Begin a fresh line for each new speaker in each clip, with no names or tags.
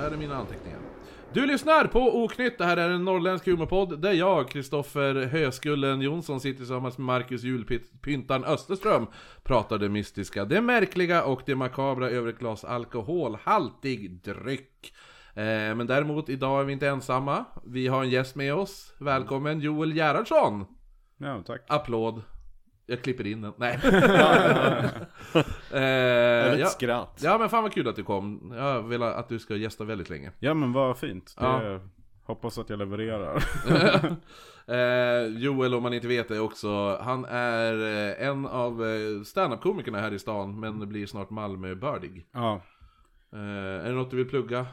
här är mina anteckningar. Du lyssnar på Oknytt, det här är en norrländsk humorpodd där jag, Kristoffer Höskullen Jonsson, sitter tillsammans med Marcus Julpyntan Österström pratar det mystiska, det märkliga och det makabra över ett glas alkoholhaltig dryck. Eh, men däremot, idag är vi inte ensamma. Vi har en gäst med oss. Välkommen Joel Gerhardsson!
Ja, tack.
Applåd. Jag klipper in den. Nej. eh,
Eller
ja.
ett skratt.
ja men fan vad kul att du kom. Jag har velat att du ska gästa väldigt länge.
Ja men vad fint. Det
Ja.
Hoppas att jag levererar.
eh, Joel, om man inte vet det också, han är eh, en av eh, standup-komikerna här i stan, men blir snart Malmöbördig.
ja,
Eh, är det något du vill plugga?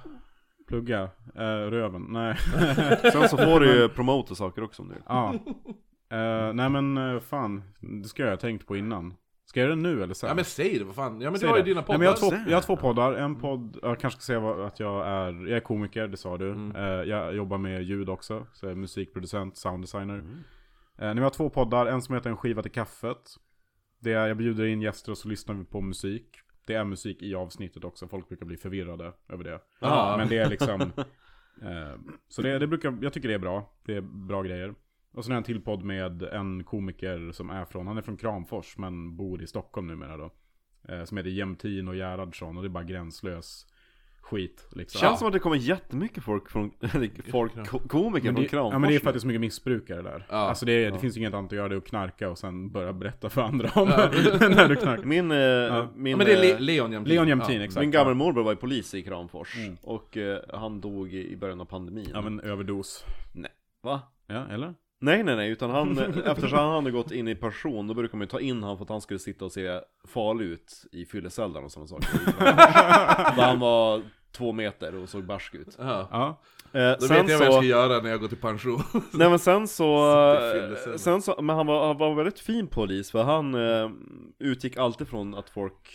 plugga. Eh, röven. Nej.
Sen så får du ju promota saker också om du vill.
ja. Eh, nej men eh, fan. Det ska jag ha tänkt på innan. Ska jag göra det nu eller sen?
Ja men säg det, vad fan. Ja men
Säg
du har ju
det.
dina poddar.
Nej, men jag, har
Säg
två,
det.
jag har två poddar. En podd, jag kanske ska säga vad- att jag är, jag är komiker, det sa du.
Mm.
Eh, jag jobbar med ljud också, så jag är musikproducent, sounddesigner. Mm. jag har två poddar, en som heter En skiva till kaffet. Det är, jag bjuder in gäster och så lyssnar vi på musik. Det är musik i avsnittet också, folk brukar bli förvirrade över det.
Ja.
Men det är liksom... eh, så det, det brukar, jag tycker det är bra. Det är bra grejer. Och sen har jag en till podd med en komiker som är från, han är från Kramfors men bor i Stockholm numera då. Eh, som heter Jämtin och Gerhardsson och det är bara gränslös skit
Det
liksom.
känns som att det kommer jättemycket folk från, eller folk, ko- komiker
Men
från
det,
Kramfors.
ja men det är för att det
nu.
är så mycket missbrukare där.
Ja.
alltså det, är- det finns ju inget annat att göra det att knarka och sen börja berätta för andra om när du knarkar.
Min, eh, min,
Ja, men det är Le-
eh,
Leon Jämtin.
Leon Jämtin exakt.
min gammelmorbror var ju polis i Kramfors. Och eh, han dog i i början av pandemin.
Mm. Ja men överdos.
Nej. Va?
Ja eller?
Nej nej nej, utan han, eftersom han hade gått in i person, då brukade man ju ta in han för att han skulle sitta och se farlig ut i fyllecellen och sådana saker. Där han var två meter och såg barsk ut.
Ja.
Ja.
Eh,
Då
sen
vet jag vad jag
så-
ska göra när jag går till pension.
Nej men sen så,
Sitter i fyllecellen.
sen så, men han var, han var väldigt fin polis för han eh, utgick alltid från att folk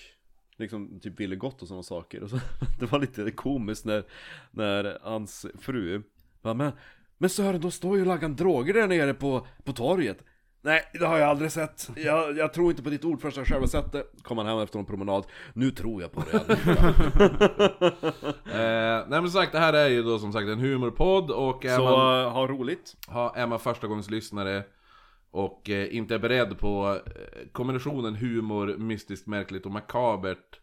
liksom typ ville gott och sådana saker. Och så, det var lite komiskt när, när hans fru bara, men, men Sören, de står ju och laggar droger där nere på, på torget. Nej, det har jag aldrig sett. Jag, jag tror inte på ditt ord förrän jag själv har sett det. Kom han hem efter en promenad. Nu tror jag på det.
eh, nej men som sagt, det här är ju då som sagt en humorpodd och är
Så
man...
eh, ha roligt.
ha, är man förstagångslyssnare och eh, inte är beredd på eh, kombinationen humor, mystiskt, märkligt och makabert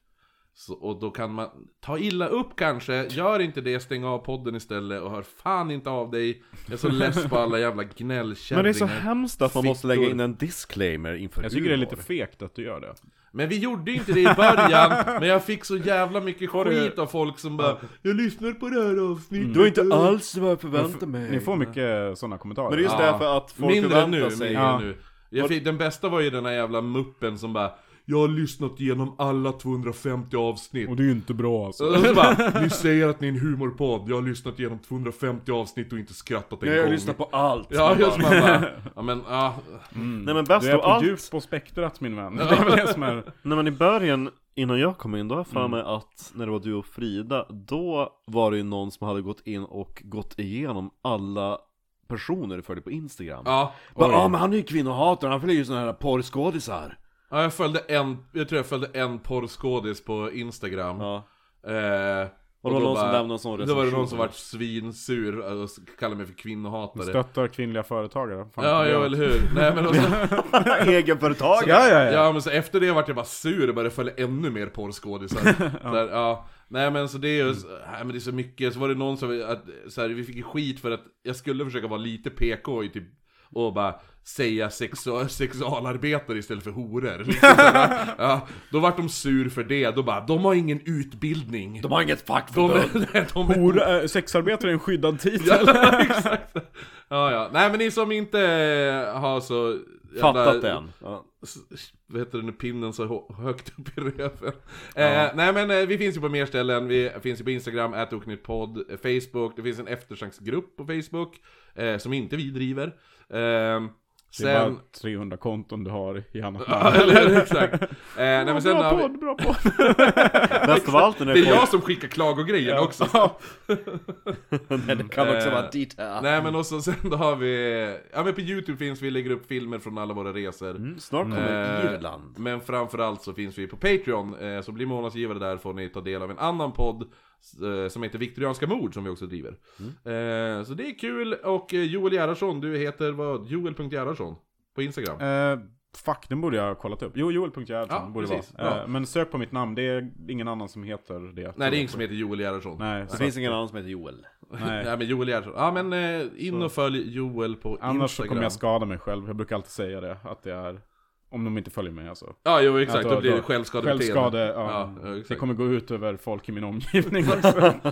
så, och då kan man ta illa upp kanske, gör inte det, stäng av podden istället och hör fan inte av dig Jag är så less på alla jävla gnällkärringar
Men det är så hemskt att man måste lägga
Fittor.
in en disclaimer inför
Jag tycker det är lite
humor.
fegt att du gör det.
Men vi gjorde ju inte det i början, men jag fick så jävla mycket skit av folk som bara Jag lyssnar på det här avsnittet
Det var inte alls vad jag förväntade mig.
Ni får mycket sådana kommentarer.
Men det är just
Ja.
därför att folk
Mindre
förväntar
nu,
sig...
mindre nu. Jag fick, den bästa var ju den här jävla muppen som bara Jag har lyssnat igenom alla 250 avsnitt.
Och det är ju inte bra alltså.
Och så bara, ni säger att ni är en humorpodd, jag har lyssnat igenom 250 avsnitt och inte skrattat en
Jag har
gång.
lyssnat på allt. Mm.
Ja, just man bara, ja men ja.
Nej men bäst
Alltså,
Du är
av
på
allt.
djupt på spektrat min vän. Det är väl det som är...
Nej men i början, innan jag kom in, då har jag
Mm.
för mig att när det var du och Frida, då var det ju någon som hade gått in och gått igenom alla personer du följde på Instagram.
Ja,
Bara, ja men han är ju kvinnohatare, han följer ju såna här porrskådisar.
ja, jag följde en, jag tror jag följde en porrskådis på Instagram.
Ja.
Eh,
Och då
då
var det någon som
bara-
lämnade en sån
Då var det någon
recension.
som vart svinsur och s- kallade mig för kvinnohatare.
Stöttar kvinnliga företagare. Fan,
Ja,
det är-
ja, eller hur? Nej, men alltså, och så,
Egenföretagare!
Ja, ja, ja.
Ja men så efter det vart jag bara sur och började följa ännu mer porrskådisar ja. Där, ja. Nej men så det är ju, så- nej, men det är så mycket, så var det någon som, att, så här, vi fick ju skit för att jag skulle försöka vara lite PK i typ och bara säga sexu- sexualarbetare istället för horor. Liksom, så här, ja, då vart de sur för det, då bara 'De har ingen utbildning'
De har inget
De,
fackförbund.
de, de, de,
Hora, eh, sexarbetare är en skyddad titel.
ja, exakt. ja, ja. Nej men ni som inte har så jävla-
Fattat det än. Ja.
s- vad heter det nu, pinnen så hö- högt upp i röven. Eh, nej men eh, vi finns ju på mer ställen, vi finns ju på Instagram, ätoknyttpodd, eh, Facebook, det finns en eftersnacksgrupp på Facebook, eh, som inte vi driver. Eh,
Det är
sen...
bara 300 konton du har i annat
Ja,
namn.
eller hur? exakt. Eh, nej, men sen
bra
har vi...
podd, bra podd.
Bäst av allt när
Det är
folk-
jag som skickar klagogrejer också.
Nej, det kan också
Eh,
vara detail.
Nej men också sen då har vi, ja men på Youtube finns vi, lägger upp filmer från alla våra resor.
Mm.
Snart kommer
Eh,
Irland.
Men framförallt så finns vi på Patreon, eh, så bli månadsgivare där får ni ta del av en annan podd s- eh, som heter Viktorianska mord som vi också driver.
Mm.
Eh, så det är kul och eh, Joel Gerhardsson, du heter vad? Joel.Gerhardsson på Instagram.
Eh, fuck, den borde jag ha kollat upp. Jo, joel.gerhardsson
Ja,
borde
precis.
vara.
Bra.
Eh, men sök på mitt namn, det är ingen annan som heter det.
Nej, det är ingen som heter Joel Gerhardsson. Nej.
Nej,
Det
så,
finns ingen annan som heter Joel.
nej.
men Joel Gerhardsson. Ja, men eh, in och följ Joel på
Annars så
Instagram.
kommer jag skada mig själv. Jag brukar alltid säga det, att det är... Om de inte följer mig alltså.
Ja, jo exakt.
Att
Då blir det självskadebeteende.
Självskade,
Ja,
ja.
ja, exakt.
det kommer gå ut över folk i min omgivning också.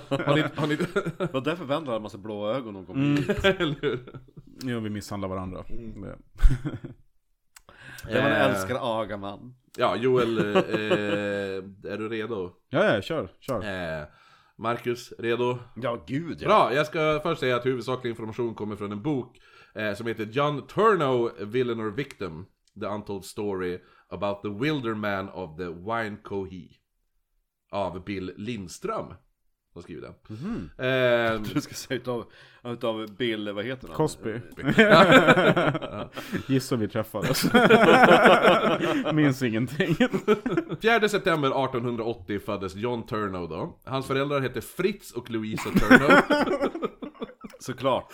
Har ni, har ni,
Det var därför Wendel hade en massa blå ögon när hon kom
Mm.
hit.
eller hur?
jo, vi misshandlar varandra.
Mm.
Det-
Det var en
Eh,
älskar Agaman.
Ja, Joel, eh, eh, är du redo?
Ja, ja, kör, kör.
Eh, Marcus, redo?
Ja, gud ja.
Bra, jag ska först säga att huvudsaklig information kommer från en bok eh, som heter John Turno, Villain or Victim, The Untold Story about the Wilder Man of the Winecohee. Av Bill Lindström, som skriver den.
Mhm.
Ehm,
Du ska säga utav, utav Bill, vad heter han?
Cosby. Gissa vi träffades. Minns ingenting.
4 september 1880 föddes John Turno då. Hans föräldrar hette Fritz och Louisa Turno.
Såklart.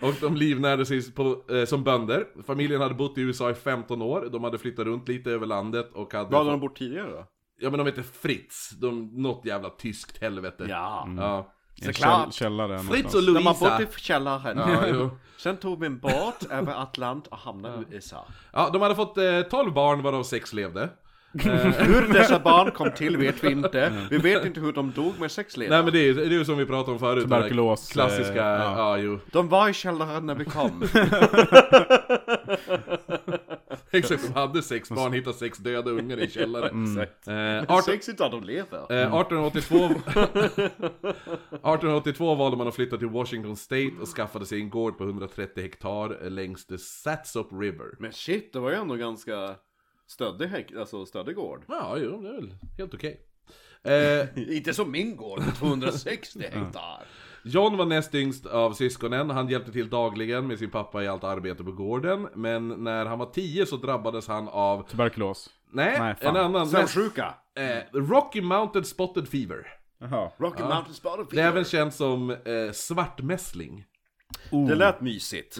Och de livnärde sig på, eh, som bönder. Familjen hade bott i USA i 15 år, de hade flyttat runt lite över landet och hade...
Vad hade de bort tidigare då?
Ja men de hette Fritz, de, något jävla tyskt helvete.
Ja,
Ja.
såklart.
Käll- Källare
Fritz
någonstans.
och
När man
Louisa.
bott i källaren.
Ja, jo.
Sen tog vi en båt över Atlant och hamnade i USA.
ja, de hade fått eh, 12 barn varav 6 levde.
Eh, Hur dessa barn kom till vet vi inte. Vi vet inte hur de dog med sexleder.
Nej men det är det är ju som vi pratade om förut. den där
Tuberkulos, eh,
Klassiska, ja,
ja.
jo.
De var i källaren när vi kom.
Exakt, de hade 6 barn, hittade 6 döda ungar i källaren. Eh, 18
Sex utav dem lever.
Eh, 1882, 1882 valde man att flytta till Washington State och skaffade sig en gård på 130 hektar eh, längs the Satsop River.
Men shit, det var ju ändå ganska stöddig, häck- alltså stöddig gård.
Ja, jo, det är väl helt okej. Eh,
Inte som min gård på 260 hektar.
John var näst yngst av syskonen, han hjälpte till dagligen med sin pappa i allt arbete på gården. Men när han var 10 så drabbades han av,
Tuberkulos.
nej,
Nej, fan.
en annan, näst,
Sömnsjuka.
eh, Rocky Mountain Spotted Fever.
Jaha.
Rocky Mountain Spotted
Det är även
Fever.
känt som eh, svartmässling. Mm.
Det lät mysigt.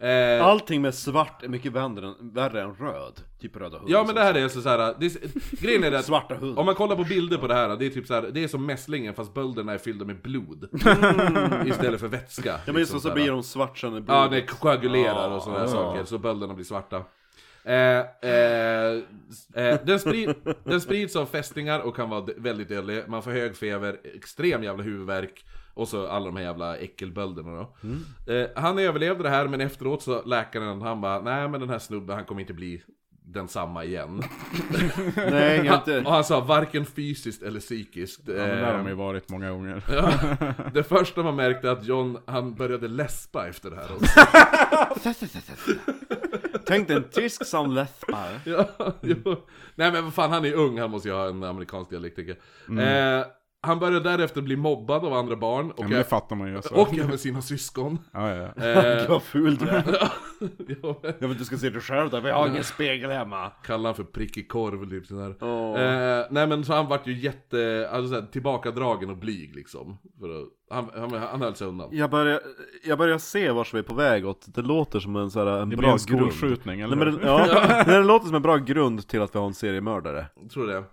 Eh,
Allting med svart är mycket värre än, värre än röd. Typ röda hundar.
Ja men det här är så så här. Det, är- grejen är det att
Svarta hundar.
om man kollar på bilder på det här, det är typ så här, det är som mässlingen fast bölderna är fyllda med blod. Istället för vätska. Liksom
Ja men just det, så
här.
blir de svart sen i
Ja,
blodet.
det koagulerar och sådana här saker, så bölderna blir svarta. Eh, eh, eh, den, sprid, den sprids av fästingar och kan vara d- väldigt dödlig, man får hög feber, extrem jävla huvudvärk och så alla de här jävla äckelbölderna då. Eh, han överlevde det här men efteråt så läkaren han bara nej men den här snubben han kommer inte bli densamma igen.
Nej, jag har
Han, och
inte...
han sa varken fysiskt eller psykiskt.
Ja, men där har
Eh,
man ju varit många gånger.
det första man märkte att John, han började läspa efter det här.
Tänk dig en tysk som läspar.
Ja,
Mm.
jo. Nej men vad fan, han är ung, han måste ju ha en amerikansk dialektiker.
Mm.
Eh, han började därefter bli mobbad av andra barn och, eh,
Ja, men det fattar man ju. Alltså.
och även sina syskon.
Ja, ja, ja.
Eh,
Vad ful du är.
ja,
Jag vill att du ska se dig själv där, vi har ingen spegel hemma.
kallar han för prickig korv typ sådär.
Åh.
Eh, nej men så han vart ju jätte, alltså såhär, tillbakadragen och blyg liksom. För att, han, han, han höll sig undan.
Jag börjar, jag börjar se vars vi är på väg åt. Det låter som en, så här, en
Det blir
bra
en
grund.
skolskjutning, eller
Nej, men det, ja, Nej, det låter som en bra grund till att vi har en seriemördare.
Tror det.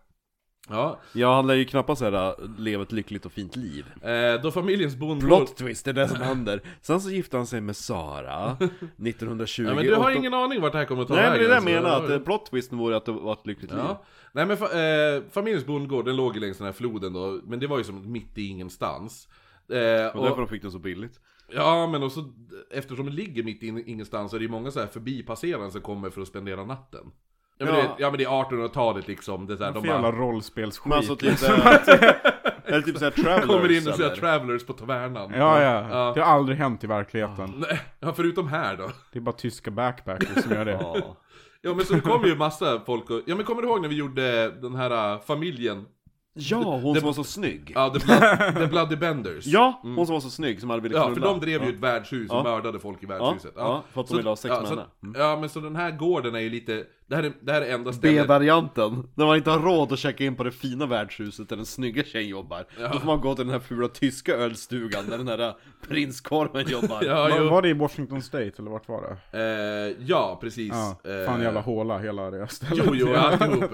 Ja,
Ja, han lär ju knappast så här, leva ett lyckligt och fint liv.
eh, då familjens bondråd...
Plot twist, det är det som händer. Sen så gifte han sig med Sara 1920.
Ja, men du har
och då-
ingen aning vart det här kommer att ta
Nej men det är det jag
så-
menar, att eh, plot twisten vore att det var ett lyckligt liv.
Ja. Nej men fa- eh, familjens bondgård, den låg ju längs den här floden då, men det var ju som mitt i ingenstans. Eh,
Och därför
och,
de fick den så billigt.
ja men också, eftersom det ligger mitt i in- ingenstans så är det ju många så här förbipasserande som kommer för att spendera natten. Ja men,
Ja.
Det, ja, men det är 1800-talet liksom, det är så här,
För
de
jävla
bara
rollspelsskit.
Men alltså typ såhär, eller typ såhär travelers
kommer in och säger
eller?
travelers på tavernan.
Ja, ja.
Ja.
Det har aldrig hänt i verkligheten.
Nej, ja, förutom här då.
Det är bara tyska backpackers som gör det.
Ja.
Ja men så det kom ju massa folk och, ja men kommer du ihåg när vi gjorde den här äh, familjen?
ja, hon som var så snygg.
Ja, The, Blood, the Bloody Benders.
Ja, hon som var så snygg som hade velat
Ja,
knulla.
för de drev ju ett värdshus och
Liksom Ja.
mördade folk i värdshuset.
Ja, ja, för att de ville ha sex
ja,
med
så,
henne. Mm.
Ja, men så den här gården är ju lite, Det här är det här är enda stället...
B-varianten, när man inte har råd att checka in på det fina värdshuset där den snygga tjejen jobbar Då får man gå till den här fula tyska ölstugan där den här eh, prinskorven jobbar
Ja,
Var,
jo.
var det i Washington State eller vart var det?
Eh, ja, precis.
Ja,
Eh,
fan jävla håla hela det stället.
Jo, jo, alltihop. Eh,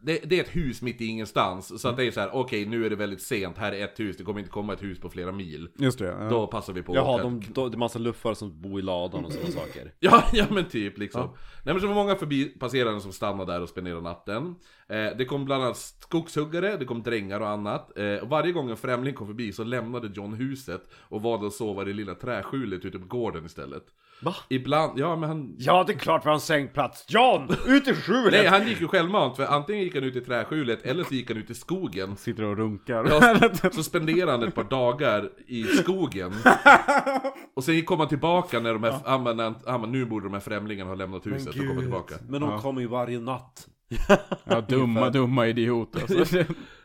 det, det är ett hus mitt i ingenstans.
Mm.
Så att det är så här: okej nu är det väldigt sent, här är ett hus, det kommer inte komma ett hus på flera mil.
Just det. ja.
Då passar vi på att
Jaha,
åka.
de, de, det är massa luffar som bor i ladan och sådana saker
Ja, ja men typ liksom. Nej men så var många förbipasserande som stannade där och spenderade natten. Eh, det kom bland annat skogshuggare, det kom drängar och annat. Eh, och varje gång en främling kom förbi så lämnade John huset och valde att sova i det lilla träskjulet ute på gården istället.
Va?
Ibland, ja men han...
Ja, det är klart vi har en sängplats! John! Ut i
Nej,
skjulet!
han gick ju självmant, för antingen gick han ut i träskjulet eller så gick han ut i skogen.
Sitter och runkar.
Så spenderade han ett par dagar i skogen. Och sen kom han tillbaka när de här, han bara, när han bara, nu borde de här främlingarna ha lämnat huset och komma tillbaka.
Men de kommer ju varje natt
Ja, dumma, dumma idioter. Alltså.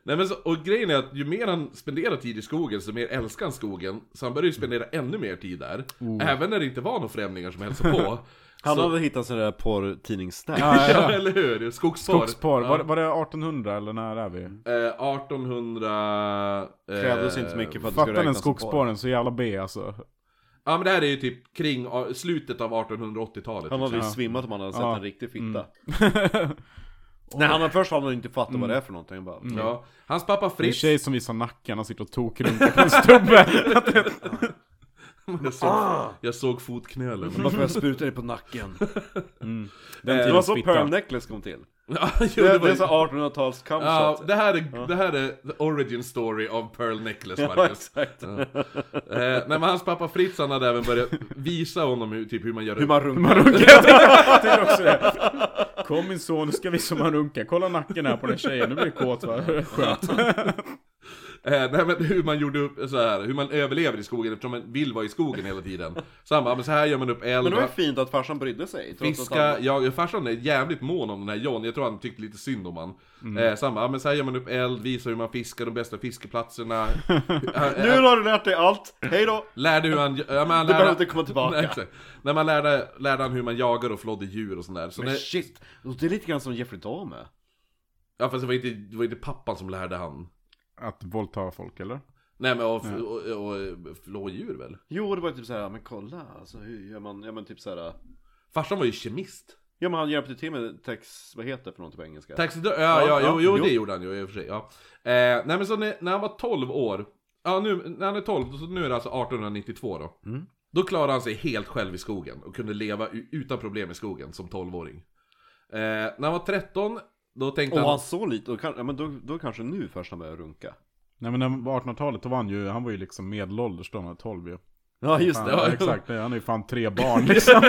Nej, men så, och grejen är att ju mer han spenderar tid i skogen, så mer älskar han skogen. Så han börjar ju spendera ännu mer tid där.
Oh.
Även när det inte var några främlingar som hälsade på.
Han
så,
hade hittat sådana där porrtidningsställ
Ja,
ja,
ja.
eller hur? Skogspar.
Skogspar, var, var det 1800 eller när är vi?
Eh, 1800... Eh,
Krävdes inte så mycket för att det skulle
Fattar den
räknas som porr
skogsspåren så jävla B alltså.
Ja men det här är ju typ kring eh, slutet av typ. 1880-talet.
Han hade ju
Ja.
svimmat om han hade sett
Ja.
en riktig fitta Nej, han hade först hade han inte fattat vad det är för någonting Han bara,
Ja. Hans pappa
Det är en
Fritz...
tjej som visar nacken och sitter och tokrunkar på en stubbe.
Jag såg, jag såg fotknölen.
Varför jag sprutar dig på nacken?
Den
Det Mm. var
tidens
så
fitta.
Pearl Necklace kom till
Ja, jo,
Det,
det
det,
var
är
ju-
så 1800-tals
Ja,
cumshot
det här, är, det här är the origin story of Pearl Necklace,
Ja,
Marcus.
exakt
Eh, nej men hans pappa Fritz han hade även börjat visa honom hur, typ, hur man gör
Hur man runkar
Jag tycker också det. Kom min son, nu ska vi som han runkar. Kolla nacken här på den tjejen, nu blir du kåt va? Skönt.
eh, nej, men hur man gjorde upp så här, hur man överlever i skogen eftersom man vill vara i skogen hela tiden. Så han bara, men så här gör man upp eld,
Men det var ju fint att farsan brydde sig trots att
fiska,
han-
jag, farsan är jävligt mån om den här John, jag tror han tyckte lite synd om han.
Mm.
Eh, så han bara, ja, men så här gör man upp eld, visar hur man fiskar de bästa fiskeplatserna. Han, eh,
Nu har du lärt dig allt, hejdå!
Lärde hur han... Ja, men han
Du
lärde,
behöver inte komma tillbaka.
Nej, exakt. När man lärde, lärde han hur man jagar och flådde djur och sånt där. Så
Men
det,
shit, det är lite grann som Jeffrey Dahmer
ja, fast det var, inte, det var inte pappan som lärde han.
Att våldta folk eller?
Nej men och, och, och, och flå djur väl?
Jo, det var typ såhär, men kolla, alltså hur gör man, ja men typ såhär
Farsan var ju kemist.
Ja men han hjälpte till med text, vad heter det för någonting på engelska?
Taxi ja, ja, ja,
Ja,
jo,
ja,
jo, det
jo.
gjorde han ju i och för sig. Ja. Eh, nej men så när, när han var 12 år, ja nu, när han är 12, så nu är det alltså 1892 då. Då klarade han sig helt själv i skogen och kunde leva u- utan problem i skogen som 12-åring. Eh, när han var 13, då tänkte
Och
han...
han så lite, och kan, ja, men då, då kanske nu först han börjar runka
Nej men när han var 1800-talet då var han ju, han var ju liksom medelålders då, han var 12 ju.
Ja just
Fan,
det,
Ja,
ja,
jo.
exakt, Nej, han har ju fan tre barn liksom.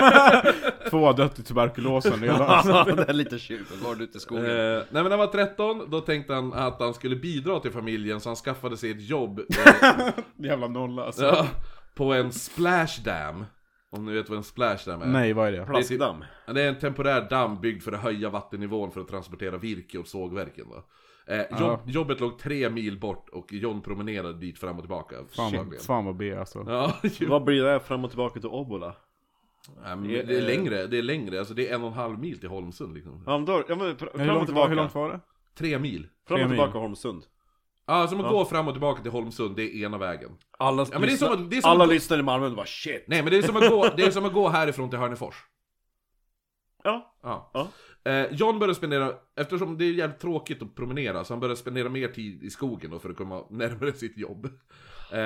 Två har dött i tuberkulosen redan. Alltså.
det är lite tjuv, går du ut i skogen
Eh, nej men när han var 13, då tänkte han att han skulle bidra till familjen så han skaffade sig ett jobb eh,
Jävla nolla alltså.
ja, på en splashdam. Om ni vet vad en splashdamm är?
Nej, vad är det?
Plaskdamm
Det är en temporär damm byggd för att höja vattennivån för att transportera virke och sågverken då. Eh, jobb, Jobbet låg tre mil bort och John promenerade dit fram och tillbaka.
Fan vad,
dagligen.
fan vad B alltså.
Ja, ju.
Vad blir det här fram och tillbaka till Obbola?
Nej, men det är längre, det är längre. Alltså det är en och en halv mil till Holmsund liksom.
Ja men, då, ja, men fr-
Men
fram och
hur, långt var,
tillbaka
hur långt var det?
Tre mil.
Fram
Tre
och
mil.
tillbaka Holmsund
Ja, som att gå fram och tillbaka till Holmsund, det är ena vägen.
Alla,
men det är
lyssnar-
som att- det är som
alla
att-
lyssnar i Malmö och bara shit
Nej men det är som att gå, det är som att gå härifrån till Hörnefors.
Ja,
Ja.
ja
Eh, John började spendera, eftersom det är jävligt tråkigt att promenera, så han började spendera mer tid i skogen då för att komma närmare sitt jobb. Eh,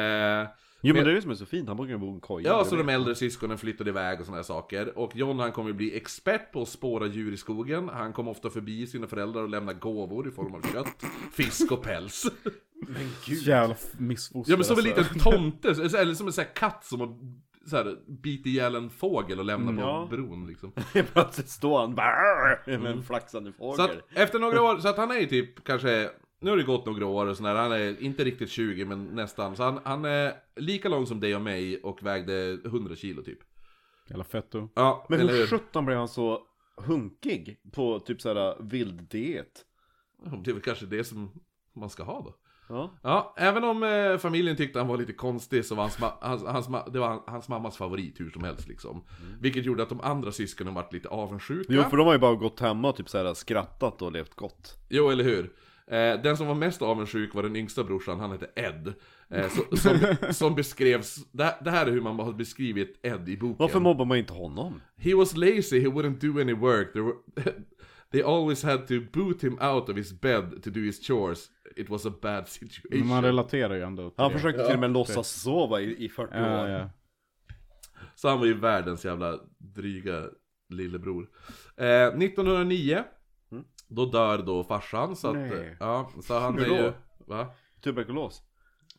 Jo men det är det som är så fint, han brukar ju bo i en koja
ja, så de äldre syskonen flyttade iväg och sådana här saker. Och John han kommer ju bli expert på att spåra djur i skogen. Han kom ofta förbi sina föräldrar och lämnade gåvor i form av kött, fisk och päls.
Jävla f- missfoster
Ja men som en
alltså.
liten tomte, så- eller som en sån här katt som har så här, bitit ihjäl en fågel och lämnat på
Mm. Ja.
bron liksom.
Plötsligt står han bara med en flaxande fågel
Mm. Så att efter några år, så att han är ju typ kanske, nu har det gått några år och sådär, han är inte riktigt 20 men nästan. Så han, han är lika lång som dig och mig och vägde 100 kilo typ.
Jävla fetto.
Ja,
Men
eller
hur
hur?
sjutton blev han så hunkig på typ såhär vild diet?
Det är väl kanske det som man ska ha då.
Ja.
Ja, även om eh, familjen tyckte han var lite konstig så var hans, ma- hans, hans, ma- det var han- hans mammas favorit hur som helst liksom. Vilket gjorde att de andra syskonen vart lite avundsjuka.
Mm. Jo för de har ju bara gått hemma och typ så här skrattat och levt gott
Jo, eller hur? Eh, den som var mest avundsjuk var den yngsta brorsan, han hette Ed. Eh, så, som, som beskrevs, det, här- det här är hur man har beskrivit Ed i boken.
Varför mobbar man inte honom?
He was lazy, he wouldn't do any work. There were, they always had to boot him out of his bed to do his chores. It was a bad
Men
situation.
man relaterar ju ändå till
Han
det.
försökte till och med låtsas sova i, i 40
Ja,
år
ja.
Så han var ju världens jävla dryga lillebror. Eh, 1909,
Mm.
då dör då farsan. Så, att,
Nej.
ja, så han
Hur
är ju...
då?
Va?
Tuberkulos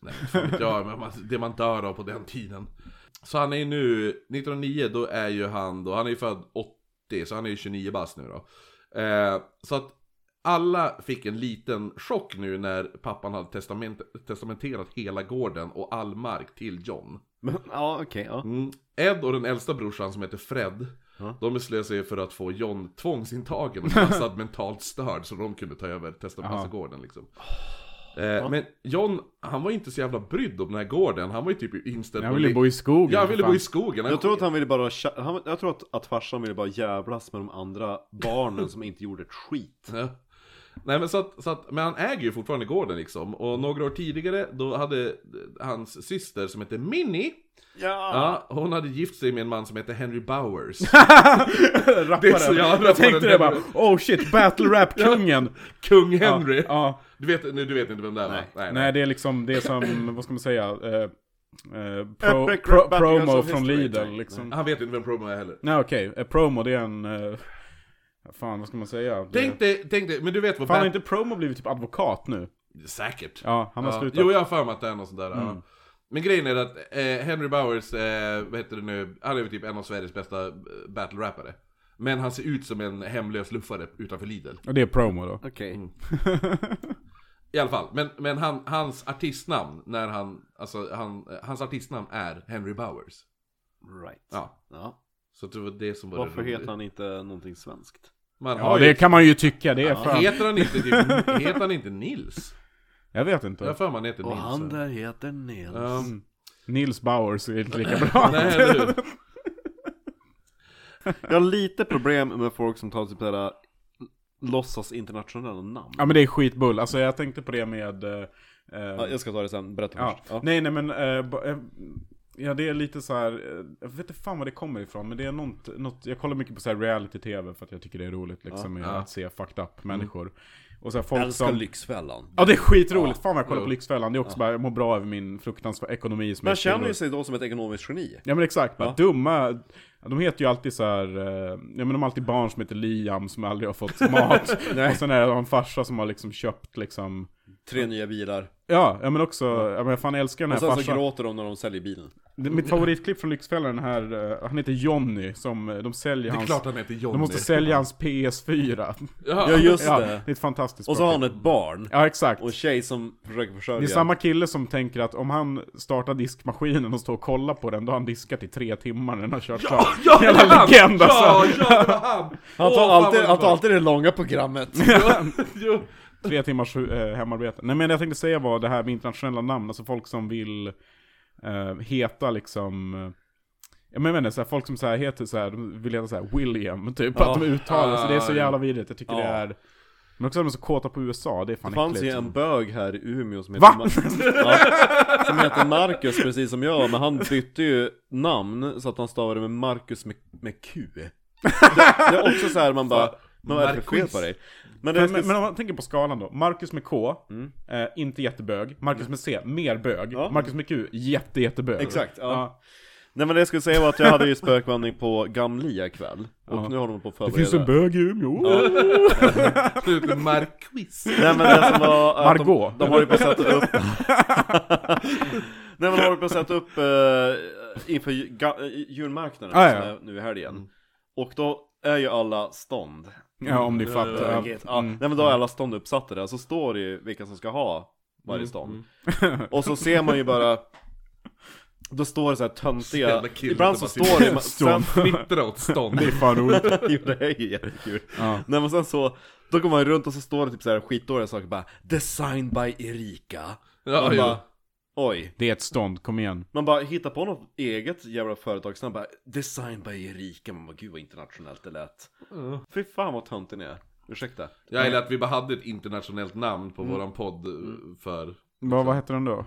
Nej, fan vet jag, men man, det man dör av på den tiden. Så han är ju nu, 1909 då är ju han då, han är ju född 80, så han är ju 29 bast nu då. Eh, så att alla fick en liten chock nu när pappan hade testament, testamenterat hela gården och all mark till John.
Men, ja okej, ja.
Mm. Ed och den äldsta brorsan som heter Fred,
Ja.
de beslöt sig för att få John tvångsintagen och klassad mentalt störd så de kunde ta över
Aha.
testamentsgården liksom.
Oh.
Eh, men John, han var inte så jävla brydd om den här gården, han var ju typ inställd
Jag
på
ville
li-
bo i skogen.
Ja, han
för
ville
fan.
bo i skogen. Han-
Jag tror att han ville bara, tja- han, jag tror att, att farsan ville bara jävlas med de andra barnen som inte gjorde ett skit
Ja. Nej men så att, så att, men han äger ju fortfarande gården liksom. Och några år tidigare, då hade eh, hans syster som hette Minnie,
Ah.
Ja!
ja, hon hade gift sig med en man som hette Henry Bowers.
Rapparen.
Det är så jag-
jag tänkte det bara,
rapparen-
oh shit, battle rap kungen!
Kung Henry!
Ja, ja.
Du, vet, nu, du vet inte vem det är va?
Nej.
Nej det är liksom det som, vad ska man säga, eh, eh, pro,
Epic
pro,
Battle
promo
of
från
History,
Lidl
nej.
liksom.
Han vet inte vem Promo är heller.
Nej okej, Eh, promo det är en, eh, fan vad ska man säga? Det,
Tänk dig, tänk dig, men du vet vad
fan har
Bat-
inte promo blivit typ advokat nu?
Säkert.
Ja, han har slutat. Mm.
Jo, jag har för mig att det är något sånt där. Ja. Men grejen är att eh, Henry Bowers, eh, vad heter det nu, han är väl typ en av Sveriges bästa eh, battle-rappare. Men han ser ut som en hemlös luffare utanför Lidl.
Och det är promo då.
Okej
I alla fall, men, men han, hans artistnamn, när han, alltså han, eh, hans artistnamn är Henry Bowers.
Right ja.
Ja, så det var det som var
Varför
det
heter han inte någonting svenskt?
Man
Ja
har
det
ju,
kan man ju tycka, det är fan.
heter han inte typ, heter han inte Nils?
Jag vet
Jag har
inte.
för mig han heter
Och
Nils.
han där heter Nils
Ja.
Nils Bowers är inte lika bra.
Nej, eller hur?
Jag har lite problem med folk som tar typ såhär Låtsas internationella namn
Ja men det är skitbull, alltså jag tänkte på det med... eh, eh,
Ja, jag ska ta det sen, berätta
ja.
först ja.
Nej nej men, eh, ba- eh, ja det är lite så här. eh, jag vet inte fan var det kommer ifrån men det är något, något jag kollar mycket på så här reality-tv för att jag tycker det är roligt liksom med
Ja.
att se fucked up människor. Och så här, folk
Mm. Älskar
som...
Lyxfällan
Ja det är skitroligt, fan vad jag kollar
Jo.
på Lyxfällan, det är också bara, jag mår bra över min fruktansvärda ekonomi som
Man
jag
känner
tillhör.
ju sig då som ett ekonomiskt geni
Ja men exakt, bara
Ja.
dumma de heter ju alltid så här, eh, ja men de har alltid barn som heter Liam som aldrig har fått mat. och sen är det en farsa som har liksom köpt liksom,
Tre nya bilar
ja, ja men också, ja men jag fan älskar den här
Och sen så
farsan.
gråter de när de säljer bilen
Det- Mitt favoritklipp från Lyxfällan är den här, eh, han heter Jonny som eh, de säljer
Det är
hans,
klart han heter Johnny.
de måste sälja hans PS4.
Ja.
Ja just
ja,
det
det är ett fantastiskt
Och så
bra
har
klipp.
han ett barn
Ja exakt.
och en tjej som försöker
Det är
försörja
samma kille som tänker att om han startar diskmaskinen och står och kollar på den, då har han diskat i tre timmar när han har kört klart.
Ja,
Jävla
det var han!
legend,
Ja,
alltså.
ja, det var han!
Han
Åh,
tar,
fan,
alltid,
vad
han tar
bra.
alltid det långa programmet
Jo.
Tre timmars eh, hemarbete. Nej men det jag tänkte säga var det här med internationella namn, alltså folk som vill eh, heta liksom... eh, Jag menar, jag menar så här, folk som så här heter så här, de vill heta så här William, typ.
Ja.
Att de uttalar sig, det är så
Ja.
jävla vidrigt. Jag tycker
Ja.
det är... Men också att de är så kåta på USA, det är fan
Det fanns ju
äckligt.
en bög här i Umeå som
Va?
heter, ja, som heter Marcus precis som jag, men han bytte ju namn så att han stavade med Marcus med, med Q Det, det är också så här man bara, men vad är det för fel
Marcus.
på dig? Men, det,
Men,
Mm.
men, men om man tänker på skalan då, Marcus med K, eh, inte jättebög. Marcus med C, mer bög.
Ja.
Marcus med Q, jätte, jättebög.
Exakt, ja. Nej men det jag skulle säga var att jag hade ju spökvandring på Gamlia kväll, och nu håller de på
Det
att förbereda
finns en bög i Umeå.
Sluta typ Marquis.
Nej men det som var att
Margot.
de, de håller på att sätta upp Nej men de håller på att sätta upp eh, inför ju- ga- eh, julmarknaden
Ah, ja.
som är nu i helgen Och då är ju alla stånd
Ja, om ni fattar.
Bögigt. ja.
Mm.
Nej men då är alla stånd uppsatta där, så
Mm.
står det ju vilka som ska ha varje stånd Och så ser man ju bara Då står det så här töntiga,
Jävla killen
ibland så
som
står
bara
det,
sitter-
sen,
Smittra åt stånd.
Det är fan roligt.
jo det är ju jättekul.
Ja.
Nej men sen så, då går man runt och så står det typ så här skitdåliga saker bara Designed by Erika.
Ja,
man
jo.
bara, oj.
Det är ett stånd, kom igen.
Man bara hittar på något eget jävla företag, sen bara Design by Erika, man bara gud vad internationellt det lät Fy fan vad töntig ni är, ursäkta
Jag gillar att vi bara hade ett internationellt namn på våran podd eh, för...
Vad, vad heter den då?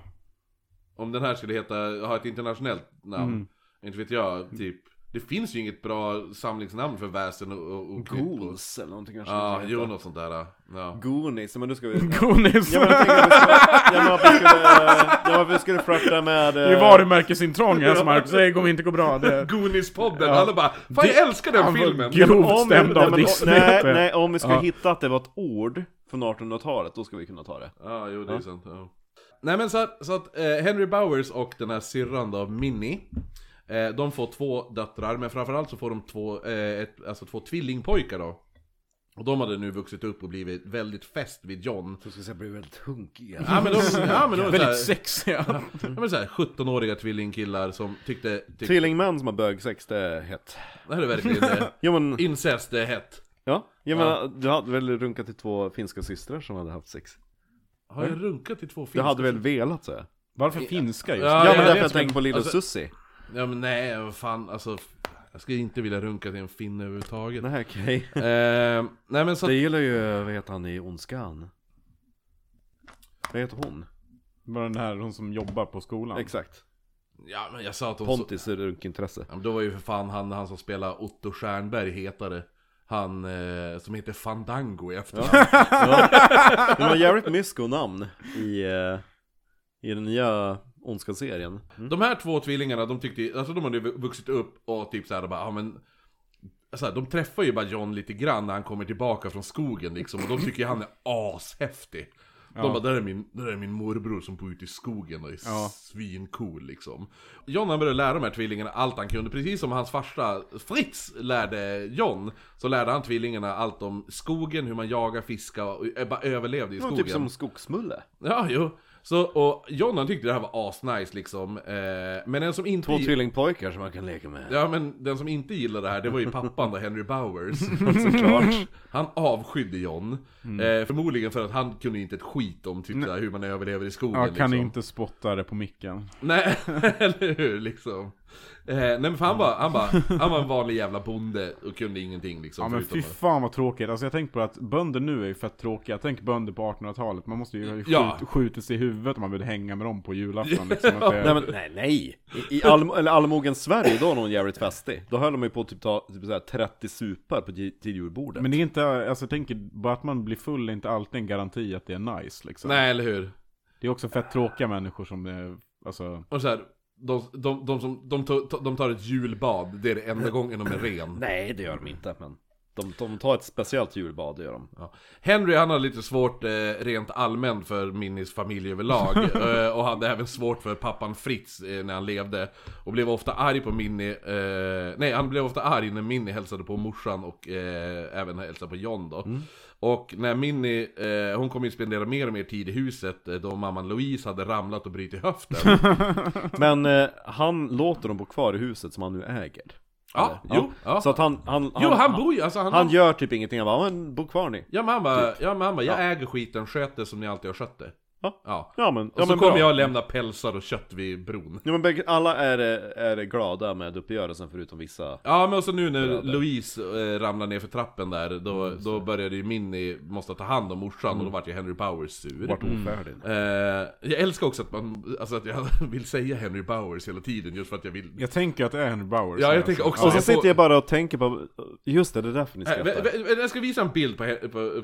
Om den här skulle heta, ha ett internationellt namn, inte vet jag, typ... Det finns ju inget bra samlingsnamn för väsen och... och, och
Goons eller någonting kanske
Ja,
det
jo
heter.
något sånt där. Ja.
Goonies, men nu ska vi
Gonis!
Ja men jag tänker att vi ska- ja, men varför skulle- ja, varför skulle flörta med... eh,
Det är varumärkesintrång här som Marcus säger kommer inte gå bra. Det...
Goonies-podden, alla bara Fan jag älskar den
Han var
filmen!
grovt
eh, om-
stämd
nej,
av
men-
Disney.
Nej, nej, om vi ska
Ja.
hitta att det var ett ord från 1800-talet, då ska vi kunna ta det
Ja, jo det är sant. Ja. Nej men så, att- så att eh, Henry Bowers och den här syrran då, Minnie, eh, de får två döttrar, men framförallt så får de två, eh, ett, alltså två tvillingpojkar då. Och de hade nu vuxit upp och blivit väldigt fäst vid John.
Du ska säga blir väldigt hunkiga
Ja men de, ja, men de var
Väldigt
såhär,
sexiga.
ja, men såhär 17-åriga tvillingkillar som tyckte, tyckte
Tvillingmän som har bögsex, det är hett
det här är verkligen eh, det.
Jo men,
Incest är hett.
ja, jag menar, du hade väl runkat till två finska systrar som hade haft sex?
Har jag runkat till två
Du
finska?
hade väl velat säga?
Varför finska just?
Ja,
Ja, men
jag
därför
vet,
jag tänker
men-
på Lilla
alltså-
Susie
Ja men nej, vad fan alltså. Jag skulle inte vilja runka till en finne överhuvudtaget.
Nej okej
Eh, nej men så att-
Det gillar ju, vad heter han i Ondskan? Vad heter hon?
Bara den här, hon som jobbar på skolan.
Exakt
Ja men jag sa att hon så...
Pontus runkintresse
ja, men Då var ju för fan han, han som spelar Otto Stjernberg hetare Han eh, som heter Fandango i efternamn
Det var jävligt mysko namn i, eh, i den nya Ondskan-serien
Mm. De här två tvillingarna, de tyckte ju- alltså de hade ju vuxit upp och typ såhär bara, ja men så här, de träffar ju bara John lite grann när han kommer tillbaka från skogen liksom Och de tycker ju han är ashäftig De bara, där är, min, där är min morbror som bor ute i skogen och är
Ja.
svincool liksom John han började lära de här tvillingarna allt han kunde Precis som hans farsa Fritz lärde John Så lärde han tvillingarna allt om skogen, hur man jagar, fiskar och eh, bara överlevde i
Det var
skogen
Typ som Skogsmulle
Ja, jo. Så, och John han tyckte det här var asnice liksom. Eh, men den som inte...
Två tvillingpojkar som man kan leka med
Ja, men den som inte gillade det här, det var ju pappan då, Henry Bowers.
Såklart
Han avskydde John.
Mm.
Eh, förmodligen för att han kunde inte ett skit om typ, såhär, hur man överlever i skogen.
Ja, kan
liksom.
inte spotta det på micken.
Nej, eller hur liksom. Eh, nej men för han var, han, bara, han var en vanlig jävla bonde och kunde ingenting liksom.
Ja men
förutom
fy fan vad tråkigt, alltså jag tänker på att bönder nu är ju fett tråkiga, tänk bönder på 1800-talet, man måste ju
Ja.
skjut, skjutits i huvudet om man vill hänga med dem på julafton liksom, att det,
Nej men nej, nej. I, i allm eller allmogen Sverige, då var någon jävligt festig Då höll de ju på att typ ta typ så här 30 supar på, till till julbordet
Men det är inte, alltså jag tänker, bara att man blir full är inte alltid en garanti att det är nice liksom.
Nej, eller hur.
Det är också fett tråkiga människor som, är, alltså,
Och så här, de, de, de, som, de, tar- de tar ett julbad, det är det enda gången de är ren.
Nej det gör de inte men de, de tar ett speciellt julbad, det gör de
Ja. Henry han hade lite svårt eh, rent allmänt för Minnis familj överlag eh, Och hade även svårt för pappan Fritz eh, när han levde Och blev ofta arg på Minnie eh, Nej han blev ofta arg när Minnie hälsade på morsan och eh, även hälsade på John då Och när Minnie, eh, hon kom ju spendera mer och mer tid i huset eh, Då mamman Louise hade ramlat och brutit höften
Men eh, han låter dem bo kvar i huset som han nu äger Eh,
Ja, jo, ja.
Så att han, han,
Jo han bor ju, alltså han,
Han gör typ ingenting, han bara men bo kvar ni
Ja men han bara, ja, men han bara jag äger skiten, sköt det som ni alltid har skött det
Ja.
ja.
Ja men,
Och
ja,
så
men
kommer
bra.
jag lämna pälsar och kött vid bron
Ja men bägge- alla är, eh, är glada med uppgörelsen förutom vissa
Ja men och så nu när
Bröder.
Louise eh, ramlade ner för trappen där Då,
Mm,
då började ju Minnie måste ta hand om morsan och då vart ju Henry Bowers sur
Vart ofärdig
eh, Jag älskar också att man, alltså att jag vill säga Henry Bowers hela tiden just för att jag vill
jag tänker att det är Henry Bowers.
Ja, jag
alltså.
tänker också-
Och så
jag får-
sitter jag bara och tänker på, just det, det är därför ni
Äh, vä-
skrattar
vä- Jag ska visa en bild på, Hen- på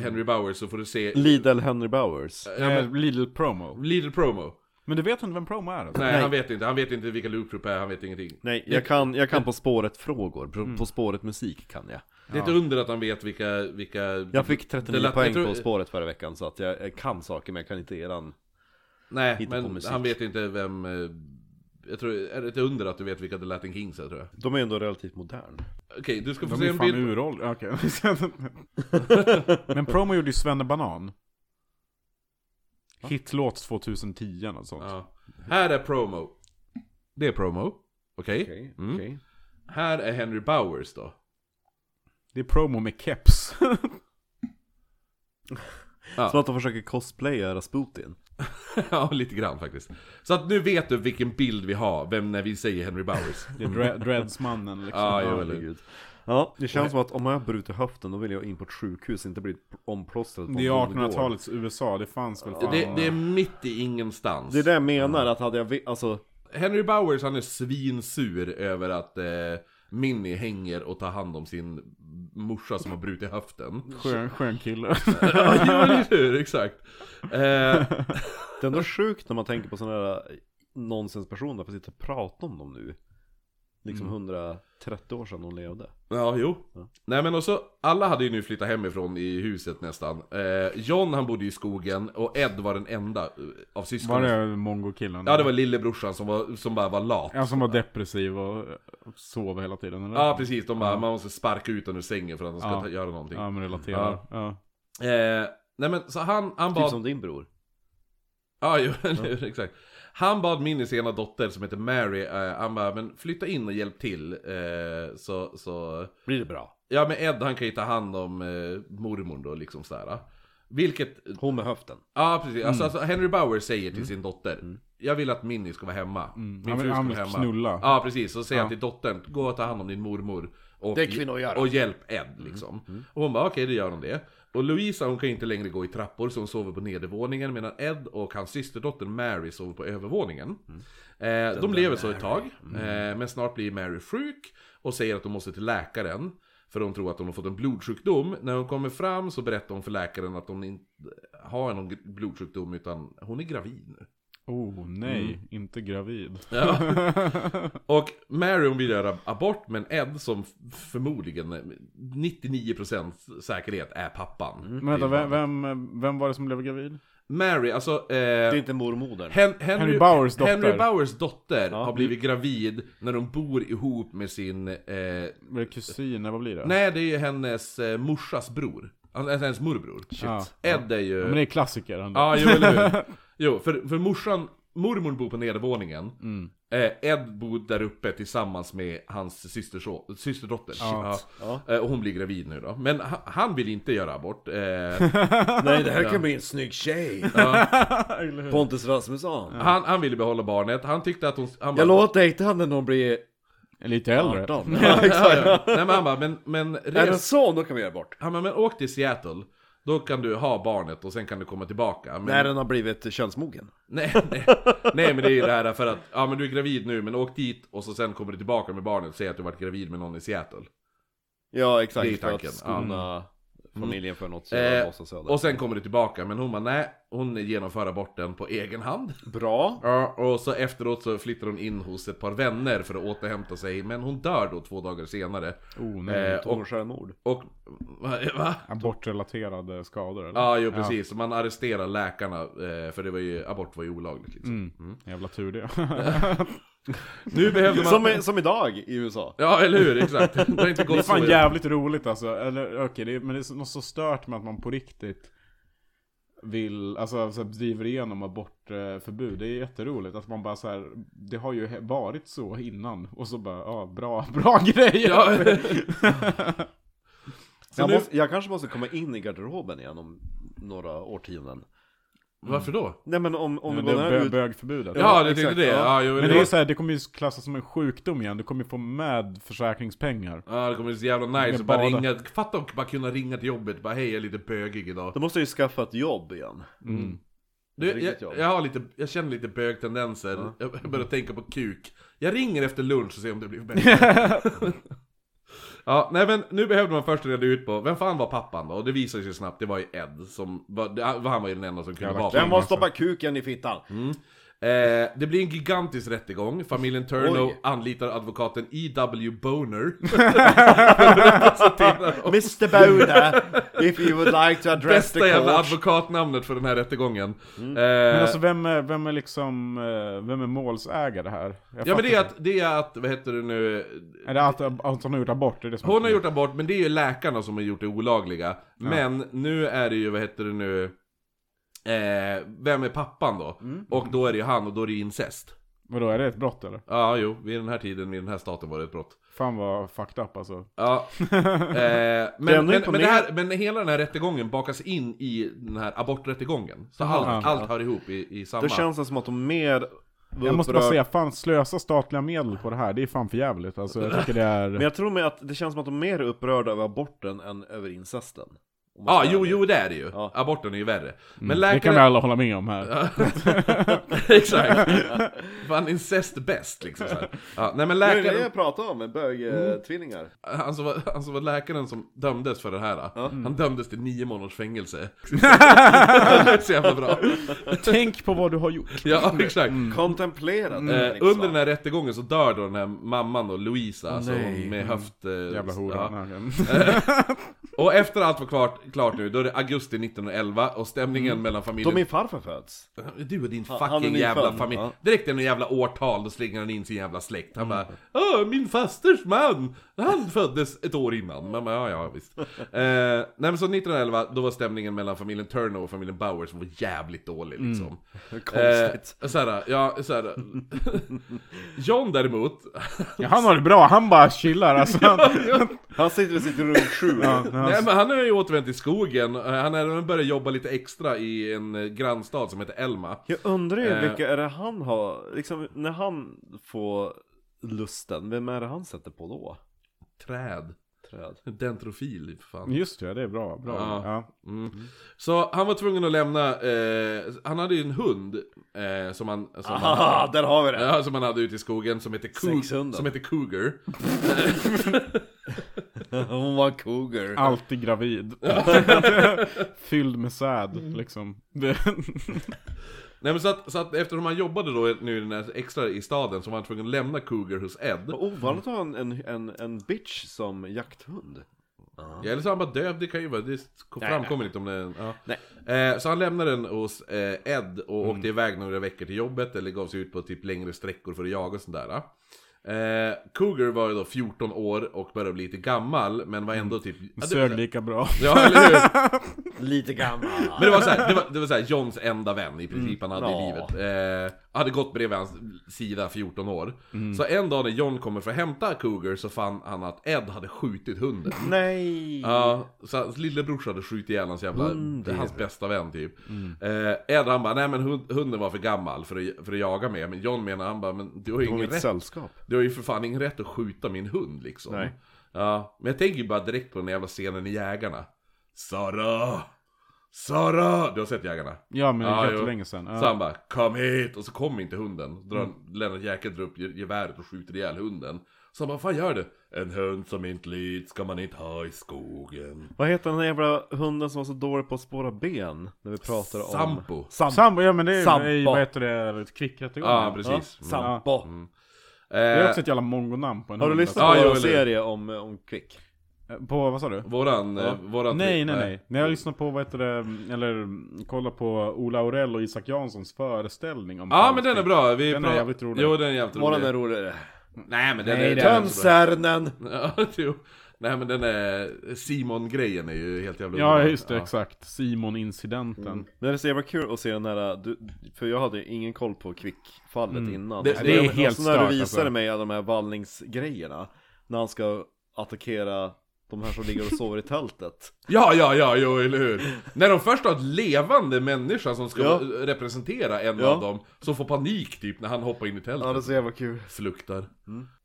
Henry Bowers så får du se
Lidl Henry Bowers
ja, men,
Eh, Little promo.
Little promo
Men du vet inte vem promo är? Alltså?
Nej,
Nej.
han vet inte, han vet inte vilka Loop Group är, han vet ingenting
Nej, jag kan, jag kan På spåret-frågor, På- På spåret-musik kan jag
Det är ett under att han vet vilka, vilka
Jag fick
Det
39
lät-
poäng
jag tror-
På spåret förra veckan så att jag, jag kan saker men jag kan inte eran
Nej,
hittar på
men
musik.
han vet inte vem eh, Jag tror, är det ett under att du vet vilka The Latin Kings är tror jag
De är ändå relativt modern
Okej, du ska få
De
se
är
en
fan
bild
uråldriga, okej. Men promo gjorde ju Svenne Banan. Hitlåts 2010 eller sånt.
Ja. Här är promo. Det är promo. Okej?
Okej,
Mm.
okej.
Här är Henry Bowers då.
Det är promo med keps.
Ja.
Som att de försöker cosplaya Rasputin.
ja, lite grann faktiskt. Så att nu vet du vilken bild vi har, vem när vi säger Henry Bowers.
Det är dre- dreadsmannen liksom.
Ja, jo, eller-
Herregud. Ja, det känns som att om jag bryter höften då vill jag in på ett sjukhus, inte bli omplåstrad på en
Det är
vårdgård.
1800-talets USA, det fanns väl fan.
det, det är mitt i ingenstans.
Det är det jag menar, att hade jag ve- alltså
Henry Bowers han är svinsur över att eh, Minnie hänger och tar hand om sin morsa som har brutit höften.
Skön, skön kille.
ja, jo, eller hur? Exakt. Eh,
Det är ändå sjukt när man tänker på sådana där eh, nonsenspersoner, för att sitta och prata om dem nu. Liksom 130 år sedan de levde.
ja, jo. Nej men och så, alla hade ju nu flyttat hemifrån i huset nästan. Eh, John han bodde i skogen och Ed var den enda eh, av
Var
syskonen.
det mongo-killen?
Ja, det var lillebrorsan som, var, som bara var lat.
En som var depressiv och och sov hela tiden eller?
Ja, precis. De bara, man måste sparka ut honom ur sängen för att han ska
Ja.
ta, göra någonting.
Ja men relaterar. Ja.
Eh, nej men så han, han
Typ
bad...
som din bror.
Ja, jo, eller hur, exakt. Han bad Minnies ena dotter som heter Mary, eh, han bara, men flytta in och hjälp till. Eh, så, så...
Blir det bra?
Ja men Ed han kan ju ta hand om eh, mormor då liksom sådär. Vilket, ja
Hon med höften.
precis,
Mm.
alltså, alltså Henry Bauer säger till sin dotter Jag vill att Minnie ska vara hemma. Min
Han vill- Mm. han vill knulla.
Ja precis, så säger han till dottern, gå och ta hand om din mormor. Och,
Det är kvinnor att göra.
och hjälp Ed liksom. Och hon bara, okej då gör hon det. Och Louisa hon kan ju inte längre gå i trappor så hon sover på nedervåningen medan Ed och hans systerdotter Mary sover på övervåningen. Eh, de lever så ett tag, eh, men snart blir Mary sjuk och säger att de måste till läkaren. För hon tror att hon har fått en blodsjukdom. När hon kommer fram så berättar hon för läkaren att hon inte har någon blodsjukdom utan hon är gravid nu.
Oh nej, inte gravid.
Mm. Ja. Och Mary hon vill göra abort, men Ed som f- förmodligen med 99% säkerhet är pappan.
Mm. Men vänta, vem, vem, vem var det som blev gravid?
Mary, alltså...
Det är
Eh,
inte mormodern.
Hen- Henry,
Henry Bowers dotter.
Henry Bowers dotter har blivit gravid när de bor ihop med sin... Eh,
Var det kusin? Vad blir det?
nej, det är ju hennes eh, morsas bror. Alltså hennes morbror.
Ja.
Ed är ju...
Men det är klassiker ändå.
Ja, jo, eller hur? Jo, för, för morsan, mormor bor på nedervåningen. Eh, Ed bor där uppe tillsammans med hans systerso- systerdotter. Ja. Eh, och hon blir gravid nu då. Men ha, han vill inte göra abort. Eh,
Nej det här kan bli en snygg tjej! Pontus Rasmusson.
han, han ville behålla barnet. Han tyckte att hon... Han bara,
Jag lovar att dejta henne när hon blir
Lite äldre.
18.
Ja, ja. Nej men han bara, men, men
Är det en
res...
son då kan vi göra bort.
Han bara, men åk till Seattle. Då kan du ha barnet och sen kan du komma tillbaka. Men,
När den har blivit eh, könsmogen.
Nej, nej, nej men det är ju det här för att, ja men du är gravid nu men åk dit och så sen kommer du tillbaka med barnet och säger att du varit gravid med någon i Seattle.
Ja Mm.
Det är
exakt, för
tanken.
att skona familjen för något
Eh,
jävla
och
söder.
sen kommer det tillbaka, men hon bara nej, hon genomför aborten på egen hand.
Bra.
Ja, och så efteråt så flyttar hon in hos ett par vänner för att återhämta sig, men hon dör då två dagar senare.
Oh nej.
Mm,
Eh, och,
Tonårssjälvmord.
och, va? va?
Abortrelaterade skador eller?
Ja, jo precis. Så man arresterar läkarna, eh, för det var ju, abort var ju olagligt
Mm.
liksom.
Jävla tur det.
Nu behöver man...
Som, i- som idag i USA.
Ja, eller hur? Exakt. Det har inte gått
Det är
så.
fan jävligt roligt alltså. Eller okej, det är- men det är så- något så stört med att man på riktigt vill, alltså så här, driver igenom abortförbud. Det är jätteroligt att man bara så här, det har ju he- varit så innan. Och så bara, ja bra, bra grejer.
Ja.
Jag,
nu-
måste, jag kanske måste komma in i garderoben igen om några årtionden.
Varför då?
Nej men om, om
Det
du
är
går den här
bö-
ut...
bögförbudet.
Ja, det
exakt,
tänkte det.
ja.
Ja, jo,
Men det är så här, det kommer ju klassas som en sjukdom igen. Du kommer ju få med försäkringspengar.
Ja, det kommer bli så jävla nice
Med
att bara
bada.
ringa, fatta att bara kunna ringa till jobbet, bara hej jag är lite bögig idag.
Då måste jag ju skaffa ett jobb igen.
Mm.
Du,
Riktigt
jag,
jobb. Mm.
jag, har lite, jag känner lite bögtendenser, jag börjar tänka på kuk. Jag ringer efter lunch och ser om det blir bättre. ja, nej men nu behövde man först reda ut på, vem fan var pappan då? Och det visade sig snabbt, det var ju Ed som, var, det- han var ju den enda som kunde
Jävla
vara
Vem
pappa.
har stoppat kuken i fittan?
Eh, det blir en gigantisk rättegång, familjen Turno
Oj.
anlitar advokaten E.W. Boner.
Mr Buda, if you would like to address
Bästa
the
jävla
court.
advokatnamnet för den här rättegången.
Mm.
Men
Eh,
alltså vem är, vem är liksom, eh, vem är målsägare här? Jag
Ja men det är
fattar
att, det är att, vad heter det nu,
inte. Är det att, att hon har gjort abort? Det är det som
hon har gjort abort men det är ju läkarna som har gjort det olagliga. Men nu är det ju, vad heter det
Mm.
nu, eh, vem är pappan då? Och då är det ju han och då är det incest.
Vadå, är det ett brott eller?
Ja, jo, vid den här tiden, i den här staten var det ett brott.
Fan vad fucked up alltså.
Ja. Eh, men, men, men, det här, men hela den här rättegången bakas in i den här aborträttegången. Så allt,
Ja.
allt hör ihop i, i samma.
Då känns det som att de mer var
Jag måste bara
upprörda-
säga, fan slösa statliga medel på det här, det är fan för jävligt. Alltså jag tycker det
Men
är...
jag tror med att det känns som att de är mer upprörda över aborten än över incesten Om man
Ja,
ska vara
jo,
ärlig.
jo det är det ju.
Ja. Mm.
Aborten är ju värre. Men
Det kan vi
läkaren...
alla hålla med om här.
Exakt. Fan incest bäst liksom så här. ja, Nej men
Det är ju
läkaren,
det jag pratar om, med bögtvillingar
han som, var, han som var alltså, läkaren som dömdes för det här. Han dömdes till nio månaders fängelse. så jävla bra.
Tänk på vad du har gjort.
Ja, exakt.
Mm. Kontemplera det
Eh,
liksom.
under den här rättegången så dör då den här mamman då, Louisa, alltså
nej.
med höft... Eh,
Jävla
ja.
hora. Nej,
Och efter allt var klart, klart nu, då är det augusti 1911 och stämningen mellan
Då
familjen...
min farfar föds
Du och din
han är
fucking
nyfödd.
jävla familj.
Ja. Mm.
Direkt när jävla årtal, då slänger han in sin jävla släkt. Han bara Åh, min fasters man! Han föddes ett år innan. Man bara, ja, ja, visst. eh, nej men så 1911, då var stämningen mellan familjen Turner och familjen Bowers var jävligt dålig liksom.
Mm. Konstigt
Eh, såhär, ja, såhär. John däremot,
Ja, han har det bra, han bara chillar alltså.
Han sitter vid sitt rum sju
nej, men han har ju återvänt till skogen. Eh, Han har även börjat jobba lite extra i en eh, grannstad som heter Elma.
Jag undrar ju
Eh.
vilka är det han har, liksom när han får lusten, vem är det han sätter på då?
Träd.
Träd.
Dentrofil, för fan.
Just det, det är bra. bra.
Ja.
Ja.
Mm. Så han var tvungen att lämna, eh, han hade ju en hund eh, som, han, som, han,
Aha, där har vi det!
ja, som han hade ute i skogen som hette, Coug-
Sexhunden.
som hette Cougar.
Hon var cougar.
Alltid gravid. Fylld med säd, liksom. Det-
Nej men så att, så att eftersom han jobbade då nu i den här extra i staden så var han tvungen att lämna Cougar hos Ed.
Vad Ovanligt att ha en, en, en, en bitch som jakthund.
Ja, eller så är han bara döv, det kan ju vara, det framkommer inte om det ja.
Nej. Mm.
Eh, Så han lämnade den hos eh, Ed och åkte iväg några veckor till jobbet eller gav sig ut på typ längre sträckor för att jaga och sådär. Eh, Cougar var ju då 14 år och började bli lite gammal men
Mm.
var ändå typ... Ja, det,
Sög lika bra.
ja eller hur?
Lite gammal.
Men det var såhär, det var, det var såhär Johns enda vän i princip han hade i
Ja.
livet. Eh, hade gått bredvid hans sida 14 år. Så en dag när John kommer för att hämta Cougar så fann han att Ed hade skjutit hunden.
Nej!
Ja, så hans lillebrors hade skjutit ihjäl hans jävla, det är hans bästa vän typ. Eh, Ed han bara, nej men hund, hunden var för gammal för att, för att jaga med. Men John menar, han bara, men du har ju
Hon var
ingen
ett
rätt,
sällskap.
du har ju för fan ingen rätt att skjuta min hund liksom.
Nej.
Ja, men jag tänker ju bara direkt på den jävla scenen i Jägarna. Sara! Sara! Du har sett Jägarna?
Ja, men det
Ja,
är
jo.
jättelänge sedan.
Så
Ja.
han bara 'Kom hit!' och så kom inte hunden. Drar Lennart Jäkel drar upp ge- geväret och skjuter ihjäl hunden. Så han bara 'Fan gör det!' En hund som inte lyds ska man inte ha i skogen.
Vad heter den där jävla hunden som var så dålig på att spåra ben? När vi pratade om...
Sampo.
Sampo.
Sambo, ja men det är ju,
Sambo.
vad heter det, kvickrättegång?
Ja, precis.
Ja,
Mm.
Sampo.
Det är
Eh,
också ett jävla mongonamn på en
Har du
hund,
lyssnat
Ja,
på
jo,
vår
eller-
serie om, om Quick?
alltså. På, vad sa du?
våran... eh, våran
Nej, nej, nej. När jag lyssnade på, vad heter det, eller kolla på Ola Aurell och Isak Janssons föreställning om
Ja,
Falk.
men den är bra. Vi
Den är
pra-
jävligt rolig.
Jo, den är jävligt
Våran är
rolig.
roligare.
Nej, men den
Nej,
är... den är så bra.
Tönsärnen!
Ja, jo. Nej, men den är... Simon-grejen är ju helt jävla
Ja,
underbar.
just det, exakt. Simon-incidenten.
Mm.
Men det är så jävla kul att se den här, du, för jag hade ingen koll på Quick-fallet innan.
Mm. Det-
Så
det är
jag-
helt
och så när du
stört,
visade
alltså.
mig alla de här vallningsgrejerna, när han ska attackera de här som ligger och sover i tältet.
Ja, ja, ja, jo, eller hur? När de först har ett levande människa som ska
Ja.
representera en
Ja.
av dem, som får panik typ när han hoppar in i tältet.
Ja, det Mm. är så jävla kul.
Fluktar.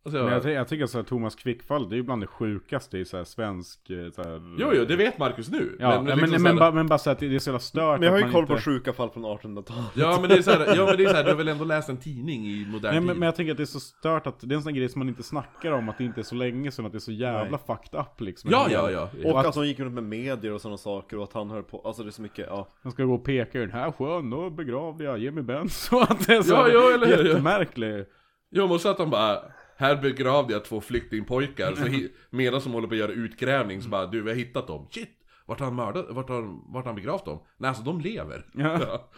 Alltså,
Men jag,
jag...
ty- jag tycker att Thomas Quickfall, det är ju bland det sjukaste i så här svensk... eh, Så här...
Jo, jo, det vet Marcus nu.
Ja, men, men,
liksom så
men,
här-
bara, men bara så att det det är så jävla stört
Men jag har
att
ju
man
koll
inte...
på sjuka fall från 1800-talet.
Ja, men det är såhär, ja, men det är så här, du har väl ändå läst en tidning i modern
Nej,
tid?
men, men jag tänker att det är så stört att det är en sån här grej som man inte snackar om, att det inte är så länge sedan, att det är så jävla fucked up liksom.
Ja, ja, ja.
Och att de gick runt med medier och sådana saker och att han höll på, alltså det är så mycket, ja.
Han ska gå och peka i den här sjön, då begravde jag Jimmy Benz. Och att det är så
Ja, ja, eller hur?
jättemärklig.
Jo, men så att de bara här begravde jag två flyktingpojkar, så hi- medan som håller på att göra utgrävning så bara du vi har hittat dem, shit! Vart har han mördat, vart har, han- vart har han begravt dem? Nej alltså de lever!
Ja.
Ja.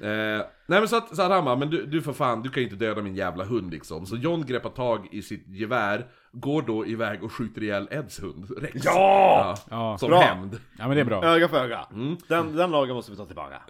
Eh, nej men så att, så att han bara, men du, du för fan, du kan ju inte döda min jävla hund liksom. Så John greppar tag i sitt gevär, går då iväg och skjuter ihjäl Eds hund, Rex.
Ja!
Som
Bra.
hämnd.
Ja men det är bra.
Mm.
Öga för öga. Den, den lagen måste vi ta tillbaka.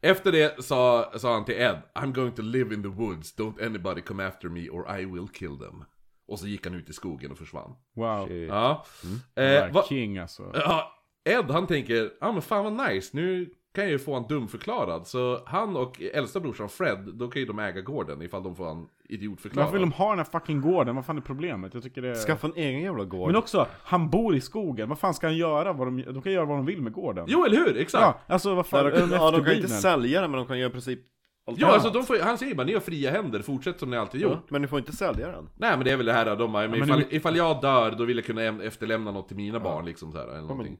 Efter det sa, sa han till Ed, I'm going to live in the woods, don't anybody come after me or I will kill them. Och så gick han ut i skogen och försvann.
Wow.
Shit.
Ja.
Mm.
Eh,
Jävla
va,
King alltså.
ja Ed han tänker, ja ah, men fan vad nice, nu kan jag ju få han dumförklarad. Så han och äldsta brorsan Fred, då kan ju de äga gården ifall de får han idiotförklarad.
Varför vill de ha den här fucking gården? Vad fan är problemet? Jag tycker det är...
Skaffa en egen jävla gård.
Men också, han bor i skogen. Vad fan ska han göra? Vad de, de kan göra vad de vill med gården.
Jo eller hur, exakt!
Ja, alltså vad fan,
Nej, de, kan,
de,
ja, de kan inte sälja den men de kan göra i princip allt
Ja,
annat.
alltså de får, han säger bara ni har fria händer, fortsätt som ni alltid gjort.
Men ni får inte sälja den.
Nej men det är väl det här då, men
men
ifall,
nu-
ifall jag dör då vill jag kunna em- efterlämna något till mina barn liksom så här, eller någonting.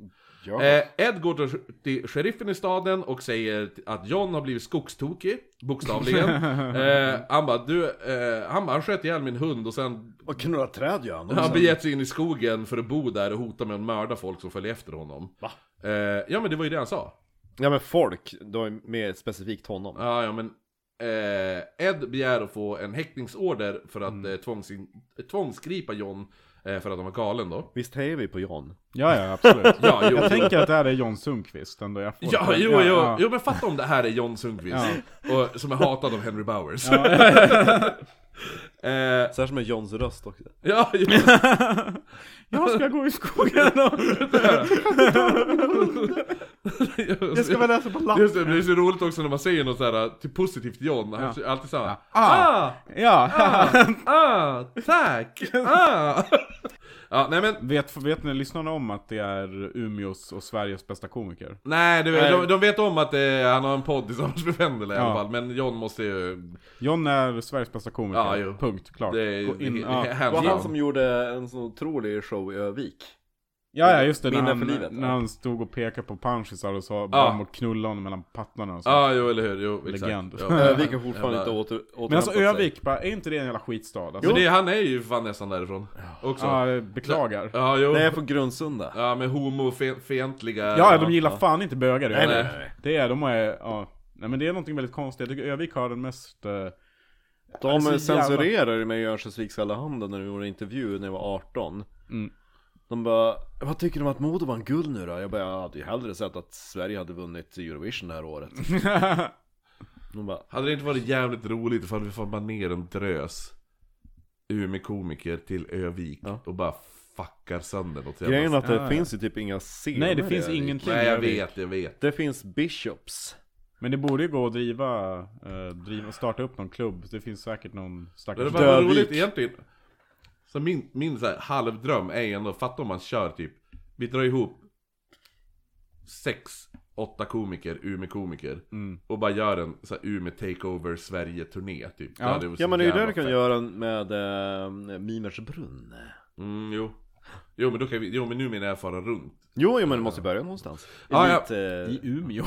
Ja.
Eh, Ed går till- till sheriffen i staden och säger t- att John har blivit skogstokig, bokstavligen. eh, han bara, du, eh, han, bara, han sköt ihjäl min hund och sen
Och knulla träd gör han
har han
också.
begett sig in i skogen för att bo där och hota med att mörda folk som följer efter honom.
Va?
Eh, ja men det var ju det han sa.
Ja men folk, då är mer specifikt honom.
Ja, ja men eh, Ed begär att få en häktningsorder för att eh, tvångsin, tvångsgripa John eh, för att han var galen då.
Visst hejar vi på John?
Ja, ja, absolut.
Ja, jo, jo.
jag tänker att det här är John Sundqvist ändå. Jag får-
Ja, jo, jo,
ja.
jo, men fatta om det här är John Sundqvist, och, som är hatad av Henry Bowers. Ja, eh,
Särskilt med Johns röst också.
ja, jo.
Jag ska gå i skogen och... Jag ska väl läsa på lapp.
Just det, det är så roligt också när man säger något sådär till positivt John, han säger alltid såhär
Ah. Ja.
ah, tack, ah! Ja, nej men,
Vet, vet ni lyssnarna om att det är Umeås och Sveriges bästa komiker?
nej, du,
Nej.
De, de vet om att eh, han har en podd tillsammans med Wendela i alla
Ja.
fall, men John måste ju
John är Sveriges bästa komiker.
Ja, jo.
Punkt, klart.
Det är
Gå in,
det-
ja.
det-
Det var
hands
han
down.
som gjorde en sån otrolig show i Övik.
ja, ja, just det. När
Minnen
han,
för livet,
när
ja.
han stod och pekade på panschisar och sa bara om att knulla honom mellan pattarna och så.
Ja, jo eller hur, jo exakt
Legend.
Jo.
Övik har fortfarande
Jävla-
inte åter, återhämtat
Men alltså
sig.
Övik, bara, är inte det en jävla skitstad? Alltså,
Men det, han är ju fan nästan därifrån också
ja, jag beklagar.
Ja, jo.
Nej, på Grundsunda.
Ja, med homofientliga...
Ja, de gillar fan inte bögar i
Nej, nej,
Övik.
nej, nej.
Det är, de är, ja. Nej men det är någonting väldigt konstigt. Jag tycker Övik har den mest... eh,
De
det är så jävla-
censurerar mig i Örnsköldsviks Allehanda när vi gjorde intervju när jag var 18
Mm.
De bara, vad tycker du om att Modo vann guld nu då? Jag bara, jag hade ju hellre sett att Sverige hade vunnit Eurovision det här året
eh,
De bara,
Hade det inte varit jävligt roligt ifall vi får bara ner en drös Umeå-komiker till Övik
Ja.
och bara fuckar sönder något jävla-
grejen är att det
Ja, ja.
finns ju typ inga scener
nej det
i
finns
Övik.
ingenting
Nej,
i
jag
Övik.
vet, jag vet.
Det finns Bishops
Men det borde ju gå att driva, eh, driva, starta upp någon klubb. Det finns säkert någon
Det är
stackars...
bara vad
Dövik.
roligt egentligen. Så min, min så här halvdröm är ju ändå, fatta om man kör typ, vi drar ihop sex, åtta komiker, Umeå-komiker
Mm.
och bara gör en så här Umeå Takeover Sverige-turné typ.
Ja.
hade varit så
Ja men det är ju det
jävla
du kan
fett.
göra med äh, Mimersbrunn
Mm, jo. Jo men då kan vi, jo men nu menar jag fara runt.
Jo, jo men du måste börja någonstans
Ah,
Ja, ja.
Elit, eh,
I Umeå.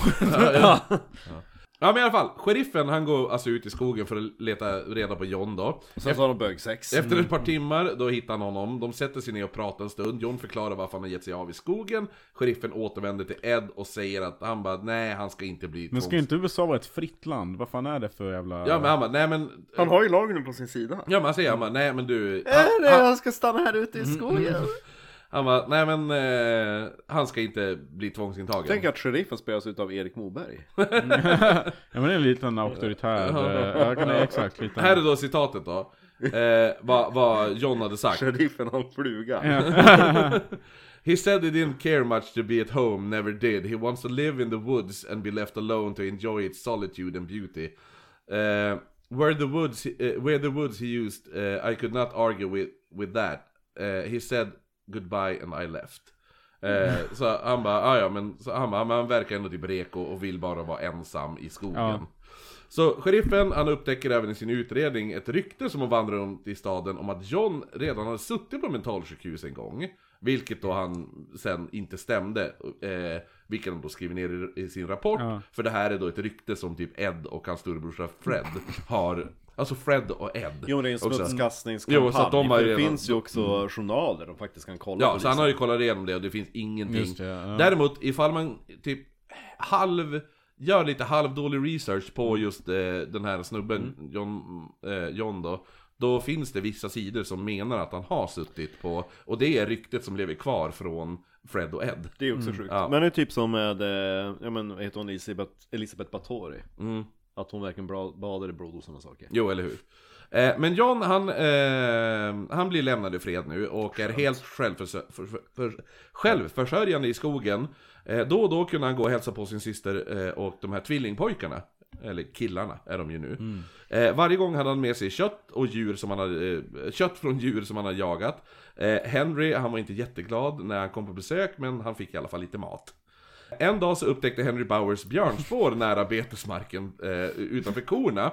Ja men i alla fall, sheriffen han går alltså ut i skogen för att leta reda på John då.
Sen så har de bögsex
Efter ett par
Mm.
timmar, då hittar han honom. De sätter sig ner och pratar en stund. John förklarar varför han har gett sig av i skogen. Sheriffen återvänder till Ed och säger att han bara, nej han ska inte bli
Men ska ju inte USA vara ett fritt land? Vad fan är det för jävla...
Ja men han bara, nej men...
Han har ju lagen på sin sida
Ja men han säger, han bara, nej men du...
Nej,
Ah,
Han, han,
jag ska stanna här ute
Mm,
i skogen
han bara, nej men eh, han ska inte bli tvångsintagen.
Tänk att sheriffen spelas ut av Erik Moberg
Ja men det är en liten auktoritär... eh, ja, kan- exakt, lite...
Här är då citatet då. Eh, vad, vad John hade sagt.
Sheriffen har en fluga
He said he didn't care much to be at home, never did. He wants to live in the woods and be left alone to enjoy its solitude and beauty. Uh, where the woods, uh, where the woods he used, uh, I could not argue with with that. Uh, he said goodbye and I left. Eh, så han bara, "Ah, ja men så han, bara, "Men han verkar ändå typ reko och vill bara vara ensam i skogen.
Ja.
Så sheriffen, han upptäcker även i sin utredning ett rykte som har vandrat runt i staden om att John redan hade suttit på mentalsjukhus en gång. Vilket då han sen inte stämde, eh, vilket han då skriver ner i, i sin rapport.
Ja.
För det här är då ett rykte som typ Ed och hans storebrorsa Fred har. Alltså Fred och Ed.
Jo men det är en
också.
smutskastningskampanj,
Jo, så att de har
för det
redan- Mm.
finns ju också journaler de faktiskt kan kolla liksom.
Ja,
polisen.
så han har ju kollat igenom det och det finns ingenting.
Just det, ja.
Däremot, ifall man typ halv, gör lite halvdålig research på just eh, den här snubben, John, eh, John då. Då finns det vissa sidor som menar att han har suttit på, och det är ryktet som lever kvar från Fred och Ed.
Det är också sjukt.
Mm, ja.
Men det är typ som med, eh, ja men vad heter hon, Elisabeth, Elisabeth Báthory?
Mm.
Att hon verkligen bra, badade i blod och sådana saker.
Jo, eller hur? Eh, men John, han, eh, han blir lämnad i fred nu och är helt självförsö- för, för, för, självförsörjande i skogen. Eh, då och då kunde han gå och hälsa på sin syster eh, och de här tvillingpojkarna. Eller killarna är de ju nu. Eh, varje gång hade han med sig kött och djur som han hade, eh, kött från djur som han hade jagat. Eh, Henry, han var inte jätteglad när han kom på besök, men han fick i alla fall lite mat. En dag så upptäckte Henry Bowers björnspår nära betesmarken eh, utanför korna.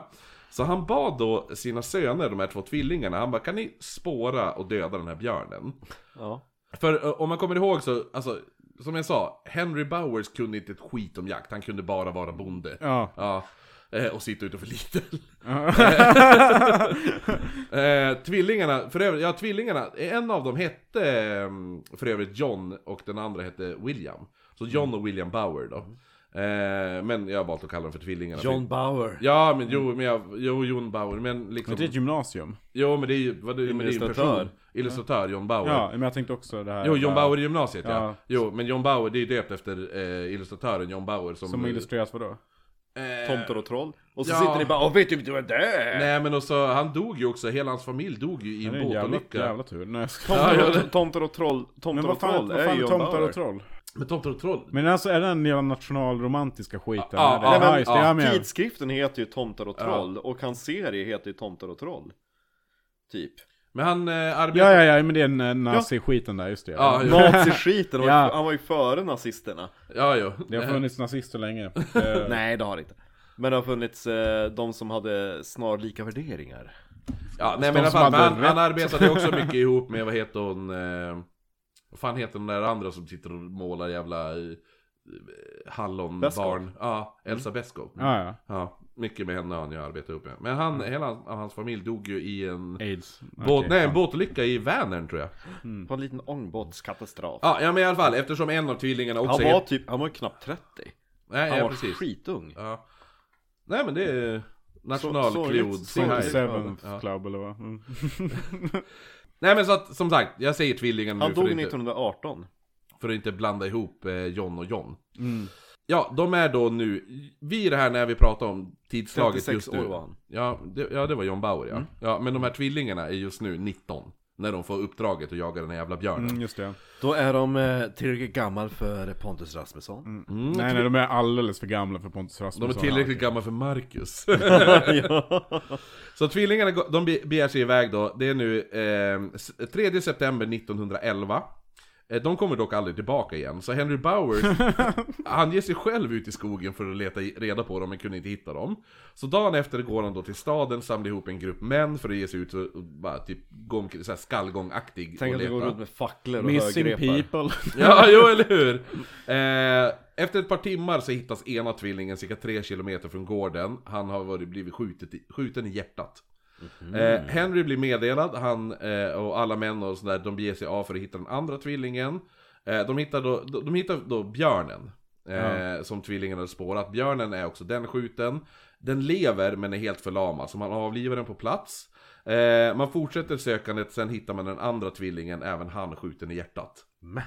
Så han bad då sina söner, de här två tvillingarna, han bara kan ni spåra och döda den här björnen?
Ja.
För eh, om man kommer ihåg så, alltså, som jag sa, Henry Bowers kunde inte ett skit om jakt, han kunde bara vara bonde.
Ja.
Ja, eh, och sitta utanför Lidl. eh, tvillingarna, för övrigt, ja tvillingarna, en av dem hette eh, för övrigt John och den andra hette William. Så John och William Bauer då. Eh, men jag har valt att kalla dem för tvillingarna.
John Bauer.
Ja, men jo, men jag, jo, John Bauer, men liksom...
Men det är Mm. ett gymnasium.
Jo, men det är ju... Vad, det, men det är ju en
Illustratör.
person. Illustratör, John Bauer.
Ja, men jag tänkte också det här.
Jo, John Bauer i gymnasiet ja.
Ja.
Jo, men John Bauer, det är ju döpt efter eh, illustratören John Bauer som...
Som illustreras vadå?
eh,
Tomtar och troll. Och så
Ja.
sitter ni bara Åh vet du inte vad det är?
Nej men och så, han dog ju också, hela hans familj dog ju i
Det är
en
en jävla,
båtolycka
jävla tur. Nej, jag skojar.
Tomtar,
Ja,
och,
ja.
tomtar och troll, tomtar
Men
och
vad fan,
troll
vad
är
fan
ju
är
John
tomtar
Bauer.
och troll?
Men Tomtar och troll?
Men alltså är det den jävla nationalromantiska skiten?
Ja, ja,
eller? ja,
men-
just det,
ja,
ja, men,
Tidskriften heter ju Tomtar och troll och hans serie heter ju Tomtar och troll. Typ.
Men han eh,
ja,
arbetar...
ja, ja, men det är den eh, nazi-skiten där, just det.
Ja, ja,
Naziskiten,
Ja.
han var ju före nazisterna.
ja, ja.
Det har funnits nazister länge. Eh,
Nej det har det inte. Men det har funnits eh, de som hade snarlika värderingar.
ja nej,
De
men, i alla
som
fall, men
hade
han,
rätt.
han arbetade ju också mycket ihop med, vad heter hon... Eh, vad fan heter den där andra som sitter och målar jävla eh, hallonbarn?
Beskow.
Ja, Elsa Beskow.
Ah, ja, ja.
Ja, mycket med henne har han ju arbetat ihop med. Men han,
Mm.
hela hans, hans familj dog ju i en...
Aids.
Båt,
Okej,
nej, en
fan.
båtolycka i Vänern tror jag.
Mm.
Det var en liten ångbåtskatastrof.
Ja, ja, men i alla fall, eftersom en av tvillingarna också
Han
är-
var typ, han var ju knappt 30.
Nej,
Han
ja,
var
precis.
skitung.
Ja. Nej men det är
sorgligt-
nationalklod. Sing
sorgligt.
high.
Seven
Ja.
Club eller vad? Mm.
Nej men så att, som sagt, jag säger tvillingarna
Han
nu
dog
för att, inte,
1918.
för att inte blanda ihop eh, John och John. Ja, de är då nu, vi är det här när vi pratar om tidslaget
56
just nu.
år Mm. var han.
Ja, det, ja, det var John Bauer ja. ja. Men de här tvillingarna är just nu 19. När de får uppdraget att jaga den här jävla björnen.
Mm, just det.
Då är de eh, tillräckligt gammal för Pontus Rasmusson.
Nej, nej, de är alldeles för gamla för Pontus Rasmusson.
De är tillräckligt gamla för Marcus. Så tvillingarna går- de be- beger sig iväg då. Det är nu eh, s- 3 september 1911. Eh, De kommer dock aldrig tillbaka igen, så Henry Bowers, han ger sig själv ut i skogen för att leta i- reda på dem men kunde inte hitta dem. Så dagen efter går han då till staden, samlar ihop en grupp män för att ge sig ut och och bara typ gå omkring, så här skallgångaktig och
Tänk att du
leta.
går runt med facklor och
Missing
högrepar.
people.
Ja, jo eller hur! Eh, efter ett par timmar så hittas ena tvillingen cirka 3 kilometer från gården. Han har varit, blivit skjutet i, skjuten i hjärtat. Eh, Henry blir meddelad, han eh, och alla män och sådär, de beger sig av för att hitta den andra tvillingen. Eh, de, hittar då, de, de hittar då björnen. Eh, Som tvillingen hade spårat. Björnen är också den skjuten. Den lever men är helt förlamad, så man avlivar den på plats. Eh, man fortsätter sökandet, sen hittar man den andra tvillingen, även han skjuten i hjärtat.
Mä.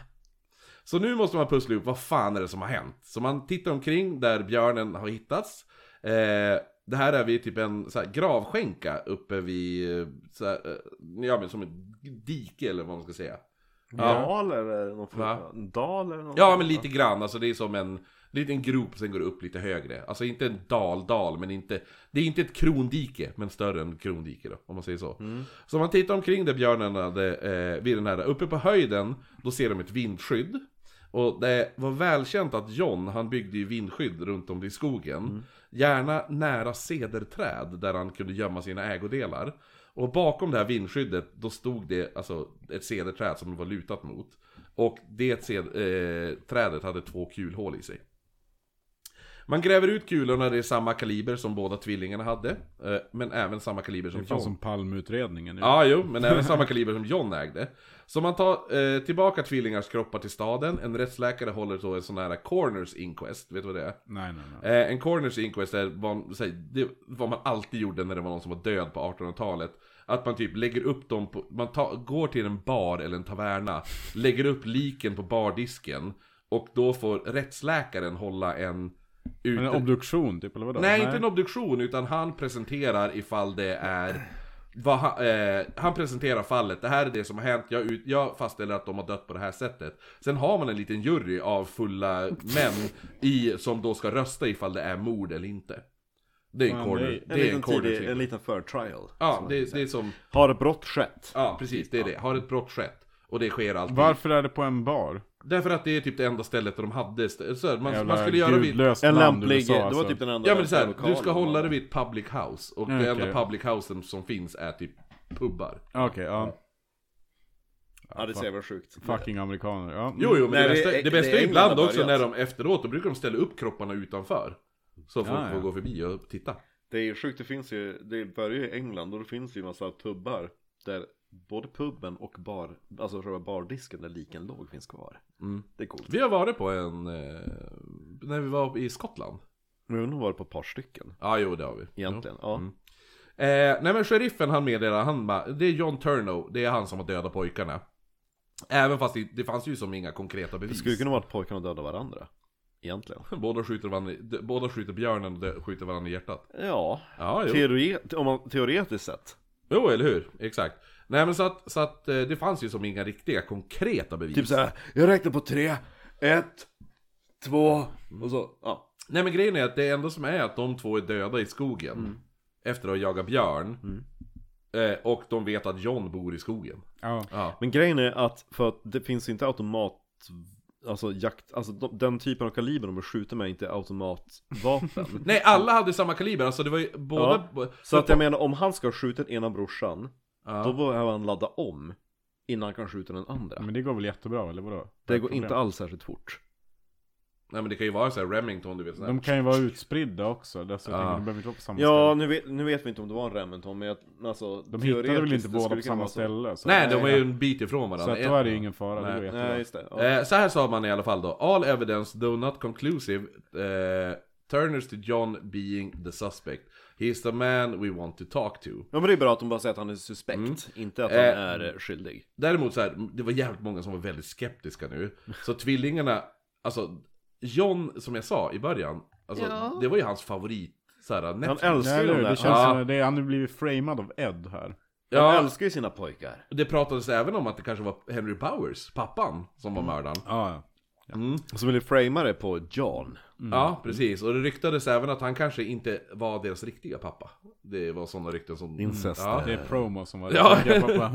Så nu måste man pussla ihop, vad fan är det som har hänt? Så man tittar omkring där björnen har hittats. Eh, det här är vid typ en så här, gravskänka uppe vid, eh, så här, eh, ja men som ett dike eller vad man ska säga.
Dal eller någon
Va?
form Dal eller någon
Ja men lite grann, alltså det är som en liten grop sen går det upp lite högre. Alltså inte en dal, dal, men inte... Det är inte ett krondike, men större än krondike då, om man säger så. Så om man tittar omkring där björnen hade, eh, vid den här, uppe på höjden, då ser de ett vindskydd. Och det var välkänt att John, han byggde ju vindskydd runt om i skogen. Gärna nära cederträd, där han kunde gömma sina ägodelar. Och bakom det här vindskyddet, då stod det alltså ett cederträd som det var lutat mot. Och det sed, eh, trädet hade två kulhål i sig. Man gräver ut kulorna, det är samma kaliber som båda tvillingarna hade. eh, Men även samma kaliber som
Det fanns
John.
som palmutredningen ju.
Ja, ah, jo, men även samma kaliber som John ägde. Så man tar eh, tillbaka tvillingars kroppar till staden, en rättsläkare håller då en sån här corners inquest, vet du vad det är?
Nej, nej, nej.
Eh, en corners inquest är vad, säg, det, vad man alltid gjorde när det var någon som var död på 1800-talet. Att man typ lägger upp dem på, man ta, går till en bar eller en taverna, lägger upp liken på bardisken och då får rättsläkaren hålla en ut...
Men en obduktion typ, eller vadå?
Nej, inte en obduktion, utan han presenterar ifall det är... Vad han, eh, han presenterar fallet, det här är det som har hänt, jag, ut, jag fastställer att de har dött på det här sättet. Sen har man en liten jury av fulla män i, som då ska rösta ifall det är mord eller inte. Det är en
Fan,
corner.
det
Det
En
är en
liten,
corner
tidig, en
till.
liten förtrial.
Ja,
som man
det,
säger.
det är som...
Har brott skett?
Ja, precis, det är det. Har ett brott skett? Och det sker alltid.
Varför är det på en bar?
Därför att det är typ det enda stället där de hade... st- Så här, man,
Jävla
man skulle göra vid...
gudlöst
En
land
lämplig,
USA,
det var
alltså.
typ den enda
Ja men så här,
lämpliga
du ska
lokalen.
hålla det vid ett public house och det
Mm,
enda
okej.
public housen som finns är typ
Mm.
pubbar.
Okej,
Mm.
ja.
Ja det ser väl sjukt.
Fucking amerikaner, ja. mm.
Jo jo men
Nej,
det,
det
bästa,
är-
det
det
bästa
är
är ju ibland
England har
också när
börjat.
de efteråt, då brukar de ställa upp kropparna utanför. Så folk
Ja, ja.
får gå förbi och titta.
Det är ju sjukt, det finns ju, det börjar ju i England och det finns ju en massa pubbar där både puben och bar, alltså själva bardisken där liken låg finns kvar.
Mm.
Det är coolt.
Vi har varit på en, eh, när vi var i Skottland.
Men jag har nog varit på ett par stycken
Ja jo det har vi.
egentligen. Ja. Mm.
Jo. Eh, nej men sheriffen han meddelar, han bara, det är John Turno, det är han som har dödat pojkarna. Även fast det, det fanns ju som inga konkreta
Det
bevis.
skulle kunna vara att pojkarna dödade varandra. Egentligen.
båda, skjuter varandra, i- båda skjuter björnen och dö- skjuter varandra i hjärtat.
Ja,
Ja, jo.
teore- om man, teoretiskt sett.
Jo, eller hur? Exakt. Nej men så att, så att eh, det fanns ju som inga riktiga konkreta bevis.
Typ såhär, jag räknar på tre, ett, två och så. Ja.
Nej men grejen är att det enda som är att de två är döda i skogen.
Mm.
Efter att ha jagat björn. Eh, och de vet att John bor i skogen.
ja.
Ja.
Men grejen är att, för att det finns inte automat Alltså jakt, alltså de, den typen av kaliber de skjuter med är inte automatvapen
Nej, alla hade samma kaliber, alltså det var ju båda...
Ja, Så att jag menar om han ska skjuta ena brorsan
Ja.
Då behöver han ladda om Innan han kan skjuta den andra
Men det går väl jättebra, eller vadå?
Det
Inga
går
problem.
inte alls särskilt fort
Nej men det kan ju vara så här Remington, du vet sån här.
De kan ju vara utspridda också, där, så jag
Ja.
tänker, de behöver inte vara på samma
Ja
ställe.
nu vet, nu vet vi inte om det var en Remington men jag, alltså
Mm. De hittade väl inte
teoretiskt, det
båda på
skulle kunna
samma
vara
ställe.
så.
Så
Nej, de var ju en bit ifrån
Så
varandra.
att då är det ju ingen fara,
Nej.
det går jättebra.
Nej just det, ja.
Eh, så här sa man i alla fall då. All evidence, though not conclusive, eh, turners to John being the suspect. He is the man we want to talk to.
ja men det är bra att de bara säger att han är suspekt
Mm.
Inte att han
Eh.
är skyldig
Däremot så här, det var jävligt många som var väldigt skeptiska nu. Så tvillingarna, alltså John som jag sa i början, alltså, det var ju hans favorit. Så här,
Han
Netflix.
Nej,
älskar ju
eller
de
hur?
där
Det känns
Ja.
som, det är, han har blivit framad av Ed här.
Han
ja,
älskar ju sina pojkar
det pratades även om att det kanske var Henry Bowers, pappan, som var mördaren.
Ja, ja.
Som vill framea det på John
Ja, precis. Och det ryktades även att han kanske inte var deras riktiga pappa. Det var sådana rykten som...
Incest.
Ja.
Det är promo som var
Ja.
det. pappa.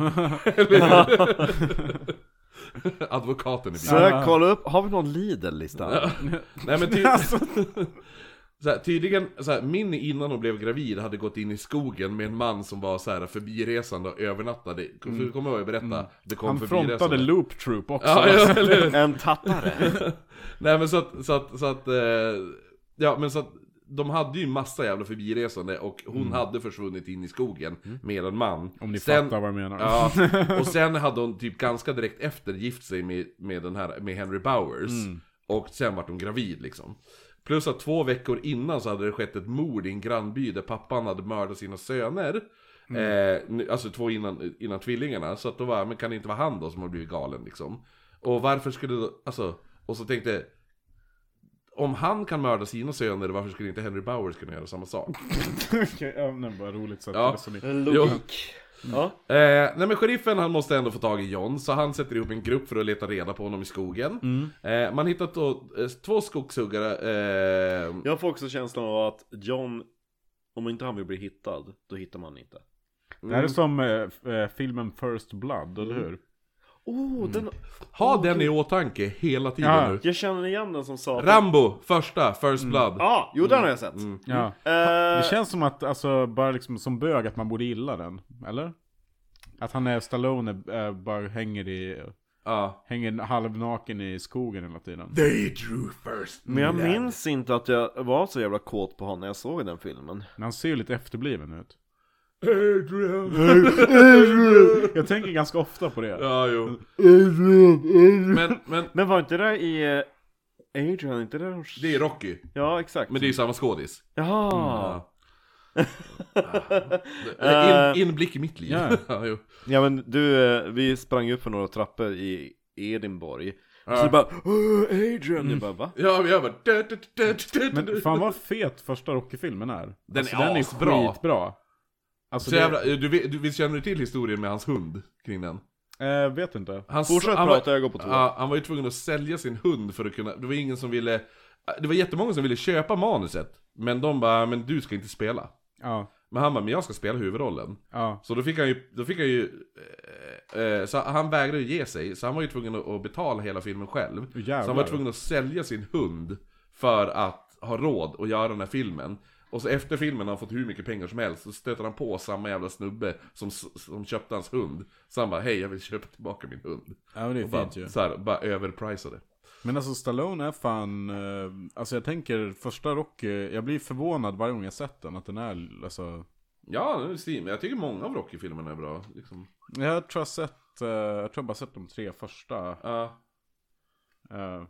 Advokaten i bilen.
Sök, kolla upp, har vi någon Lidl-lista?
Nej men ty... så här, tydligen, så här, min innan hon blev gravid hade gått in i skogen med en man som var så här förbiresande och övernattade. Mm. Kommer jag ihåg berätta? Det kom
Han
förbiresande.
frontade Loop Troop också.
Ja, ja, eller hur?
En tattare?
Nej men så att, så att, så att eh, ja men så att de hade ju massa jävla förbiresande och hon hade försvunnit in i skogen med en man.
Mm. Om ni fattar vad jag menar.
Ja, och sen hade hon typ ganska direkt efter gift sig med, med, den här, med Henry Bowers.
Mm.
Och sen vart hon gravid liksom. Plus att två veckor innan så hade det skett ett mord i en grannby där pappan hade mördat sina söner.
Mm.
Eh, nu- alltså två innan, innan tvillingarna. Så att då var men kan det inte vara han då som har blivit galen liksom? Och varför skulle då, alltså, och så tänkte jag, om han kan mörda sina söner, varför skulle inte Henry Bowers kunna göra samma sak?
Okej, ja, men bara roligt så att
Ja.
det är så ni-
Logik Ja,
Eh, nej men sheriffen han måste ändå få tag i John, så han sätter ihop en grupp för att leta reda på honom i skogen.
Mm.
Eh, man hittar då, eh, två skogshuggare, eh,
jag får också känslan av att John Om inte han vill bli hittad, då hittar man inte
Det här är som eh, f- eh, filmen First Blood, eller hur?
Oh,
Mm.
den...
ha den i åtanke hela tiden
Ja. Mm.
nu.
Jag känner igen den som sa...
Rambo, första, First Blood.
Ja, jo den har jag sett!
Ja.
Eh,
Det känns som att, alltså, bara liksom som bög, att man borde gilla den. Eller? Att han är Stallone, eh, bara hänger i...
Ja.
Hänger halvnaken i skogen hela tiden.
They drew first
Men jag minns inte att jag var så jävla kåt på honom när jag såg den filmen
Men han ser ju lite efterbliven ut.
Adrian.
Jag tänker ganska ofta på det.
Ja, jo. Men, men
Men var inte det där i... eh, Adrian, inte det där?
det är Rocky.
Ja, exakt
Men det är ju samma skådis.
Jaha!
Ja. Eller In, inblick i mitt liv.
Ja.
ja, jo.
Eh, Ja men du, eh, vi sprang upp för några trappor i Edinborg
Ja.
Så det bara "Åh, Adrian! Jag bara va?
Ja, men jag bara... dö, dö, dö, dö, dö, dö.
Men fan vad fet första Rocky-filmen är.
Den är asbra.
skitbra. Alltså
Så
det,
jävla, du, vet- du, visst känner du till historien med hans hund kring den?
eh, vet inte.
Han, s-
Fortsätt
var-
prata, jag går på toa.
Ja, han var ju tvungen att sälja sin hund för att kunna, det var ingen som ville, det var jättemånga som ville köpa manuset. Men de bara, "Ah, men du ska inte spela.
Ja,
Men han bara, men jag ska spela huvudrollen.
ja.
Så då fick han ju, då fick han ju, eh, eh, så han vägrade ge sig, så han var ju tvungen att- att betala hela filmen själv.
Jävlar.
Så han var tvungen att sälja sin hund för att ha råd att göra den här filmen. Och så efter filmen har han fått hur mycket pengar som helst, så stöter han på samma jävla snubbe som, som köpte hans hund. Så han bara, hej jag vill köpa tillbaka min hund.
Ja men det är
Bara,
fint ju.
så här, bara överprisade.
Men alltså Stallone är fan, eh, alltså jag tänker första Rocky, jag blir förvånad varje gång jag sett den att den är, alltså
Ja, nu är Steam. Jag tycker många av Rocky-filmerna är bra. Liksom.
Jag tror jag sett, eh, jag tror jag bara sett de tre första.
Ja.
eh,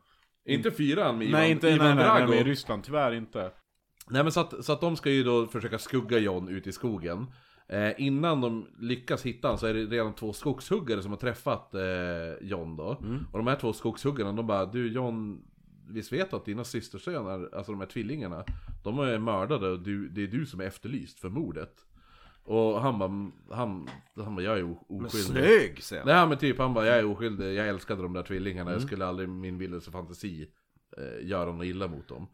inte fyran med Ivan,
nej, inte,
Ivan
nej, nej,
Drago.
nej, men i Ryssland, tyvärr inte.
Nej men så att, så att de ska ju då försöka skugga John ute i skogen. Eh, innan de lyckas hitta honom så är det redan två skogshuggare som har träffat eh, John då. Och de här två skogshuggarna de bara Du John, visst vet du att dina systersöner, alltså de här tvillingarna, de är mördade och du, det är du som är efterlyst för mordet. Och han bara, han, han bara jag är o- oskyldig.
Snygg! säger han.
Nej men typ han bara, jag är oskyldig, jag älskade de där tvillingarna, jag skulle aldrig i min vildaste fantasi eh, göra något illa mot dem.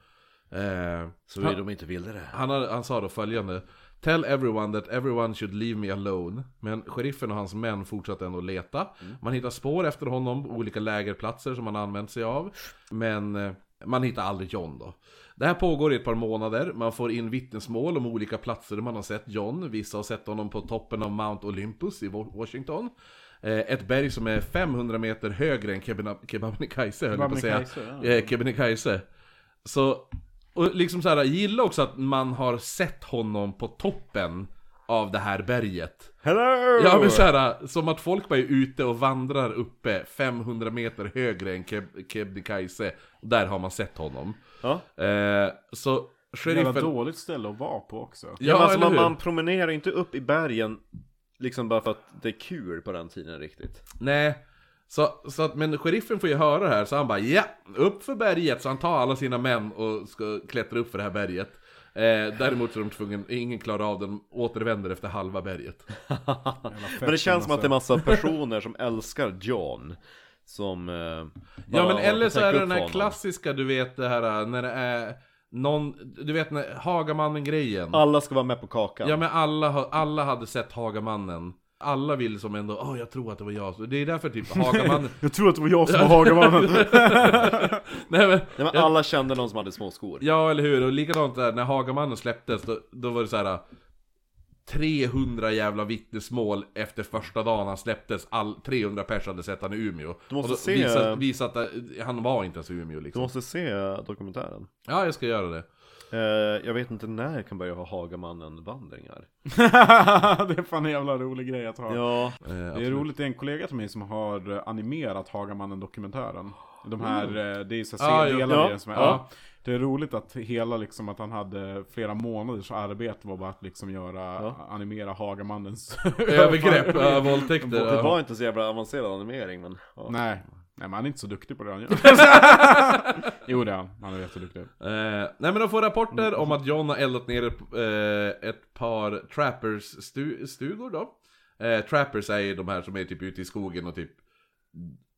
Eh,
Så
han-
är de inte vilda det
han, har, han sa då följande Tell everyone that everyone should leave me alone Men sheriffen och hans män fortsatte ändå leta Man hittar spår efter honom på olika lägerplatser som han använt sig av Men eh, man hittar aldrig John då Det här pågår i ett par månader Man får in vittnesmål om olika platser där man har sett John Vissa har sett honom på toppen av Mount Olympus i Wa- Washington Eh, Ett berg som är 500 meter högre än Kebna- Kebnekaise höll jag på att säga
Kebnekaise, ja.
Eh, Kebnekaise så, och liksom så här, jag gillar också att man har sett honom på toppen av det här berget.
Hello!
Ja men så här, som att folk bara är ute och vandrar uppe 500 meter högre än Keb- Kebnekaise. Där har man sett honom.
Ja.
Eh, så
Jävla
sheriffen...
dåligt ställe att vara på också.
Ja,
men alltså,
eller
man,
hur?
man promenerar ju inte upp i bergen liksom bara för att det är kul på den tiden riktigt
Nej. Så, så att, men sheriffen får ju höra det här, så han bara ja, upp för berget. Så han tar alla sina män och ska klättra upp för det här berget. Eh, däremot så är de tvungen, ingen klarar av det, de återvänder efter halva berget.
Men det känns som att det är massa
alltså.
personer som älskar John Som eh,
Ja
bara
men
har-
eller så är det
tänker
den
upp
här
honom.
klassiska, du vet det här eh, när det är någon, du vet när Hagamannen-grejen. Ja.
Alla ska vara med på kakan
men alla, har- alla hade sett Hagamannen. Alla vill som ändå, åh jag tror att det var jag. Så Det är därför typ Hagamannen...
Jag tror att det var jag som var Hagamannen.
Nej, men,
Nej, men alla kände någon som hade små skor
ja eller hur, och likadant där när Hagamannen släpptes, då, då var det så här 300 jävla vittnesmål efter första dagen han släpptes, all, 300 pers hade sett han i Umeå.
Du måste
och då
se-
visat, visat att äh, han var inte ens i Umeå
Du
liksom.
måste se eh, dokumentären
Ja, jag ska göra det.
Eh, Jag vet inte när jag kan börja ha Hagamannen-vandringar
det är fan en jävla rolig grej att ha.
Ja,
Eh, absolut.
Det är roligt, det är en kollega till mig som har eh, animerat Hagamannen-dokumentären. De här, eh, det är ju så
Ah,
här
jo.
delar
Ja,
i den som är,
ja.
ja. Det är roligt att hela liksom att han hade flera månaders arbete var bara att liksom göra, animera Hagamannens
Övergrepp, ja, våldtäkter.
det
Ja.
var inte så jävla avancerad animering men ja.
Nej, nej men han är inte så duktig på det han gör. jo det är han, han är jätteduktig.
Eh, nej men de får rapporter om att John har eldat ner ett, eh, ett par trappers-stugor då. Eh, trappers är ju de här som är typ ute i skogen och typ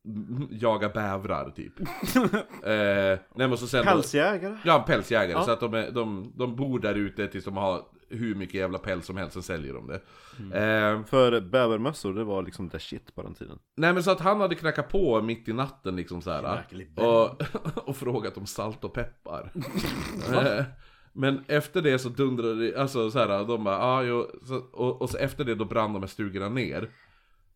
mm, jagar bävrar typ. eh, nej men så sen...
Pälsjägare
Ja, pälsjägare. Så att de, är, de, de bor där ute tills de har hur mycket jävla päls som helst, så säljer de det. Eh,
För bävermössor, det var liksom the shit på den tiden
Nej men så att han hade knackat på mitt i natten liksom så här och, och frågat om salt och peppar. Eh, men efter det så dundrade det, alltså så här, de bara, ah, jo, så, och, och så efter det då brann de här stugorna ner.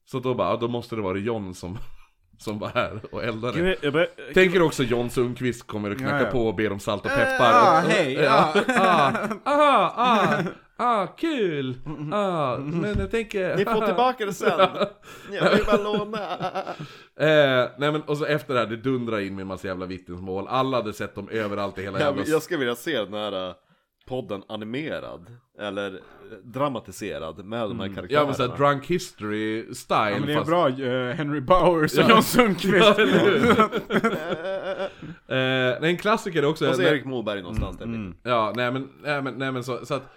Så då bara, ah, då måste det vara John som, som var här och eldade.
Gud, jag börjar-
Tänker också John Sundqvist kommer och knackar
Ja, ja.
på och ber om salt och
Eh,
peppar.
ah,
och, och,
hej,
ja, ah, ah, ah, ah, kul! Ah, men jag tänker...
Ni får tillbaka det sen! Jag vill bara låna!
Eh, nej men och så efter det här, det dundrar in med en massa jävla vittnesmål. Alla hade sett dem överallt i hela jävla...
Jag, jag ska vilja se den här eh, podden animerad Eller eh, dramatiserad med de här karaktärerna
Mm. Ja men såhär drunk history style
Ja, men det är
fast...
bra eh, Henry Bowers och
Ja.
John Sundqvist.
Ja, eller hur? eh, nej, Mm. en klassiker också.
Och så
när-
Erik Moberg någonstans där mitt.
Ja, nej men, nej men, nej men så, så att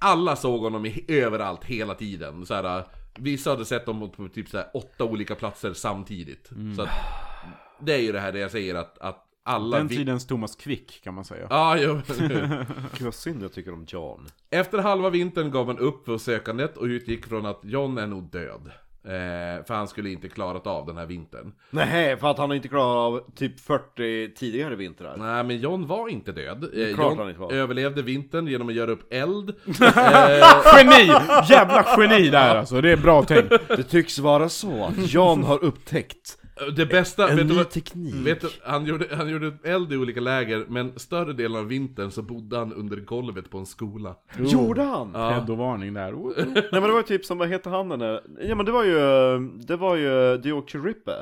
alla såg honom i, överallt hela tiden. Så här, vissa hade sett dem på typ så här, åtta olika platser samtidigt.
Mm.
Så att, det är ju det här det jag säger att, att alla...
Den
vi-
tidens Thomas Quick kan man säga.
Ja, jo, men hur?
Gud vad synd jag tycker om Jan
Efter halva vintern gav han upp för sökandet och utgick från att John är nog död. Eh, för han skulle inte klarat av den här vintern.
Nej, för att han har inte klarat av typ 40 tidigare vintrar
Nej, men John var inte död. Eh,
klart
John
han inte var.
överlevde vintern genom att göra upp eld. Eh,
Geni! Jävla geni där alltså, det är bra tänkt.
Det tycks vara så att Jan har upptäckt
det bästa...
en
vet du
ny
vad,
teknik
vet du, han, gjorde, han gjorde upp eld i olika läger, men större delen av vintern så bodde han under golvet på en skola.
Gjorde han?
Peddovarning där. Oh, oh.
Nej men det var ju typ som, vad heter han den där? Ja men det var ju, det var ju Diok Chiripe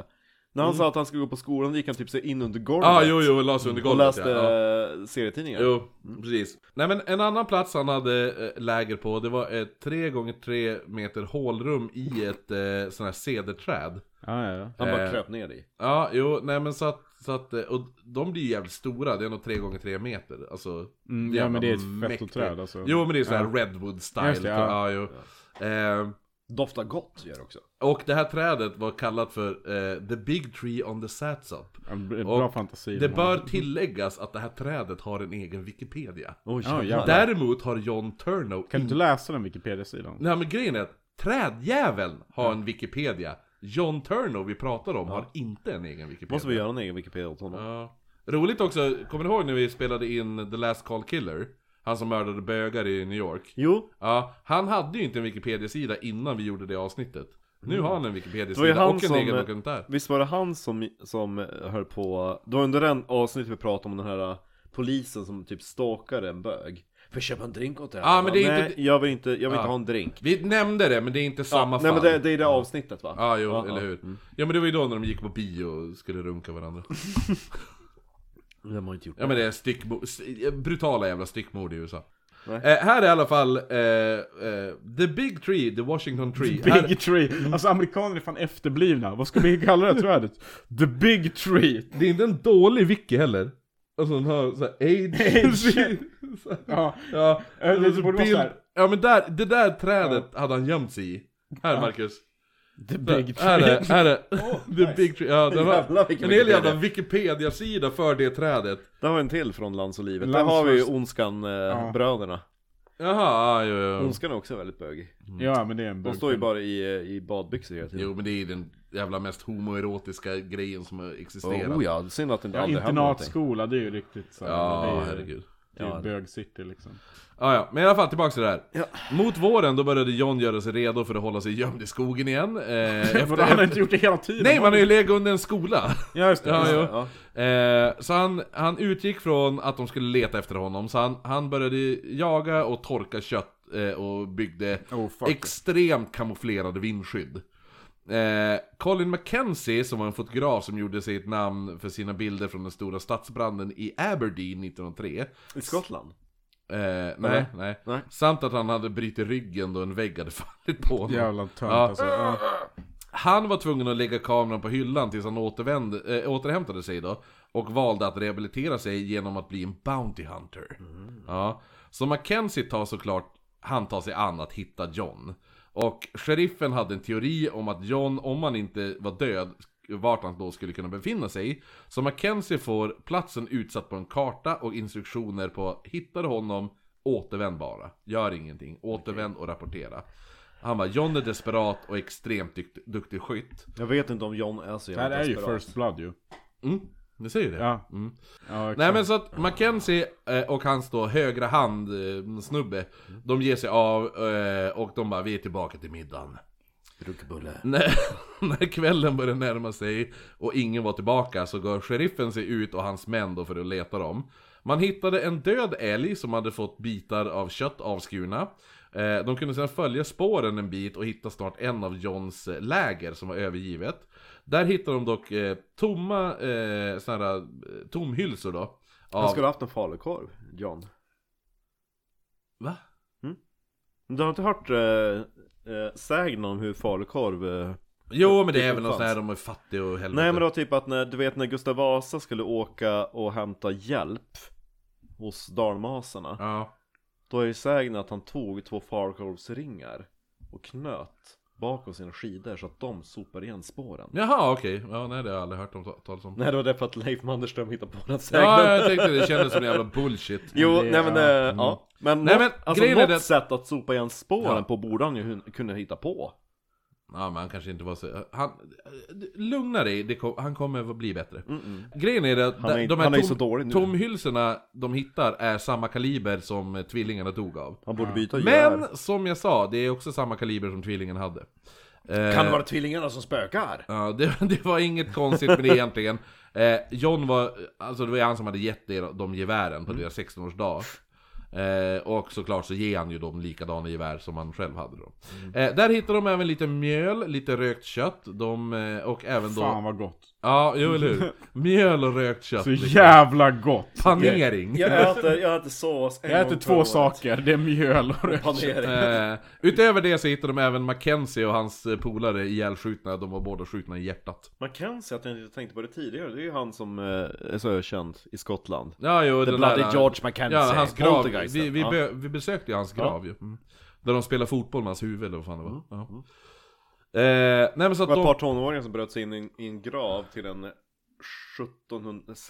När han sa att han skulle gå på skolan då gick han typ så in under golvet
Ja, Mm. ah, jo, jo, la sig under
Och
golvet
läste
ja. Ja.
eh, serietidningar
Jo, precis. Nej men en annan plats han hade eh, läger på, det var ett 3 gånger 3 meter hålrum i ett eh, sån här cederträd.
Ja, ja, ja.
Han bara
Eh.
kröp ner i
Ja, jo, nej men så att, så att eh, och de blir ju jävligt stora, det är nog 3 gånger 3 meter. Alltså,
Mm, ja
jävla
men det är ett
mäktigt.
fett och träd alltså.
Jo men det är sån här
Ja.
redwood style.
Just det, ja.
jo. Eh,
Doftar gott gör det också
och det här trädet var kallat för eh, The Big Tree on the Satsop.
Ja, Bra
Och
fantasi.
Det
man.
bör tilläggas att det här trädet har en egen Wikipedia.
Oj,
Ja, jävlar.
Däremot har John Turnow
Kan du inte läsa den Wikipedia-sidan?
Nej men grejen är att trädjäveln har en Wikipedia John Turner vi pratar om har inte en egen Wikipedia
Måste vi göra en egen Wikipedia åt honom?
Ja. Roligt också, kommer ni ihåg när vi spelade in The Last Call Killer? Han som mördade bögar i New York
Jo,
Ja, han hade ju inte en Wikipedia-sida innan vi gjorde det avsnittet Nu har han en
Det var ju
Wikipedia-sida
han
och en
som-
egen dokumentär
visst var det han som, som höll på Det var under den avsnittet vi pratade om den här eh, polisen som typ stalkade en bög Får jag köpa en drink åt dig?
Ja, Ah, men det är
Nej,
inte-
jag vill inte, jag vill
Ja.
inte ha en drink
Vi nämnde det men det är inte samma
ja,
fall
Nej men det, det är det avsnittet va?
Ja, jo,
Ja, Mm.
eller
ja.
hur? Ja men det var ju då när de gick på bio och skulle runka varandra
Vem har inte gjort
Ja men det är styckmord, brutala jävla styckmord i USA.
Nej.
Eh, här är i alla fall eh, eh, The Big Tree, The Washington Tree. här, Mm.
Big Tree! Alltså amerikaner är fan efterblivna. Vad ska vi kalla det trädet? The Big Tree!
det är inte en dålig wiki heller. Alltså den har såhär age.
Ja,
ja,
det borde vara
bild-
så här.
ja men där, det där trädet hade han gömt sig i. Här Marcus.
The Big
Här
Tree.
är, här är The Big Tree. Ja, den har,
Jävlar, vilken
en hel jävla Wikipedia-sida för det trädet.
Där har vi en till från Lands och livet,
Lands
där har vi ju
först.
Ondskan-bröderna eh, bröderna.
Jaha, ja, jo,
Mm.
jo.
Ondskan är också väldigt bögig
Mm.
Ja, men det är en
De
bug.
står ju bara i, eh, i badbyxor hela tiden
Jo men det är den jävla mest homoerotiska grejen som har existerat.
Oh ja, synd att det inte
Ja,
aldrig händer någonting
internatskola, det är ju riktigt så. här, det är
Ja,
ju-
herregud.
Det är
Ja.
ju bög-city liksom.
Ah, ja, men i alla fall tillbaka till det här.
Ja.
Mot våren då började John göra sig redo för att hålla sig gömd i skogen igen. Eh,
Vadå, han
efter...
har inte gjort det hela tiden?
Nej, man har ju legat under en skola.
Ja, just det.
Ja,
just det.
jo.
Ja.
Eh, så han, han utgick från att de skulle leta efter honom, så han, han började jaga och torka kött eh, och byggde
Oh, fuck.
extremt kamouflerade vindskydd. Eh, Colin McKenzie, som var en fotograf som gjorde sig ett namn för sina bilder från den stora stadsbranden i Aberdeen 1903,
I Skottland?
Eh, nej, nej,
Nej.
Samt att han hade brutit ryggen då en vägg hade fallit på honom.
Jävla tönt
Ja.
alltså. Ja.
Han var tvungen att lägga kameran på hyllan tills han återvände, eh, återhämtade sig då. Och valde att rehabilitera sig genom att bli en Bounty Hunter. Ja. Så Mackenzie tar såklart, han tar sig an att hitta John. Och sheriffen hade en teori om att John, om han inte var död, vart han då skulle kunna befinna sig. Så Mackenzie får platsen utsatt på en karta och instruktioner på hittar du honom, återvänd bara. Gör ingenting, återvänd och rapportera. Han var John är desperat och extremt dykt, duktig skytt.
Jag vet inte om John är så
Det här
jävla
är ju
desperat
First Blood ju.
Mm, ni säger det.
Ja.
Mm.
ja exakt.
Nej men så att Mackenzie eh, och hans då högra hand eh, snubbe, de ger sig av eh, och de bara vi är tillbaka till middagen.
Ruggbulle.
När, när kvällen börjar närma sig och ingen var tillbaka så går sheriffen sig ut och hans män då för att leta dem. Man hittade en död älg som hade fått bitar av kött avskurna. Eh, De kunde sedan följa spåren en bit och hitta snart en av Johns eh, läger som var övergivet. Där hittade de dock eh, tomma eh, såna här, eh, tomhylsor då.
Han
Av...
skulle ha haft en falukorv, John.
Va?
Du har inte hört eh, eh, sägnen om hur falukorv... Eh...
Jo men det är
Det
väl något sånt
fanns.
här, de är fattiga och helvete.
Nej men det var typ att när, du vet när Gustav Vasa skulle åka och hämta hjälp hos dalmasarna.
Ja.
Då är det sägnen att han tog två falukorvsringar och knöt bakom sina skidor så att de sopar igen spåren.
Jaha okej, ja, nej det har jag aldrig hört om ta- talas om.
Nej det var därför att Leif Mannerström hittade på den sägnen.
Ja jag tänkte det kändes som en jävla bullshit.
Jo,
Det-
nej men,
ja.
eh, ja.
Nej,
Men, nej,
men
men alltså,
grejen är
något
det-
sätt att sopa igen spåren
Ja.
på borde han ju hun- kunna hitta på.
Ja, men han kanske inte var så... Han, lugna dig, det kom, han kommer att bli bättre. Grejen är det att
Han är-
de
han är
här
ju
tom,
så dålig nu.
tomhylsorna de hittar är samma kaliber som eh, tvillingarna dog av.
Han borde byta gevär.
Men som jag sa, det är också samma kaliber som tvillingen hade. Eh.
Kan det vara tvillingarna som spökar?
Ja, det, det var inget konstigt med det egentligen. Eh, John var, alltså det var ju han som hade gett er de gevären på
Mm.
deras 16-årsdag. Eh, och såklart så ger han ju dem likadana gevär som han själv hade då.
Mm.
Eh, där hittar de även lite mjöl, lite rökt kött, de, eh, och även då...
Fan vad gott.
Ja, jo eller hur? Mjöl och rökt kött.
Så
liksom.
jävla gott.
Panering!
Jag äter, jag äter sås en
Jag
gång
äter
per år.
två saker, det är mjöl och rökt
Panering.
Eh, utöver det så hittar de även Mackenzie och hans eh, polare ihjälskjutna, de var båda skjutna i hjärtat.
Mackenzie, att jag inte tänkte på det tidigare, det är ju han som eh, är så ökänd i Skottland.
Ja, jo,
The
den
Bloody
där- eh,
George Mackenzie,
Ja, hans grav.
Poltergeisten.
Vi, vi,
Ja.
bö- vi besökte ju hans grav ju. Mm. Där de spelar fotboll med hans huvud eller vad fan det var. Ja. Eh, nej men så att
Mm. Det var ett par
de...
tonåringar som bröt sig in i en, i en grav till en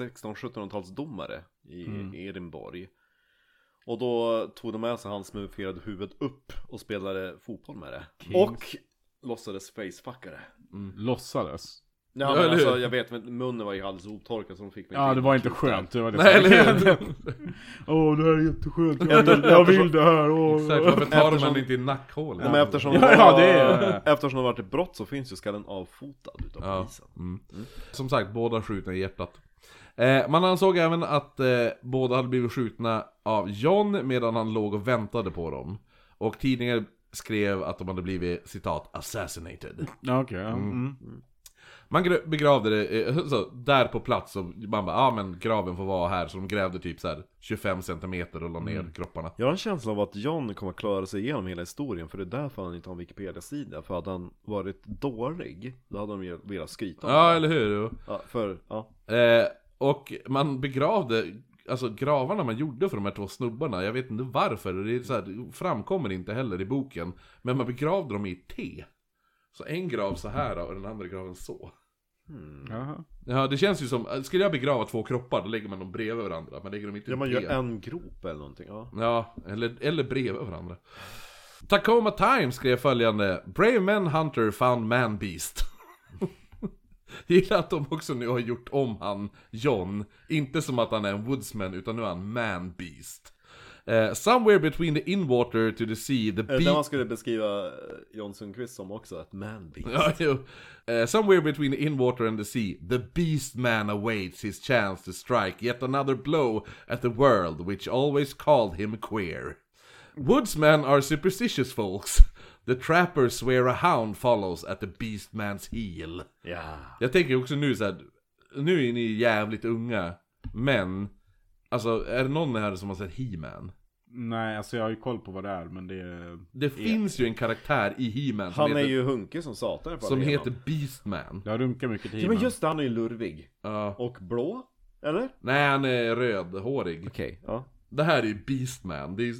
16-1700-talsdomare i
Mm.
Edinburgh. Och då tog de med sig hans mumifierade huvud upp och spelade fotboll med det. Och låtsades facefuckare.
Låtsades.
Ja,
eller
men alltså,
hur?
jag vet, men munnen var ju alldeles otorkad så de fick mig
Ja,
inte
det
in
var inte
klot
skönt. Det var det
Nej,
som-
eller hur?
Åh, det här är jätteskönt. Jag vill, jag vill det här. åh.
Exakt, varför tar
Eftersom-
man inte i nackhålet?
där. Men eftersom
Ja,
det, var,
ja, det är-
eftersom det varit ett brott så finns ju skallen avfotad utav
Ja. Mm.
polisen. Mm.
Som sagt, båda skjutna i hjärtat. Eh, man ansåg även att eh, båda hade blivit skjutna av John medan han låg och väntade på dem. Och tidningar skrev att de hade blivit citat 'assassinated'
Ja, okej. ja. Mm.
Man gra- begravde det eh, så, där på plats och man bara ja ah, men graven får vara här så de grävde typ så här 25 centimeter och la ner
Mm.
kropparna.
Jag har en känsla av att John kommer klara sig igenom hela historien för det är därför han inte har en Wikipedia-sida. För hade han varit dålig, då hade de ju velat skryta om
Ja
det.
eller hur?
ja, för, ja. typ
Eh, och man begravde Alltså gravarna man gjorde för de här två snubbarna, jag vet inte varför, det, är så här, det framkommer inte heller i boken. Men man begravde dem i T. Så en grav så här och den andra graven så.
Jaha.
Ja, det känns ju som, skulle jag begrava två kroppar då lägger man dem bredvid varandra. Man lägger dem inte i typ
ja, man
T.
gör en grop eller någonting. Ja.
Ja, eller, eller bredvid varandra. Tacoma Times skrev följande Brave Men Hunter found Man Beast. Gillar att de också nu har gjort om han, John, inte som att han är en woodsman utan nu är han Man Beast. Eh, somewhere between the inwater to the sea, the
Är det där Eh, man
beast...
skulle beskriva eh, John Sundqvist som också, ett man-beast.
Ja, jo. Eh, somewhere between the inwater and the sea, the beast man awaits his chance to strike yet another blow at the world which always called him queer. Woodsmen are superstitious folks. The trapper swear a hound follows at the beast man's heel.
Ja.
Jag tänker också nu så här, nu är ni jävligt unga, men alltså är det någon här som har sett He-Man?
Nej, alltså jag har ju koll på vad det är, men det är...
Det finns ju en karaktär i He-Man som,
Han är
heter,
ju hunkig som satan i alla fall
som
igenom.
heter Beastman.
Jag runkar mycket tid.
Ja men just det, han är ju lurvig.
Ja.
Och blå, eller?
Nej, han är rödhårig.
Okej. Ja.
Det här är ju Beastman, det är ju...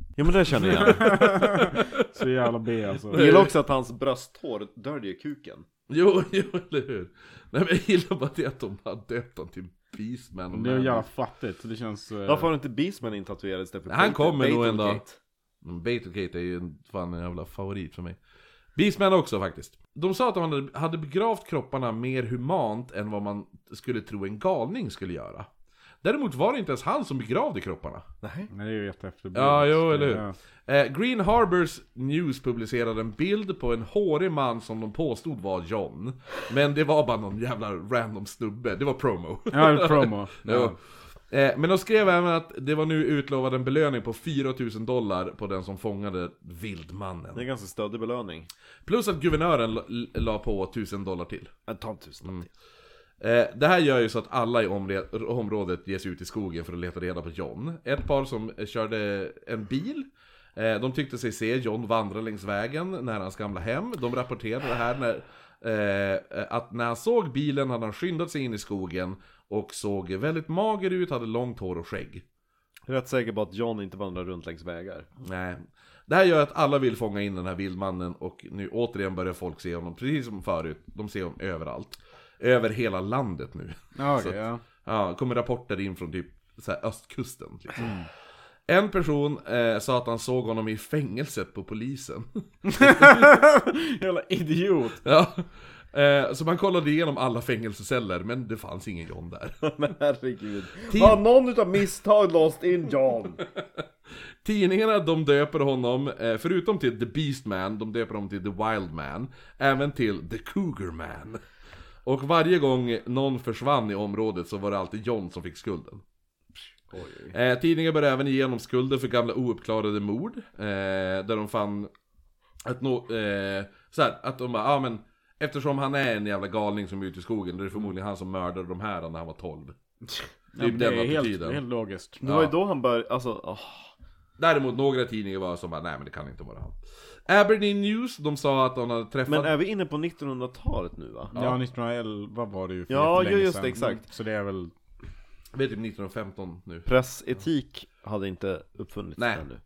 ja men det känner jag igen.
Så jävla B alltså.
Jag gillar också att hans brösthår döljer kuken.
Jo, jo, eller hur? Nej men jag gillar bara det att de har döpt honom till Beastman och
Det är
Man.
jävla fattigt, så det känns... eh,
Varför har inte Beastman in tatuerad istället för
Han kommer nog en dag.
Battlegate?
Men Battlegate är ju en- fan en jävla favorit för mig. Beastman också faktiskt. De sa att de hade- hade begravt kropparna mer humant än vad man skulle tro en galning skulle göra. Däremot var det inte ens han som begravde kropparna.
Nej.
Nej, det är ju jätteefterblivet.
Ja, jo, eller hur?
Ja.
Eh, Green Harbors News publicerade en bild på en hårig man som de påstod var John. Men det var bara någon jävla random snubbe, det var promo.
Ja, det är promo.
Jo.
Ja.
Eh, Men de skrev även att det var nu utlovad en belöning på 4000 dollar på den som fångade
Det är
vildmannen.
en ganska stöddig belöning.
Plus att guvernören la- la på 1000 dollar till.
Ja, Ta en tusenlapp till.
Eh, Det här gör ju så att alla i omre- området ger sig ut i skogen för att leta reda på John. Ett par som eh, körde en bil. eh, De tyckte sig se John vandra längs vägen nära hans gamla hem. De rapporterade det här när, eh, att när han såg bilen hade han skyndat sig in i skogen och såg väldigt mager ut, hade långt hår och skägg.
Rätt säker på att John inte vandrar runt längs vägar.
Nej. Det här gör att alla vill fånga in den här vildmannen och nu återigen börjar folk se honom, precis som förut, de ser honom överallt. Över hela landet nu.
Ja,
Så
okej,
att-
ja.
Ja, kommer rapporter in från typ så här, östkusten. Liksom. En person eh, sa att han såg honom i fängelset på polisen.
Jävla idiot.
ja. eh, så man kollade igenom alla fängelseceller, men det fanns ingen John där.
Men herregud.
Tid-
Har någon utav misstag låst in John?
Tidningarna de döper honom, eh, förutom till The Beast Man, de döper honom till The Wild Man, även till The Cougar Man. Och varje gång någon försvann i området så var det alltid John som fick skulden.
Oj.
Eh, tidningen började även igenom skulden för gamla ouppklarade mord, eh, där de fann att nå, eh, så här, att de bara, ja ah, men eftersom han är en jävla galning som är ute i skogen, då är det förmodligen han som mördade de här när han var 12.
Ja, men
Typ den
det är helt,
attityden.
helt logiskt.
Det var ju då han började, alltså, åh.
Däremot några tidningar var som bara, nej men det kan inte vara han. Aberdeen News, de sa att de hade träffat...
Men eh, är vi inne på 1900-talet nu va?
Ja, 1911 var det ju för
Ja,
jättelänge
ju- just
sedan.
det, exakt.
Så det är väl...
Vi är typ 1915 nu.
Pressetik hade inte uppfunnits
Nej.
ännu.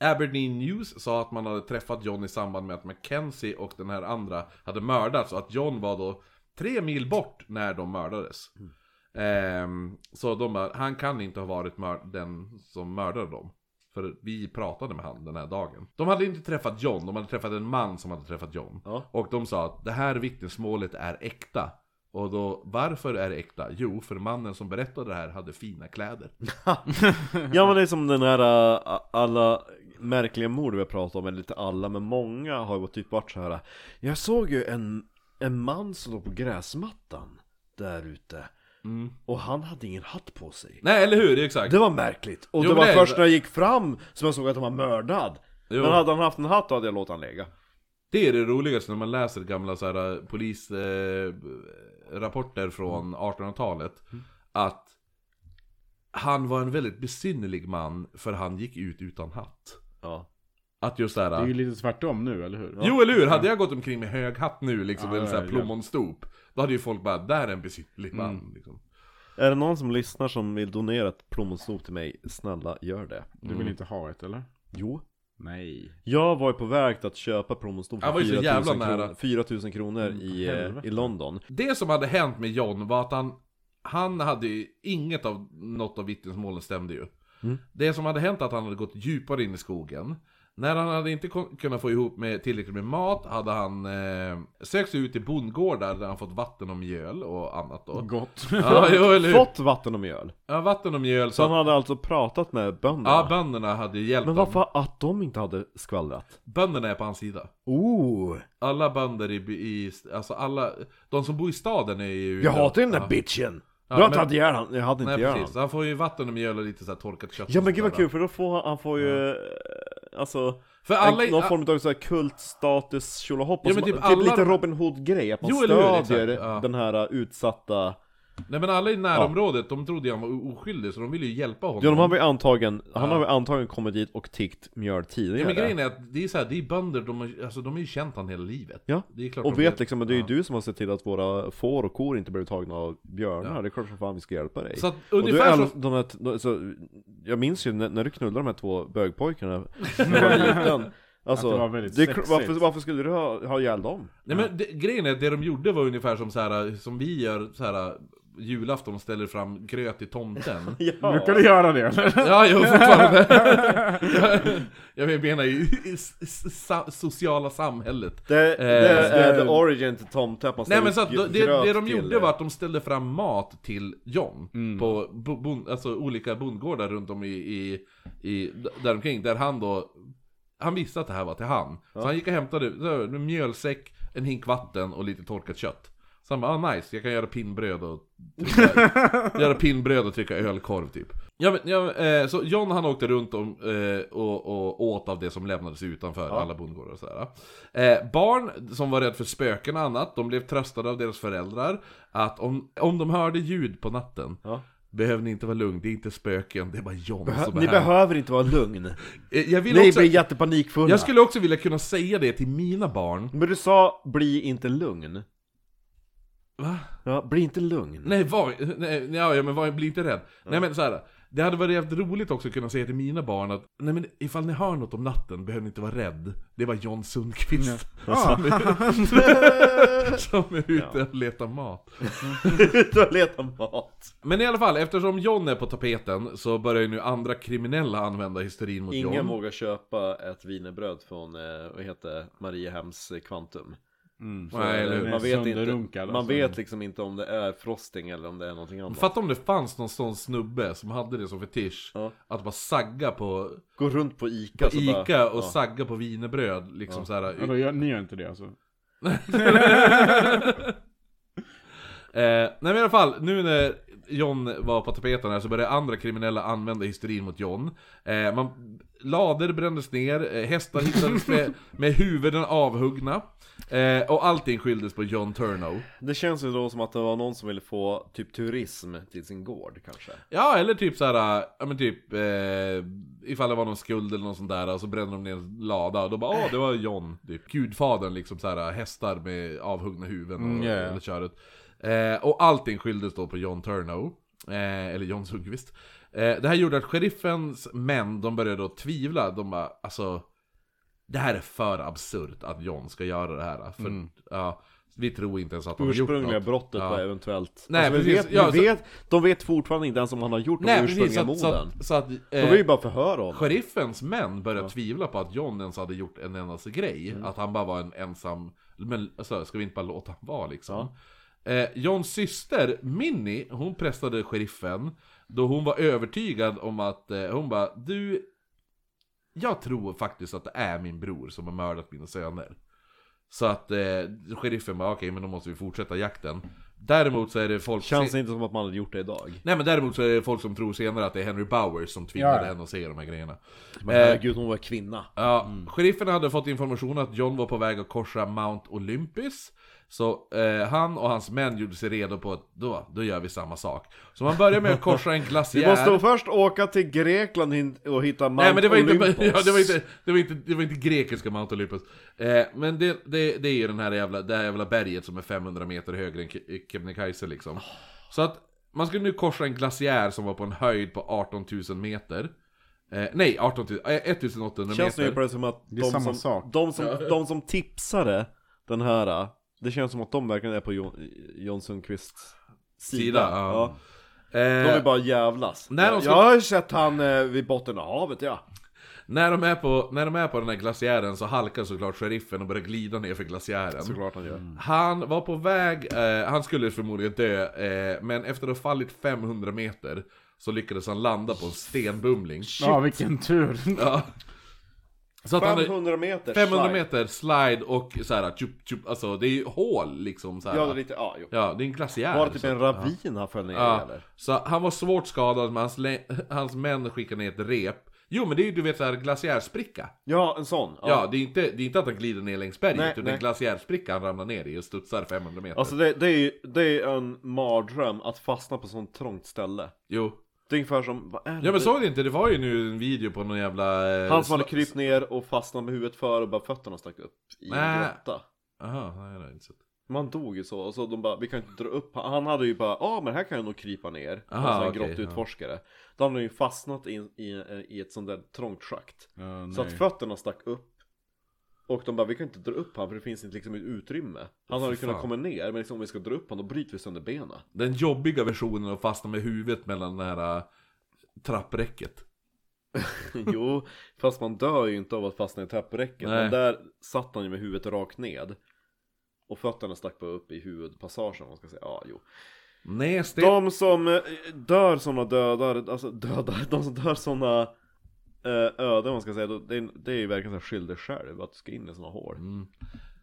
Aberdeen News sa att man hade träffat John i samband med att Mackenzie och den här andra hade mördats och att John var då tre mil bort när de mördades. Ehm, så de bara, han kan inte ha varit mör- den som mördade dem. För vi pratade med han den här dagen. De hade inte träffat John, de hade träffat en man som hade träffat John.
Ja.
Och de sa att det här vittnesmålet är äkta. Och då, varför är det äkta? Jo, för mannen som berättade det här hade fina kläder.
Ja men det är som den här, äh, alla märkliga mord vi har pratat om, eller inte alla men många har ju typ varit så här. Jag såg ju en, en man som låg på gräsmattan där ute och han hade ingen hatt på sig.
Nej, eller hur? Det är exakt.
Det var märkligt. Och
Jo,
det
men
var
det är-
först när jag gick fram som jag såg att han var mördad.
Jo.
Men hade han haft en hatt då hade jag låtit han lägga.
Det är det roligaste när man läser gamla så här, polisrapporter eh, rapporter från 1800-talet. Att han var en väldigt besynnerlig man för han gick ut utan hatt.
Ja.
Att just
Det är
såhär...
ju lite tvärtom nu, eller hur?
Jo eller hur, hade jag gått omkring med hög hatt nu liksom,
Ja,
eller såhär
ja. Mm.
plommonstop. Då hade ju folk bara, där är en besynnerlig man. Liksom.
Är det någon som lyssnar som vill donera ett plommonstop till mig, snälla gör det.
Du vill inte ha ett, eller?
Jo.
Nej.
Jag var ju på väg att köpa plommonstop
Han var
för
ju så
4 000
jävla
kronor,
nära.
4 000 kronor i, eh,
helvete.
i London.
Det som hade hänt med John var att han, han hade ju inget av något av vittnesmålen stämde ju.
Mm.
Det som hade hänt var att han hade gått djupare in i skogen. När han hade inte kon- kunnat få ihop med tillräckligt med mat hade han eh, sökt sig ut till bondgårdar där han fått vatten och mjöl och annat då.
Gott.
Ja, jo, eller hur?
Fått vatten och mjöl.
Ja, vatten och mjöl.
Så
Så
han hade alltså pratat med bönderna.
ja, bönderna hade ju hjälpt
Men
honom.
varför att de inte hade skvallrat?
Bönderna är på hans sida.
Oh!
Alla bönder i, by- i alltså alla, de som bor i staden är ju...
Jag hatar ju den där
Ja.
bitchen!
Ja,
Bra att
men-
jag hade ihjäl han, jag hade inte
Nej
ihjäl
precis,
han.
så han får ju vatten och mjöl och lite så här torkat kött
Ja
och
men gud vad
sådär.
kul för då får han, han får ju, eh, alltså,
För alla,
en, någon form av så här kultstatus tjolahopp
Ja,
ja,
men
typ,
typ
typ
alla-
lite Robin Hood-grej, att man
Jo, eller hur, exakt,
stödjer
ja.
den här eh, utsatta
Nej men alla i närområdet, de trodde ju han var o- oskyldig så de ville ju hjälpa honom.
Ja, de har väl antagligen, han har väl antagligen kommit dit och tiggt mjöl
Ja,
tidigare.
men grejen är att det är så här, det är bönder, de har, alltså, de har ju känt han hela livet.
Ja,
Det är klart
och
de
vet liksom, men det är ju du som har sett till att våra får och kor inte blev tagna av björnar. Det är klart som fan vi ska hjälpa dig.
Så att
Och du
ungefär
är
så-
de här, t- de, så, jag minns ju när, när du knullade de här två bögpojkarna när jag var liten. Alltså,
Att det var väldigt
det är kl-
sexigt.
varför, varför skulle du ha, ha ihjäl dem?
Nej men det, grejen är att det de gjorde var ungefär som så här, som vi gör så här julafton ställer fram gröt i tomten.
Ja.
Brukar du göra det eller?
Ja, jo, fortfarande. jag menar ju i s- s- sa- sociala samhället.
Det, det
Eh,
är
det-
the origin till tomte, att man
Nej
ställer
men så att
gr-
det, det de
gröt
gjorde
till- Mm.
var att de ställde fram mat till John på bo, bon- alltså olika bondgårdar runt om i, i, i där omkring, där han då han visste att det här var till han. Så han gick och hämtade så här, en mjölsäck, en hink vatten och lite torkat kött. Så han bara, ah, nice, jag kan göra pinnbröd och trycka, göra pinnbröd och trycka ölkorv typ. Ja, men, ja, eh, så John han åkte runt om, eh, och, och åt av det som lämnades utanför alla bondgårdar och sådär. Eh, barn som var rädda för spöken och annat, de blev tröstade av deras föräldrar att om, om de hörde ljud på natten
Ja.
Behöver ni inte vara lugn, det är inte spöken, det är bara John som är
Ni
här.
behöver inte vara lugn.
Eh, jag, vill
Ni
också,
blir jättepanikfulla.
jag skulle också vilja kunna säga det till mina barn.
Men du sa bli inte lugn.
Va?
Ja, bli inte lugn.
Nej, var, nej, ja, ja, men var, bli inte rädd. Nej men så här. Det hade varit jävligt roligt också att kunna säga till mina barn att Nej men ifall ni hör något om natten behöver ni inte vara rädd Det var John Sundqvist som, är, som är ute och letar mat
Ut och leta mat.
Men i alla fall, eftersom John är på tapeten så börjar ju nu andra kriminella använda hysterin mot
Ingen
John
vågar köpa ett wienerbröd från, eh, vad heter det, Mariehems eh, Kvantum.
Mm.
Så,
Nej,
eh,
eller-
man vet, inte,
Sönderrunkad,
man
alltså.
vet liksom inte om det är frosting eller om det är någonting annat.
Fatta om det fanns någon sån snubbe som hade det som fetisch
Ja.
Att bara sagga på
Gå runt på Ica, så bara-
Ica och
ja.
sagga på wienerbröd liksom så här,
Ja, då gör, ni gör inte det alltså?
Eh, nej men i alla fall, nu när John var på tapeten här så började andra kriminella använda hysterin mot John. Eh, man, lader brändes ner, eh, hästar hittades med, med huvuden avhuggna. Eh, och allting skylldes på John Turnow.
Det känns ju då som att det var någon som ville få typ turism till sin gård kanske.
Ja, eller typ så här, ja men typ eh, ifall det var någon skuld eller något sånt där och så brände de ner en lada och då bara åh det var John, typ. Gudfadern liksom så här hästar med avhuggna huvuden och,
Mm, ja, ja.
eller köret. Eh, och allting skylldes då på John Turnow, eh, eller John Sundqvist. Eh, det här gjorde att sheriffens män, de började då tvivla, de bara alltså det här är för absurt att John ska göra det här. För, ja, vi tror inte ens att han har gjort
Mm. Ursprungliga
något.
brottet
Ja.
var eventuellt...
Nej,
alltså, vi
precis.
vet,
Ja,
vi
så-
vet, de vet fortfarande inte ens om han har gjort de
Nej precis, så
ursprungliga
att, så
morden.
att, så att eh,
De vill ju bara förhöra honom.
Sheriffens män började tvivla på att John ens hade gjort en endaste grej. Att han bara var en ensam... Men alltså, ska vi inte bara låta han vara liksom? Eh, Johns syster, Minnie, hon pressade sheriffen. Då hon var övertygad om att... Eh, hon bara, du... Jag tror faktiskt att det är min bror som har mördat mina söner. Så att eh, sheriffen bara, okej men då måste vi fortsätta jakten. Däremot så är det folk...
Känns inte som att man hade gjort det idag.
Nej men däremot så är det folk som tror senare att det är Henry Bowers som tvingade
Ja.
henne att säga de här grejerna.
Men
Eh,
herregud, hon var kvinna.
Ja,
Mm.
Sheriffen hade fått information att John var på väg att korsa Mount Olympus. Så eh, han och hans män gjorde sig redo på att då, då gör vi samma sak. Så man börjar med att korsa en
Vi
glaciär.
måste först åka till Grekland hin- och hitta Mount
Nej men det var, inte,
Olympus.
ja, det, var inte, det, var inte, det var inte grekiska Mount Olympus. Eh, men det, det, det är ju den här jävla, det här jävla berget som är 500 meter högre än Ke- Kebnekaise
Ah.
liksom. Så att man skulle nu korsa en glaciär som var på en höjd på 18 000 meter. Eh, nej, 18 000, eh, 1800
Känns nu
meter.
på det som att de
är samma
som,
sak.
De, som, de som tipsade den här, det känns som att de verkligen är på Jon, Jon Sundqvists sida.
Sida, ja. Eh,
De vill bara jävlas.
När de ska-
Jag har ju sett han eh, vid botten av havet ja.
När de, är på, när de är på den här glaciären så halkar såklart sheriffen och börjar glida ner för glaciären.
Såklart han
Mm.
gör.
Han var på väg, eh, han skulle förmodligen dö, eh, men efter att ha fallit 500 meter så lyckades han landa på en stenbumling.
Ja, vilken tur.
Ja. Så att han är
500 meter
500
slide.
meter slide och så här, tjup, tjup, alltså det är ju hål liksom. Så här.
Ja, det är lite, ja, jo.
Ja, det är en glaciär.
Var det typ
så-
en ravin han föll ner i
Ja,
eller?
så han var svårt skadad men hans, le- hans män skickade ner ett rep. Jo men det är ju du vet såhär glaciärspricka.
Ja, en sån. Ja.
Ja, det är, inte, det är inte att han glider ner längs berget,
Nej,
utan
nej.
glaciärsprickan han ramlar ner i och studsar 500 meter.
Alltså det, det, är ju, det är ju en mardröm att fastna på sånt trångt ställe.
jo.
Det är ungefär som, vad är det?
Ja men såg ni inte? Det var ju nu en video på någon jävla... eh,
Han som hade
sla-
krypt ner och fastnat med huvudet före och bara fötterna stack upp i en
Nej.
grotta.
Aha, nej, det har jag inte sett.
Man dog ju så, och så de bara, vi kan inte dra upp han. Han hade ju bara, ja ah, men här kan jag nog krypa ner.
Aha,
alltså en
okej,
grottutforskare. Då hade han ju eh, fastnat i, i, i ett sånt där trångt schakt.
Ja,
Så att fötterna stack upp. Och de bara, vi kan inte dra upp han för det finns inte liksom ett utrymme Han hade
Fy
kunnat
fan.
komma ner, men liksom om vi ska dra upp han då bryter vi sönder benen
Den jobbiga versionen att fastna med huvudet mellan det här äh, trappräcket.
Jo, fast man dör ju inte av att fastna i trappräcket
Nej.
Men där satt han ju med huvudet rakt ned Och fötterna stack bara upp i huvudpassagen om man ska säga, ja jo
Nej, Sten...
De som eh, dör sådana dödar, alltså dödar, de som dör sådana eh, öden om man ska säga då- Det är, det är ju verkligen så här, skyll dig själv att du ska in i sådana hål Det
Mm.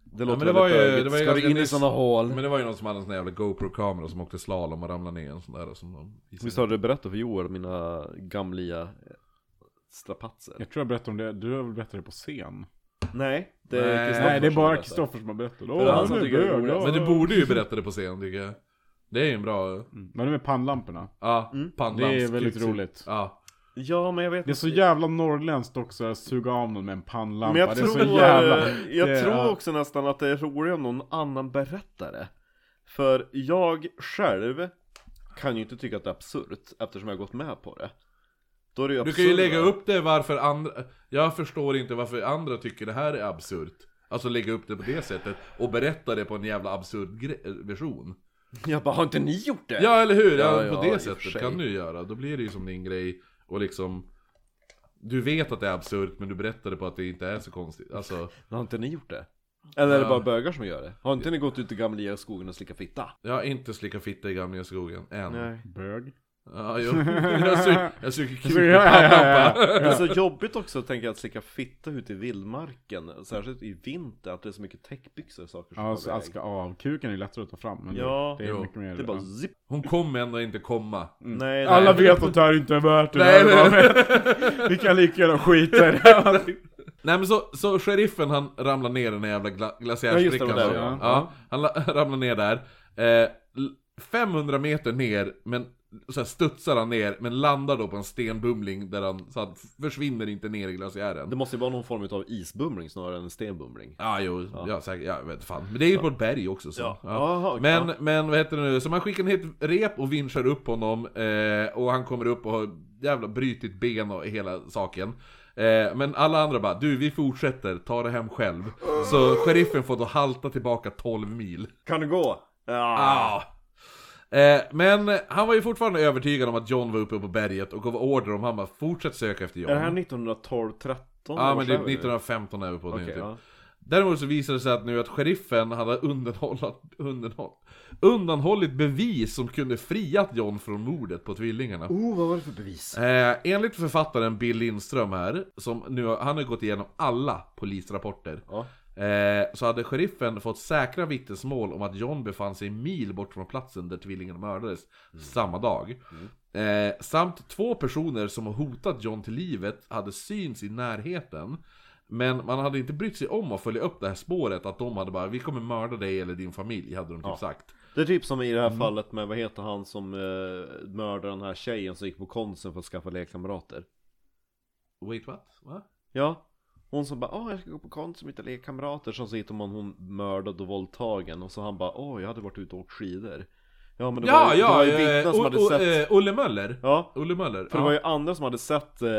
men
låter
det var
väldigt
ju-
bögigt.
det var ju
Ska du
ganska
in i
nyss-
sådana hål?
Men det var ju någon som hade en sån där jävla GoPro-kamera som åkte slalom och ramlade ner en sån där som de
Visst har du berättat för Joel mina gamliga eh, strapatser?
Jag tror jag berättade om det, du har väl berättat det på scen?
Nej, det
Nej,
är Kristoffer
Nej, det är
som
bara
berättar.
Kristoffer som har berättat. Åh,
han
han
som
är
tycker det är
bög!
roligast.
ja.
Men du borde ju berätta det på scen tycker jag. Det är ju en bra...
Mm. Men det med pannlamporna.
Ja,
Mm.
pannlamps...
Det är väldigt
kul-
roligt.
Ja.
Ja, men jag vet
Det är så jävla norrländskt också att suga av någon med en pannlampa.
Men jag
det är så
tror, eh,
jävla...
jag
det-
tror
ja.
också nästan att det är roligare om någon annan berättare För jag själv kan ju inte tycka att det är absurt eftersom jag har gått med på det Då är det ju
Du kan ju
absurda.
lägga upp det varför andra... Jag förstår inte varför andra tycker det här är absurt. Alltså lägga upp det på det sättet och berätta det på en jävla absurd gre- eh, version.
Jag bara, har inte ni gjort det?
Ja, eller hur? Ja,
Ja,
på
ja, i
det
och för sig.
sättet kan du ju göra. Då blir det ju som din grej och liksom... Du vet att det är absurt men du berättar det på att det inte är så konstigt. Alltså,
Har inte ni gjort det? Eller är det
Ja.
bara bögar som gör det? Har inte ni gått ut i Gamla skogen och slickat fitta?
jag har inte slickat fitta i Gamla skogen än.
Bög.
Ja, jag, jag, suger, jag suger kuk i
Ja, ja,
pannan
ja,
på.
ja.
Det är så jobbigt också att tänka att slicka fitta ute i vildmarken Särskilt i vinter, att det är så mycket täckbyxor och saker som
Ja,
är
så
väg.
att ska av. Kuken är ju lättare att ta fram. Men
Ja.
det är
Jo.
mycket mer...
Det är bara zip
Hon kommer ändå inte komma.
Nej,
Mm. Alla
nej.
vet att det här inte är värt det.
Nej,
här,
nej.
men Vi kan lika gärna skita i det. här.
Nej men så, så sheriffen han ramlar ner i den här jävla gla- glaciärsbrickan
Ja, just det, det var
som-
ja.
där,
ja. Han la- ramlar ner där eh, l- 500 meter ner, men så här studsar han ner, men landar då på en stenbumling där han, så han försvinner inte ner i glaciären
Det måste ju vara någon form av isbumling snarare än stenbumling
Ja jo, ja. säkert, jag vet fan. Men det är ju på ett berg också så.
Ja.
Ja.
Aha,
men,
ja.
men vad heter det nu, så man skickar ner ett rep och vinschar upp honom eh, Och han kommer upp och har jävla brutit ben och hela saken eh, Men alla andra bara, du vi fortsätter, ta det hem själv Så sheriffen får då halta tillbaka 12 mil
Kan det gå? Ja.
ah. eh, Men han var ju fortfarande övertygad om att John var uppe på berget och gav order om han bara, fortsätt söka efter John
Är det här 1912, 13?
Ja men det är 1915 är vi på nu
Okej,
typ.
ja.
Däremot så visar det sig att nu att sheriffen hade undanhållit, undanhåll, undanhållit bevis som kunde friat John från mordet på tvillingarna.
Oh, vad var det för bevis?
Eh, enligt författaren Bill Lindström här, som nu har, han har gått igenom alla polisrapporter.
Ja.
Eh, så hade sheriffen fått säkra vittnesmål om att John befann sig en mil bort från platsen där tvillingen mördades
Mm.
samma dag. Eh, samt två personer som har hotat John till livet hade syns i närheten. Men man hade inte brytt sig om att följa upp det här spåret att de hade bara Vi kommer mörda dig eller din familj, hade de typ sagt.
Det är typ som i det
Mm.
här fallet med, vad heter han som eh, mördade den här tjejen som gick på konsen för att skaffa lekkamrater?
Wait what? Va?
Ja. Hon som bara åh jag ska gå på konsen med lite lekkamrater Sen så hittar man hon mördad och våldtagen Och så han bara åh jag hade varit ute och åkt skidor Ja men det
Ja,
var, ju- det var
ja!
ju vittnen
eh,
som
o-
hade
o-
sett
eh, Olle Möller.
Ja,
Olle Möller.
för det var ju andra som hade sett eh,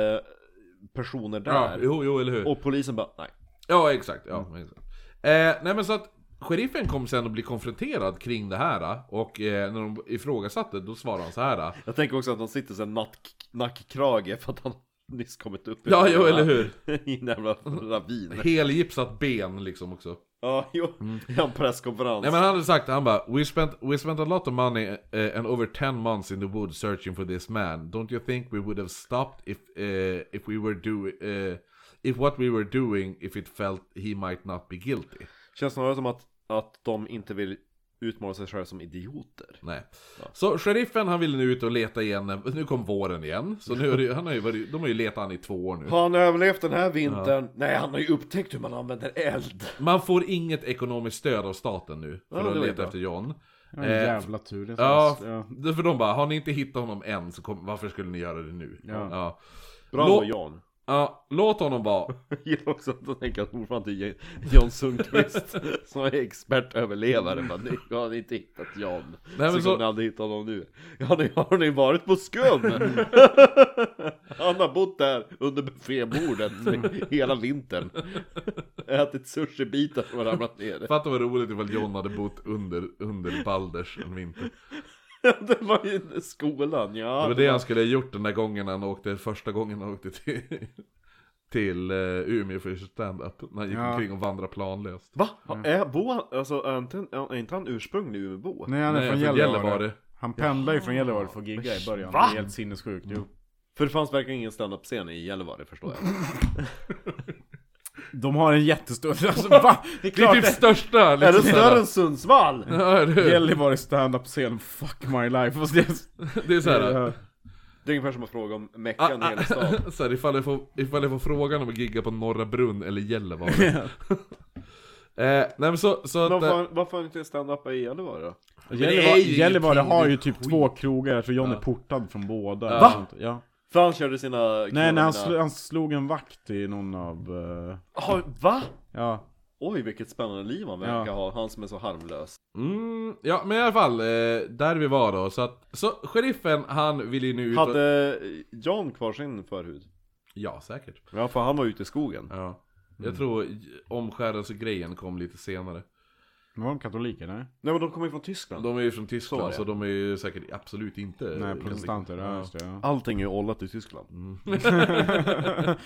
personer
Ja,
där
jo, jo, eller hur.
Och polisen bara nej
Ja, exakt. Ja, exakt. Eh, nej men så att sheriffen kom sen att bli konfronterad kring det här och eh, när de ifrågasatte då svarade han så här.
Jag tänker också att han sitter såhär nack, nackkrage för att han nyss kommit upp ur
Ja,
den
jo,
här-
eller hur?
I en jävla ravin
Helgipsat ben liksom också.
Ja, jo, i en presskonferens
Mm. Nej men han hade sagt, han bara we spent, we spent a lot of money eh, and over 10 months in the woods searching for this man. Don't you think we would have stopped if, eh, if we were do, eh, if what we were doing if it felt he might not be guilty?
Känns snarare som att, att de inte vill utmåla sig själva som idioter
Nej. Så sheriffen han ville nu ut och leta igen, nu kom våren igen. Så nu har det, han har ju varit, de har ju letat han i två år nu.
Har han överlevt den här vintern? Nej, han har ju upptäckt hur man använder eld
Man får inget ekonomiskt stöd av staten nu för
Ja, det
att
var ju
leta
bra.
efter John.
Ja,
Eh,
jävla tur. Det är så-
Ja,
ja.
det- för de bara, har ni inte hittat honom än så kom, varför skulle ni göra det nu?
Ja.
Ja.
Bra
Lå-
Jan
Ja, låt honom vara.
Jag gillar också att de tänker att ordförande är J- John Sundqvist Som är expertöverlevare bara, nej, jag har inte hittat John
men
Så
så-
kommer ni aldrig hitta honom nu Ja ni har ni varit på skum Han har bott där under buffébordet Hela vintern Ätit sushibitar som har ramlat ner
Fatta vad roligt ifall John hade bott under, under Balders en vinter.
Det var ju skolan ja
Det var det han skulle ha gjort den där gången han åkte, första gången han åkte till, till eh, Umeå för stand-up. När han gick
Ja.
omkring och vandrade planlöst.
Va? Är, bo, han- alltså, är, inte, är inte han ursprunglig Umeåbo?
Nej han är
Nej,
från
från
Gällivare.
Gällivare.
Han pendlar ju från Gällivare för att gigga i början.
Va?
Det är helt sinnessjukt. Jo.
För det fanns verkligen ingen standup-scen i Gällivare förstår jag
De har en jättestor... Alltså, va? Det är
Det är
klart
typ
det.
största
Är den
liksom, så här-
större än Sundsvall?
Ja, eller hur?
Gällivare stand-up-scen, fuck my life. Fast det
Det är såhär,
är...
Det är ungefär som att fråga om Meckan i hela stan
Ah, så här, ifall, jag får, ifall jag får frågan om att gigga på Norra Brunn eller Gällivare. eh, nej men så, så
Men
att, eh,
varför, varför inte stand-up i Gällivare då?
det är
Gällivare,
ju
Gällivare
ingenting,
har
det är
ju typ
skit.
två krogar, jag tror John är portad från båda.
Va?
Sånt. Ja.
För han körde sina
Nej, när han,
knullarna.
sl- han slog en vakt i någon av... eh,
Har- Va?
ja.
Oj vilket spännande liv han verkar
Ja.
ha, han som är så harmlös
mm, ja men i alla fall, eh, där vi var då. Så att, så sheriffen han vill ju nu ut och-
Hade eh, John kvar sin förhud?
Ja säkert.
Ja för han var ute i skogen
Ja. Jag tror omskärelsegrejen kom lite senare.
Var de katoliker? Nej?
Nej men de kommer ju från Tyskland
De är ju från
Så är
Tyskland
det.
så, de är ju säkert absolut inte
Nej,
katoliker.
protestanter. Eh, Ja, just det. Ja,
Allting är ju ollat i Tyskland
Sp-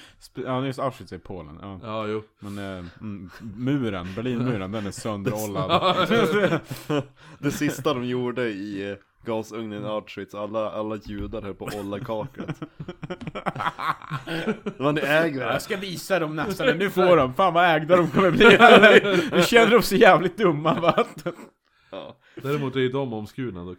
ja just Auschwitz är i Polen. Ja.
Ja, jo.
Men eh, mm, muren, Berlinmuren, den är sönderollad.
Det sista de gjorde i eh, gasugnen i Auschwitz, alla, alla judar höll på att olla kaklet Men ni äger det
ska visa dem nästan, nu får de. Fan vad ägda de kommer bli. eller? Nu känner de sig jävligt dumma va?
Ja,
Däremot är ju de omskurna dock.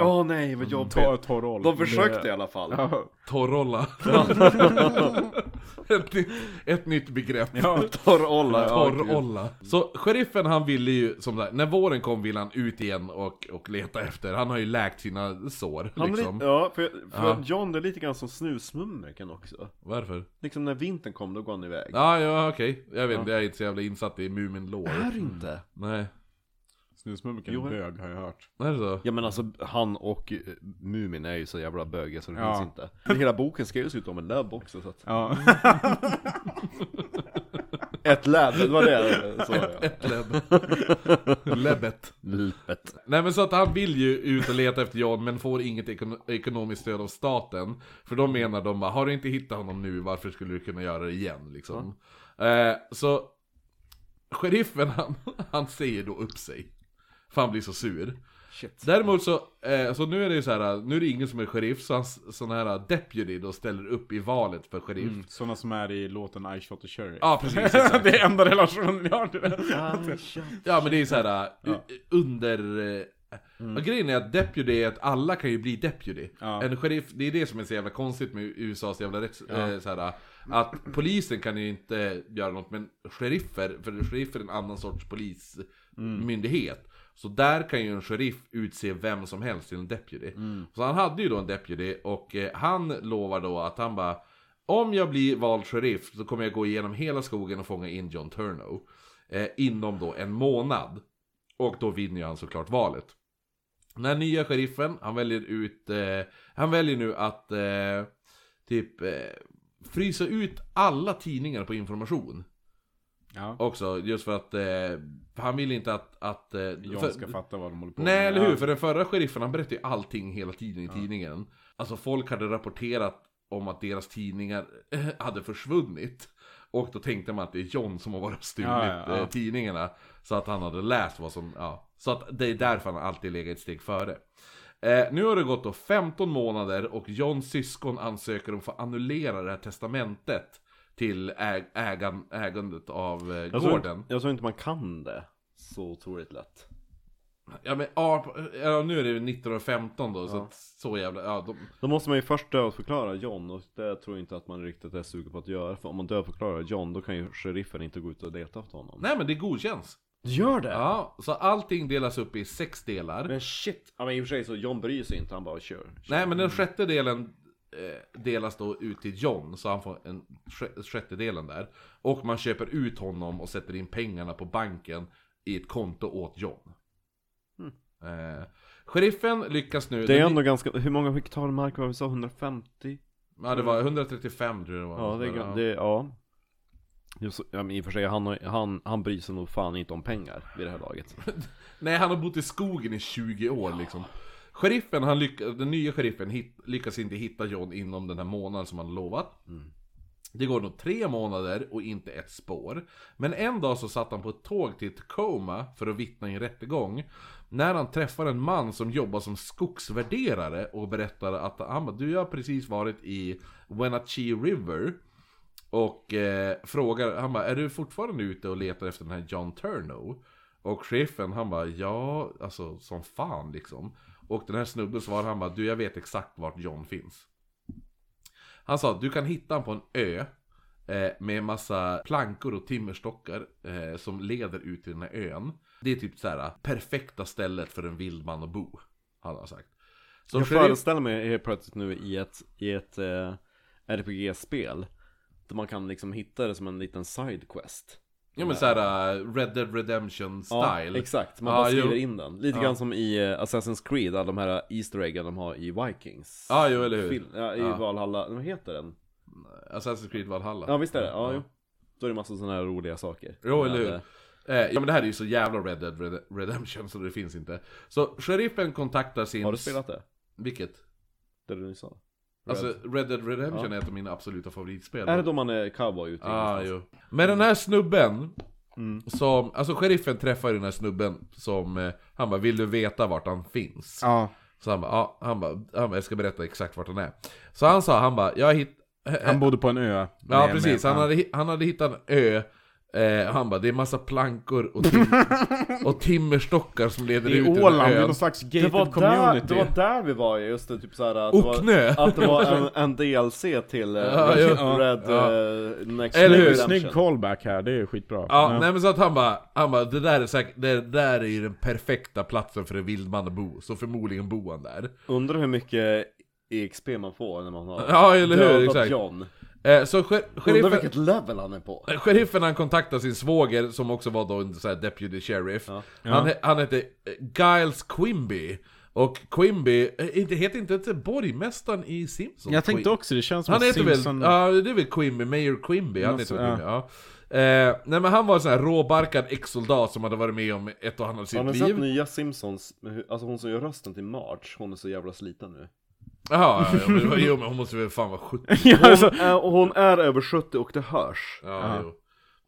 Åh nej vad
Ta
jobbigt
torroll.
De försökte i alla fall
Ja,
Torrolla. ett, nytt, ett nytt begrepp.
ja.
Torrolla, ja, gud.
Torrolla. Så sheriffen han ville ju, som sagt, när våren kom ville han ut igen och, och leta efter. Han har ju läkt sina sår
Han är
liksom.
lite, ja, för, för
Ja.
John det är lite grann som snusmumriken också
Varför?
Liksom när vintern kom, då går han iväg
Ja, ja okej. Jag vet inte, jag är inte så jävla insatt i Mumin-lore.
du inte?
Nej.
Snusmumriken
Jo.
är bög har jag hört.
Är det så?
Ja men alltså, han och eh, Mumin är ju så jävla bögiga så det
Ja.
finns inte Hela boken skrevs ut om en läbb också så att
Ja.
Ett läbb, det var det så jag
Lebb. Lebbet.
Lipet
Nej men så att han vill ju ut och leta efter John men får inget ekon- ekonomiskt stöd av staten. För då menar de bara, har du inte hittat honom nu, varför skulle du kunna göra det igen liksom? Eh, så sheriffen han, han säger då upp sig. För han blir så sur.
Shit
Däremot så, eh, så nu är det ju så här, nu är det ingen som är sheriff så hans sån här deputy då ställer upp i valet för sheriff.
Såna som är i låten I shot the sheriff.
Ja precis, exakt.
det är enda relationen vi har till det.
Ja men det är såhär, ja. äh, under... eh, Och grejen är att deputy är att alla kan ju bli deputy.
Ja.
En sheriff, det är det som är så jävla konstigt med USAs jävla rätts... Eh, så här, att polisen kan ju inte göra något, men sheriffer, för sheriffer är en annan sorts polismyndighet. Så där kan ju en sheriff utse vem som helst till en deputy. Så han hade ju då en deputy och eh, han lovar då att han bara om jag blir vald sheriff så kommer jag gå igenom hela skogen och fånga in John Turnow. Eh, inom då en månad. Och då vinner ju han såklart valet. Den här nya sheriffen, han väljer ut... Eh, han väljer nu att eh, typ eh, frysa ut alla tidningar på information.
Ja.
Också, just för att eh, han vill inte att... att eh, för-
Jag ska fatta vad de håller på
Nej eller
Ja.
hur, för den förra sheriffen han berättade ju allting hela tiden i tidningen. Alltså folk hade rapporterat om att deras tidningar eh, hade försvunnit. Och då tänkte man att det är John som har varit och stulit
Ja, ja, ja.
eh, tidningarna. Så att han hade läst vad som, ja. Så att det är därför han alltid legat ett steg före. Eh, nu har det gått då 15 månader och Johns syskon ansöker om att få annullera det här testamentet. Till äg- ägan- ägandet av eh,
jag tror,
gården.
inte, jag tror inte man kan det så otroligt lätt
Ja men ja, på- ja, nu är det ju 1915 då, så att så jävla, ja de,
Då måste man ju först dödförklara John och det tror jag inte att man riktigt är sugen på att göra För om man dödförklarar John då kan ju sheriffen inte gå ut och leta efter honom
Nej men det godkänns!
Gör det?
Ja, så allting delas upp i sex delar
Men shit, ja men i och för sig så John bryr sig inte, han bara kör
Nej men den sjätte delen eh, delas då ut till John, så han får en sj- sjättedelen där. Och man köper ut honom och sätter in pengarna på banken i ett konto åt John. Eh, sheriffen lyckas nu...
Hmm. Det är ändå ganska, hur många hektar mark var vi sa? 150?
Ja, det var 135 tror jag det var.
Ja, det är, gan- det, ja. Just, ja men i och för sig, han, har- han, han bryr sig nog fan inte om pengar vid det här laget
Nej, han har bott i skogen i 20 år liksom. Sheriffen, han lyck- den nya sheriffen hit- lyckas inte hitta John inom den här månaden som han lovat. Det går nog tre månader och inte ett spår. Men en dag så satt han på ett tåg till Tacoma för att vittna i en rättegång. När han träffar en man som jobbar som skogsvärderare och berättar att han bara, du jag har precis varit i Wenatchee River. Och eh, frågar, han bara, är du fortfarande ute och letar efter den här John Turno? Och sheriffen han bara, ja, alltså som fan liksom. Och den här snubben svarar han bara, du jag vet exakt vart John finns. Han sa, du kan hitta honom på en ö. Eh, med massa plankor och timmerstockar eh, som leder ut till den här ön. Det är typ så här perfekta stället för en vild man att bo. Han har sagt. Så
Jag
sheriff-
föreställer mig helt plötsligt nu i ett, i ett eh, RPG-spel Där man kan liksom hitta det som en liten sidequest
Ja men såhär uh, Red Dead Redemption style.
Ja, exakt, man
Ja,
bara skriver
jo.
in den Lite grann som i eh, Assassin's Creed, alla de här Easter eggen de har i Vikings
Ja, jo, eller hur?
Film, ja, i
Ja.
Valhalla, vad heter den?
Assassin's Creed Valhalla.
Ja visst är det, ja, jo Då är det massa sådana här roliga saker
Jo, eller
Men,
hur?
eh,
Eh, ja men det här är ju så jävla Red Dead Red- Redemption så det finns inte. Så sheriffen kontaktar sin...
Har du spelat det?
Vilket?
Det du nyss sa?
Alltså Red Dead Redemption är ett av mina absoluta favoritspel.
Är det då man är cowboy ute?
Ah,
någonstans?
jo. Men den här snubben
Mm.
som, alltså sheriffen träffar ju den här snubben som, eh, han bara 'Vill du veta vart han finns?'
Ja.
Så han bara, ja, han bara, han bara, jag ska berätta exakt vart han är. Så han sa, han bara, jag hitt...
Han bodde på en ö.
Eh, Ja
Med-
precis,
med-
han hade, hi- han hade hittat en ö eh, Han bara, det är massa plankor och, tim- och timmerstockar som leder
I
ut till
Åland, det är
ön
någon slags
Det
gated
Typ
var, där,
community.
det var där vi var ju, just det, typ såhär att,
Ocknö.
det var- att det var en, en DLC till eh,
Ja,
Red,
ja.
Red
Ja.
eh, Next
Eller hur?
Redemption.
Snygg callback här, det är skitbra.
Ja, nej men så att han bara, han bara, det där är säkert, det där är ju den perfekta platsen för en vildman att bo Så förmodligen bor han där
Undrar hur mycket EXP man får när man har
Ja, eller hur,
dödat
exakt.
John.
eh, Så sher-
Undrar
sheriffen,
vilket level han är på.
sheriffen han kontaktar sin svåger som också var då en så här deputy sheriff Han, he- han hette eh, Giles Quimby Och Quimby, eh, inte- heter inte inte borgmästaren i Simpsons?
Jag tänkte
Quim-
också, det känns som
Han
att
heter
Simpson...
väl, ja det är väl Quimby, Mayor Quimby, han heter
Måste-
Quimby, ja. Eh, nej men han var en sån här råbarkad ex-soldat som hade varit med om ett och annat i
Har ni
sitt
sett
liv.
nya Simpsons? Men hur- Alltså hon som gör rösten till March, hon är så jävla sliten nu.
Jaha, ja, ja, men, det var- jo men hon måste väl fan vara 70.
ja,
Hon,
alltså,
är, och hon är över 70 och det hörs.
Ja, jo.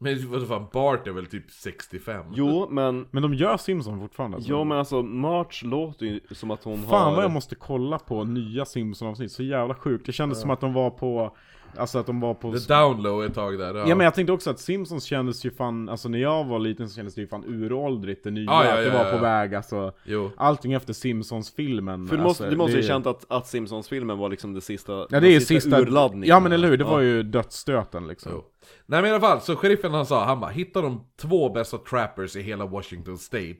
Men vad fan, Bart är väl typ 65?
Jo, men,
men de gör Simpson fortfarande alltså.
jo, men alltså March låter ju som att hon har...
Fan vad jag måste kolla på nya Simpson-avsnitt, så jävla sjukt. Det kändes som att de var på... Alltså att de var på...
The down low ett tag där. Ja,
Ja men jag tänkte också att Simpsons kändes ju fan, alltså när jag var liten så kändes det ju fan uråldrigt det nya,
Ja, ja,
att det
ja,
var
ja,
på
ja.
väg alltså
Jo.
Allting efter Simpsons-filmen
För du måste,
alltså,
du måste ju
det-
känt att, att Simpsons-filmen var liksom det sista,
Ja det är
den
ju sista,
urladdningen
ja men eller hur, det var ju dödsstöten liksom
Jo. Nej men i alla fall, så sheriffen han sa, han bara hitta de två bästa trappers i hela Washington State.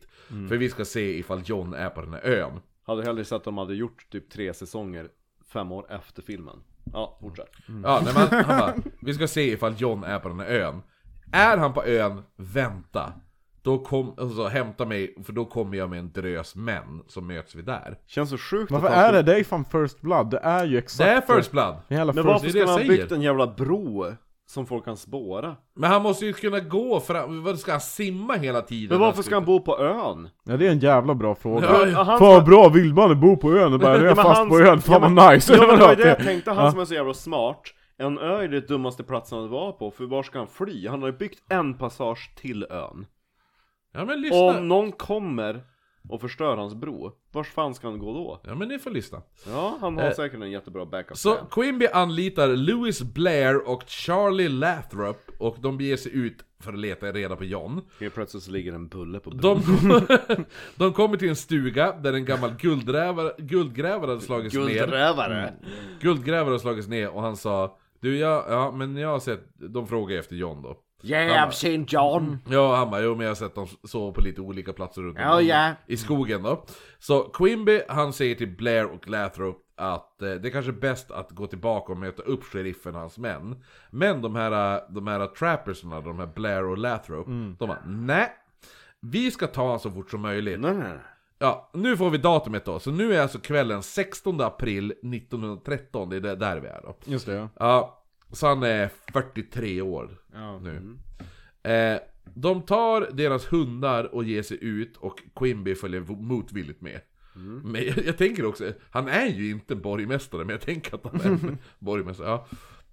För vi ska se ifall John är på den här ön.
Hade hellre sett att de hade gjort typ tre säsonger fem år efter filmen Ja, fortsätt
Mm. Ja, nej, men han, han bara, vi ska se ifall John är på den här ön. Är han på ön, vänta. Då kom, alltså, hämta mig, för då kommer jag med en drös män, så möts vi där.
Känns så sjukt
Varför
att han
är
skulle-
det? Det är ju fan First Blood, det är ju
Det
exakt
är First Blood!
Jävla
Men
first...
varför
det är
skulle
det
han
jag
ha
säger.
byggt en jävla bro som folk kan spåra?
Men han måste ju kunna gå fram, vad ska han simma hela tiden?
Men varför ska han bo på ön?
Ja det är en jävla bra fråga
Ja,
ja, han
Fan vad bra vildmannen bor på ön och bara, nu är
Ja,
jag
men
fast
han-
på ön, fan
ja, men-
vad nice!
Ja men det var ju det jag
Ja.
tänkte, han som är så jävla smart En ö är det dummaste platsen att vara på, för var ska han fly? Han har ju byggt en passage till ön
Ja men lyssna!
Om någon kommer och förstör hans bro, vars fan ska han gå då?
Ja men ni får lyssna.
Ja, han har säkert en jättebra backup
Eh, Så
plan.
Quimby anlitar Louis Blair och Charlie Lathrop och de beger sig ut för att leta reda på John.
Helt plötsligt så ligger en bulle på bron
De, de kommer till en stuga där en gammal guldgrävare, guldgrävare hade slagits ner.
Guldrävare!
Guldgrävare har slagits ner och han sa Du jag, ja men jag har sett, de frågar efter John då
Yeah, I've seen John!
Ja han bara, jo men jag har sett dem sova på lite olika platser runt om
Ja, ja.
att eh, det är kanske är bäst att gå tillbaka och möta upp sheriffen och hans män. Men de här, eh, de här trapperserna, de här Blair och Lathrop, de bara nej. Vi ska ta honom så fort som möjligt.
Nej, nej, nej.
Ja, nu får vi datumet då. Så nu är alltså kvällen 16 april 1913, det är där- där vi är då.
Just det ja.
Ja, så han är 43 år
ja. mm.
nu. Eh, de tar deras hundar och ger sig ut och Quimby följer v- motvilligt med.
Mm.
Men jag, jag tänker också, han är ju inte borgmästare, men jag tänker att han är en borgmästare. Ja.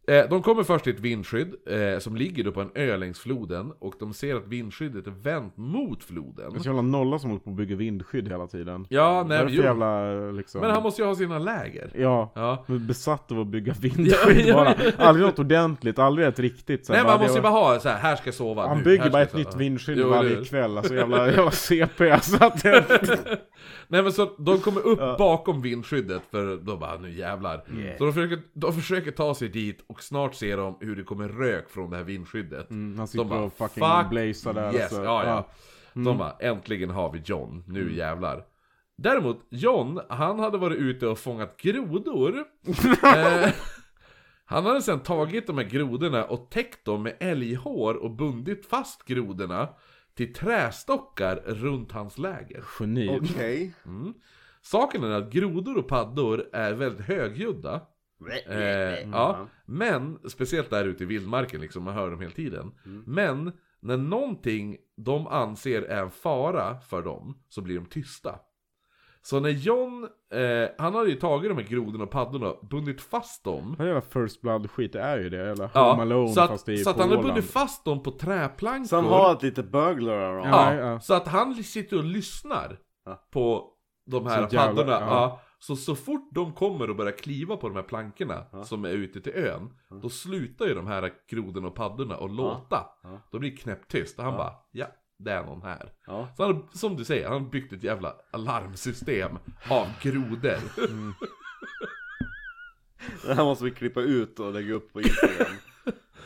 Eh, de kommer först till ett vindskydd eh, som ligger då på en ö längs floden och de ser att vindskyddet är vänt mot floden.
Det är så jävla nolla som håller på att bygga vindskydd hela tiden.
Ja, nej,
Därför
jo.
jävla liksom...
Men han måste ju ha sina läger.
Ja.
Ja.
Men Besatt av att bygga vindskydd
Ja, ja,
bara. Aldrig något ordentligt, aldrig ett riktigt. så här,
Nej man
det
måste ju
var-
bara ha så här, här ska jag sova
Han
nu,
bygger
här
bara
ska
ett
jag
nytt
sova.
vindskydd
Jo,
varje
eller hur?
kväll, alltså jävla, jävla CP så att det...
Nej men så de kommer upp bakom vindskyddet för de bara nu jävlar. Så de försöker, de försöker ta sig dit och snart ser de hur det kommer rök från det här vindskyddet.
Mm, han sitter
de bara
och fucking
fuck
blazar där,
Yes,
alltså.
ja, ja.
Ja. Mm.
De bara äntligen har vi John, nu jävlar. Däremot John, han hade varit ute och fångat grodor. eh, han hade sen tagit de här grodorna och täckt dem med älghår och bundit fast grodorna till trästockar runt hans läger.
Geni.
Okej.
Mm. Saken är att grodor och paddor är väldigt högljudda. Eh, ja. Men, speciellt där ute i vildmarken liksom, man hör dem hela tiden. Men, när någonting de anser är en fara för dem, så blir de tysta. Så när John, eh, han hade ju tagit de här grodorna och paddorna, bundit fast dem.
Det här jävla First Blood-skit, det är ju det. Jävla
Ja,
Home Alone
så att,
fast det är
så att
på
han har
Åland.
bundit fast dem på träplankor.
Så han har ett litet burglar around.
Ja.
Ja,
Nej, ja.
så att han sitter och lyssnar
Ja.
på de här
Så jävla-
paddorna. Ja.
ja.
Så, så fort de kommer och börjar kliva på de här plankorna som är ute till ön, då slutar ju de här grodorna och paddorna att låta.
Ja.
Då blir det knäpptyst och han bara, ja, det är någon här.
Ja.
Så han, som du säger, han har byggt ett jävla alarmsystem av grodor.
Det här måste vi klippa ut och lägga upp på Instagram.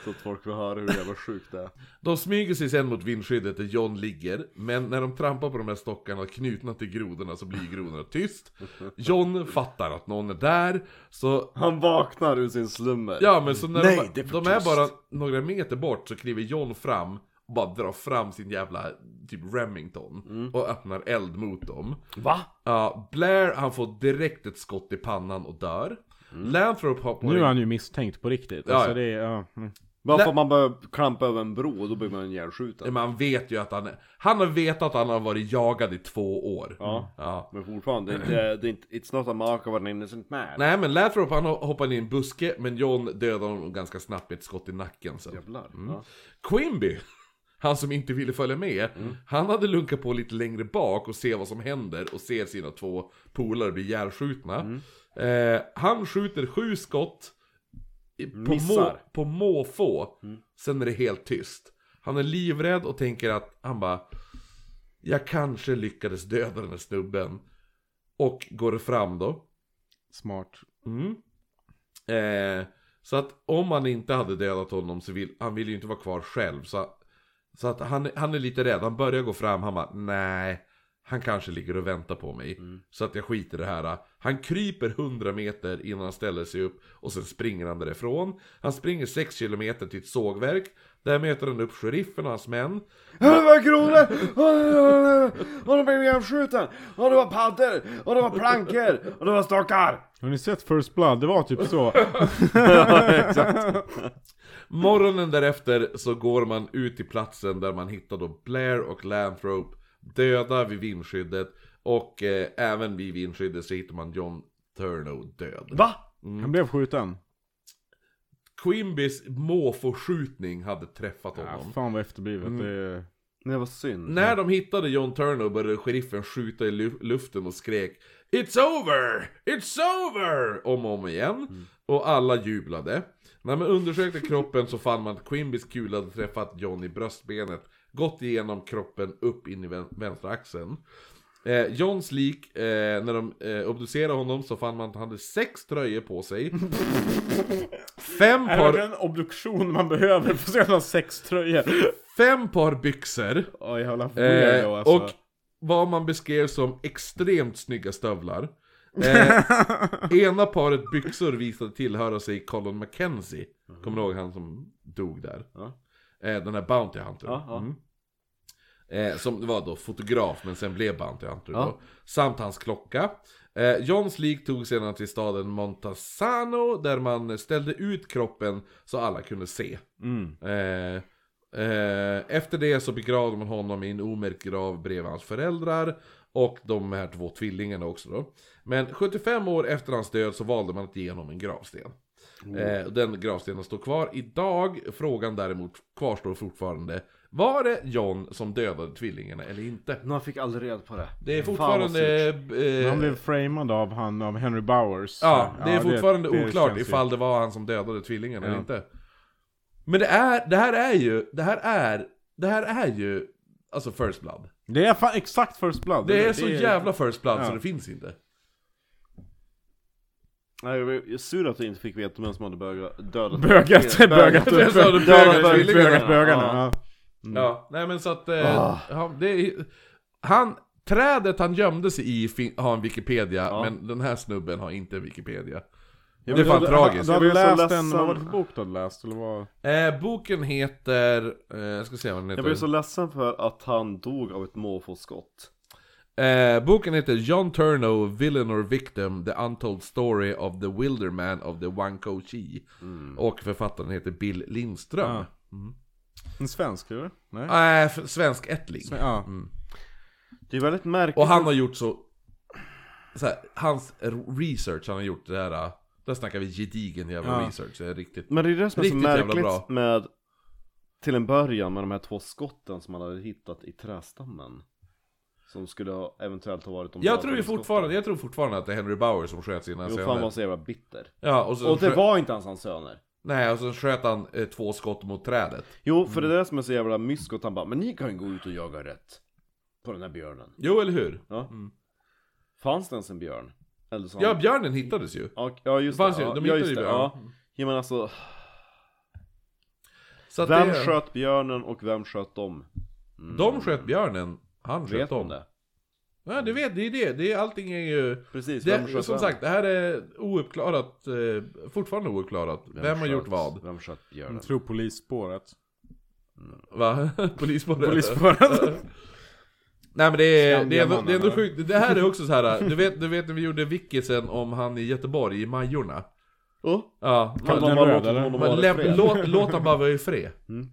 så att folk får höra hur jävla sjukt det är.
De smyger sig sen mot vindskyddet där John ligger, men när de trampar på de här stockarna knutna till grodorna så blir grodorna tyst. John fattar att någon är där, så...
Han vaknar ur sin slummer.
Ja men så när
Nej, det
de,
är för
de är
tyst.
bara några meter bort så kliver John fram och bara drar fram sin jävla typ Remington och öppnar eld mot dem.
Mm. Va?
Ja, Blair han får direkt ett skott i pannan och dör.
Mm.
Lanthrop hoppar
Nu
in-
är han ju misstänkt på riktigt.
Ja, ja.
Alltså, det är, ja. mm.
Bara för
Nej.
att man börjar klampa över en bro och då blir man ihjälskjuten.
Men han vet ju att han är... Han har vetat att han har varit jagad i två år.
Ja.
ja.
Men fortfarande, det, det, det är inte, it's not a mark of an innocent man.
Nej men Lathrop han hoppade in i en buske, men John dödade honom ganska snabbt med ett skott i nacken sen.
Jävlar. Ja.
Quimby, han som inte ville följa med, han hade lunkat på lite längre bak och se vad som händer och ser sina två polare bli ihjälskjutna. Eh, han skjuter sju skott i- på, må,
Missar.
på måfå, sen är det helt tyst. Han är livrädd och tänker att, han bara Jag kanske lyckades döda den här snubben. Och går fram då.
Smart.
Mm. Eh, så att om han inte hade dödat honom så vill han vill ju inte vara kvar själv. Så, så att han, han är lite rädd. Han börjar gå fram, han bara nej. Han kanske ligger och väntar på mig. Så att jag skiter i det här. Han kryper 100 meter innan han ställer sig upp. Och sen springer han därifrån. Han springer 6 kilometer till ett sågverk. Där möter han upp sheriffen och hans män.
Det var grodor! Och de blev ihjälskjuten! Och det var paddor! Och det var plankor! Och det var stockar!
Har ni sett First Blood? Det var typ så.
Morgonen därefter så går man ut till platsen där man hittar då Blair och Lanthrop döda vid vindskyddet och eh, även vid vindskyddet så hittar man John Turno död.
Va?
Han blev skjuten.
Quimbys måfå-skjutning hade träffat
Ja,
honom.
Äh, fan vad efterblivet.
Mm.
Det är...
Nej vad synd.
När de hittade John Turno började sheriffen skjuta i lu- luften och skrek It's over! It's over! Om och om igen.
Mm.
Och alla jublade. När man undersökte kroppen så fann man att Quimbys kula hade träffat John i bröstbenet, gått igenom kroppen upp in i vän- vänstra axeln. Eh, Johns lik, eh, när de eh, obducerade honom så fann man att han hade sex tröjor på sig. fem
Är det
par,
en obduktion man behöver för sådana sex tröjor?
fem par byxor.
Åh jävla
Eh,
weirdo alltså.
Och vad man beskrev som extremt snygga stövlar. Eh, ena paret byxor visade tillhöra sig Colin McKenzie. Kommer du ihåg han som dog där?
Mhm. Ja.
Eh, den här Bounty Hunter.
Ja, ja.
Mm. Eh, som var då fotograf, men sen blev Bounty Hunter
Ja.
då. Samt hans klocka. Eh, Johns lik tog sedan till staden Montazano där man ställde ut kroppen så alla kunde se.
Mm.
Eh, eh, efter det så begravde man honom i en omärkt grav bredvid hans föräldrar och de här två tvillingarna också då. Men 75 år efter hans död så valde man att ge honom en gravsten.
Mm.
Eh, och den gravstenen står kvar idag. Frågan däremot kvarstår fortfarande. Var det John som dödade tvillingarna eller inte?
Man fick aldrig reda på det.
Det är
Fan, vad
fortfarande...
surt.
eh,
Han blev framad av han, av Henry Bowers.
Ja, det är fortfarande
det
oklart
känns ju-
ifall det var han som dödade tvillingarna eller
Ja.
inte. Men det, är, det här är ju, det här är, det här är ju, alltså First Blood.
Det är fan exakt First Blood.
Det är så jävla First Blood så
Ja.
det finns inte.
Nej, jag är sur att jag inte fick veta vem som hade bögat, dödat
Bögat,
Bögat.
bögat,
Det är
bögat,
så
bögat,
du
bögat,
bögar tvillingarna.
bögat, bögarna, ja.
Ja.
Ja, nej men så att, eh, han, det är, han, trädet han gömde sig i fin, har en Wikipedia,
Ja.
men den här snubben har inte en Wikipedia.
Ja,
det är
men
fan
då-
tragiskt.
Du
Jag
hade
blev så
läst
ledsen.
en, vad var det för bok du hade läst? Eller vad?
Eh, boken heter, eh, jag ska se vad den heter.
Jag blev så ledsen för att han dog av ett måfåsskott.
Eh, boken heter John Turno, Villain or Victim, The Untold Story of the Wilder Man of the Wanko Chi. Och författaren heter Bill Lindström.
Ja. En svensk eller? Nej?
Eh, f- svensk ättling.
Sve- Ja.
Mm.
Det är väldigt märkligt.
Och han har gjort så... så här, hans r- research han har gjort, det där... Där snackar vi gedigen jävla
Ja.
research, det är riktigt...
Men det är det som är så
Riktigt jävla bra.
märkligt med Till en början med de här två skotten som man hade hittat i trästammen Som skulle ha, eventuellt ha varit de
Jag
döda
tror ju
skotten.
fortfarande, jag tror fortfarande att det är Henry Bauer som sköt sina
Jo fan
söner.
var så jävla bitter
Ja, och så,
Och det
sköt,
var inte ens hans söner
nej, och så sköt han eh, två skott mot trädet.
Jo för
Mm.
det är det som är så jävla mysko att han bara Men ni kan ju gå ut och jaga rätt På den här björnen
Jo, eller hur?
Ja Fanns det ens en björn? Eller så
Mm. Ja, björnen hittades ju.
ja, ja just
Det fanns
det,
ju-
ja,
de
ja,
hittade
just
ju
det,
björnen.
ja. ja men alltså
Så att
Vem
det-
sköt björnen och vem sköt dem?
De sköt björnen, han sköt
Mm. Vet man
dem.
det?
Ja, du vet, det är det. det är, allting är ju...
Precis, vem
Det,
sköt
som
vem?
sagt, det här är ouppklarat, eh, fortfarande ouppklarat. Vem, har
sköt-
gjort vad?
Vem sköt björnen?
Jag tror polisspåret.
Va? Polisspåret?
Polisspåret.
Nej men det är, det är, ändå,
Skandiamannen,
det är ändå
eller?
sjukt, det här är också så här. du vet, du vet när vi gjorde Vickisen om han i Göteborg, i Majorna?
Oh?
Ja,
Kan
man,
den
de bara
röda,
låta
eller?
honom
man,
vara
läm,
fred?
låt, låt han bara vara i fred.
Mm.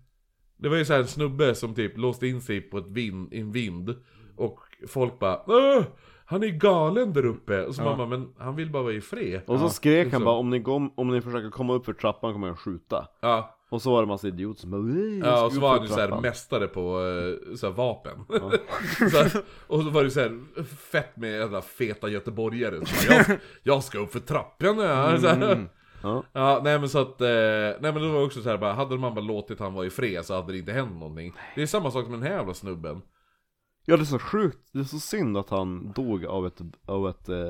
Det var ju så här en snubbe som typ låste in sig på ett vind, i en vind, och folk bara "Åh, han är galen där uppe, och så man bara, men han vill bara vara i fred.
Och så skrek
liksom.
han bara om ni, kom, om ni försöker komma upp för trappan kommer jag skjuta
Ja.
Och så var det massa idioter som bara "Nej, jag
Ja,
ska
och så
upp
var
för
han ju såhär
trappan."
mästare på eh, så här, vapen. så här, och så var det såhär fett med jävla feta göteborgare. Så bara, jag, ska- jag ska upp för trappan ja. Så här.
Mm. Ja.
Ja, nej men så att, eh, nej men det var också så här bara, hade man bara låtit han vara i fred så hade det inte hänt någonting. Det är samma sak med den här jävla snubben.
Ja det är så sjukt, det är så synd att han dog av ett, av ett eh,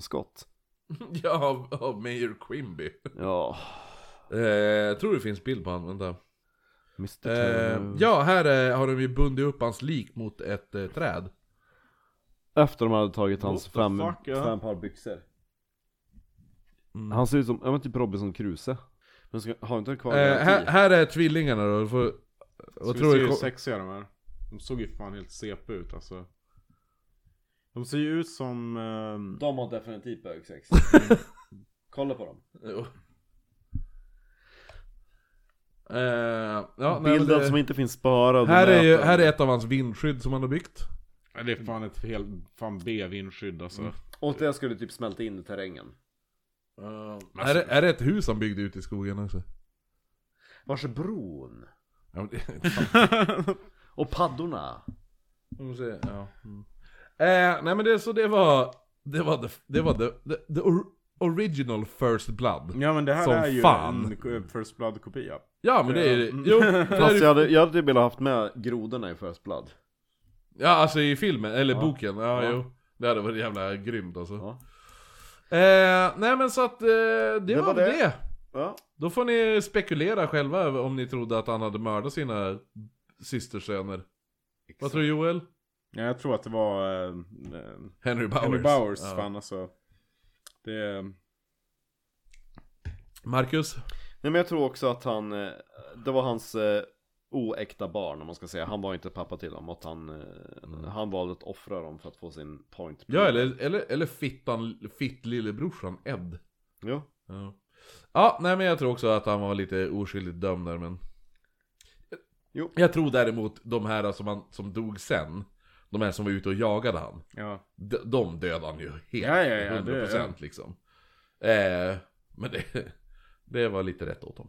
skott
ja, av, av Mayor Quimby.
Ja,
Eh, jag tror det finns bild på han, vänta.
Mr
Eh,
Turner.
ja, här eh, har de ju bundit upp hans lik mot ett eh, träd.
Efter de hade tagit hans
What the
fem,
fuck, ja.
fem par byxor
Mm.
Han ser ut som, ja men typ Robinson Crusoe Men ska, har inte han kvar
Eh, här, här är tvillingarna då, du får...
Ska
Vad
vi
tror
se
du?
hur
kom-
sexiga de är? De såg ju fan helt CP ut alltså. De ser ju ut som... ehm,
De har definitivt bögsex Kolla på dem
Eh, ja, nej, men
Bilden
det,
som inte finns sparad
här, är ju,
nätet.
här är ett av hans vindskydd som han har byggt.
ja, det är fan ett helt... Fan B-vindskydd alltså.
Mm.
Och det skulle typ smälta in i terrängen
här, är, här är ett hus han byggde ute i skogen också.
Vars är bron?
Ja, men, det-
Och paddorna
Får se, ja. mm. eh, nej men det, så det var... Det var, the, det var the, the, the or, original first blood.
Ja men det här
Som
är ju
fan.
en k- First Blood-kopia.
Ja men det är Jo, det är,
Fast jag
ju-
hade, jag hade typ velat haft med grodorna i First Blood
ja alltså i filmen, eller boken. Ja,
Ja.
jo. Det hade varit jävla grymt alltså.
Ja.
Eh, nej men så att eh, det, var,
var
väl
det.
det.
Ja,
Då får ni spekulera själva över om ni trodde att han hade mördat sina systersöner. Vad tror du Joel?
Ja, jag tror att det var... eh, eh,
Henry Bowers.
Henry Bowers
Ja.
fan alltså. Det är...
Marcus?
Nej men jag tror också att han, eh, det var hans eh, oäkta barn om man ska säga. Han var inte pappa till dem och att han, eh, han valde att offra dem för att få sin point.
Ja, eller, eller, eller fittan, fitt lillebrorsan Ed.
Ja.
Ja. ja, nej men jag tror också att han var lite oskyldigt dömd där men...
Jo.
Jag tror däremot de här som, han, som dog sen, de här som var ute och jagade han,
Ja.
de, de dödade han ju helt,
Ja, ja, ja, det-
100% liksom. Eh, men det, det var lite rätt åt dem.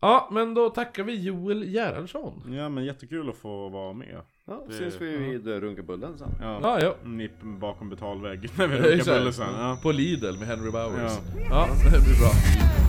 Ja, men då tackar vi Joel Gerhardsson.
ja, men jättekul att få vara med.
Ja, syns vi vid eh, Runkabullen sen.
Ja.
Ja, ja.
Nipp bakom betalvägg när vi
Ja,
runkar
exakt.
bulle sen. Ja.
På Lidl med Henry Bowers.
Ja.
Ja, det blir bra.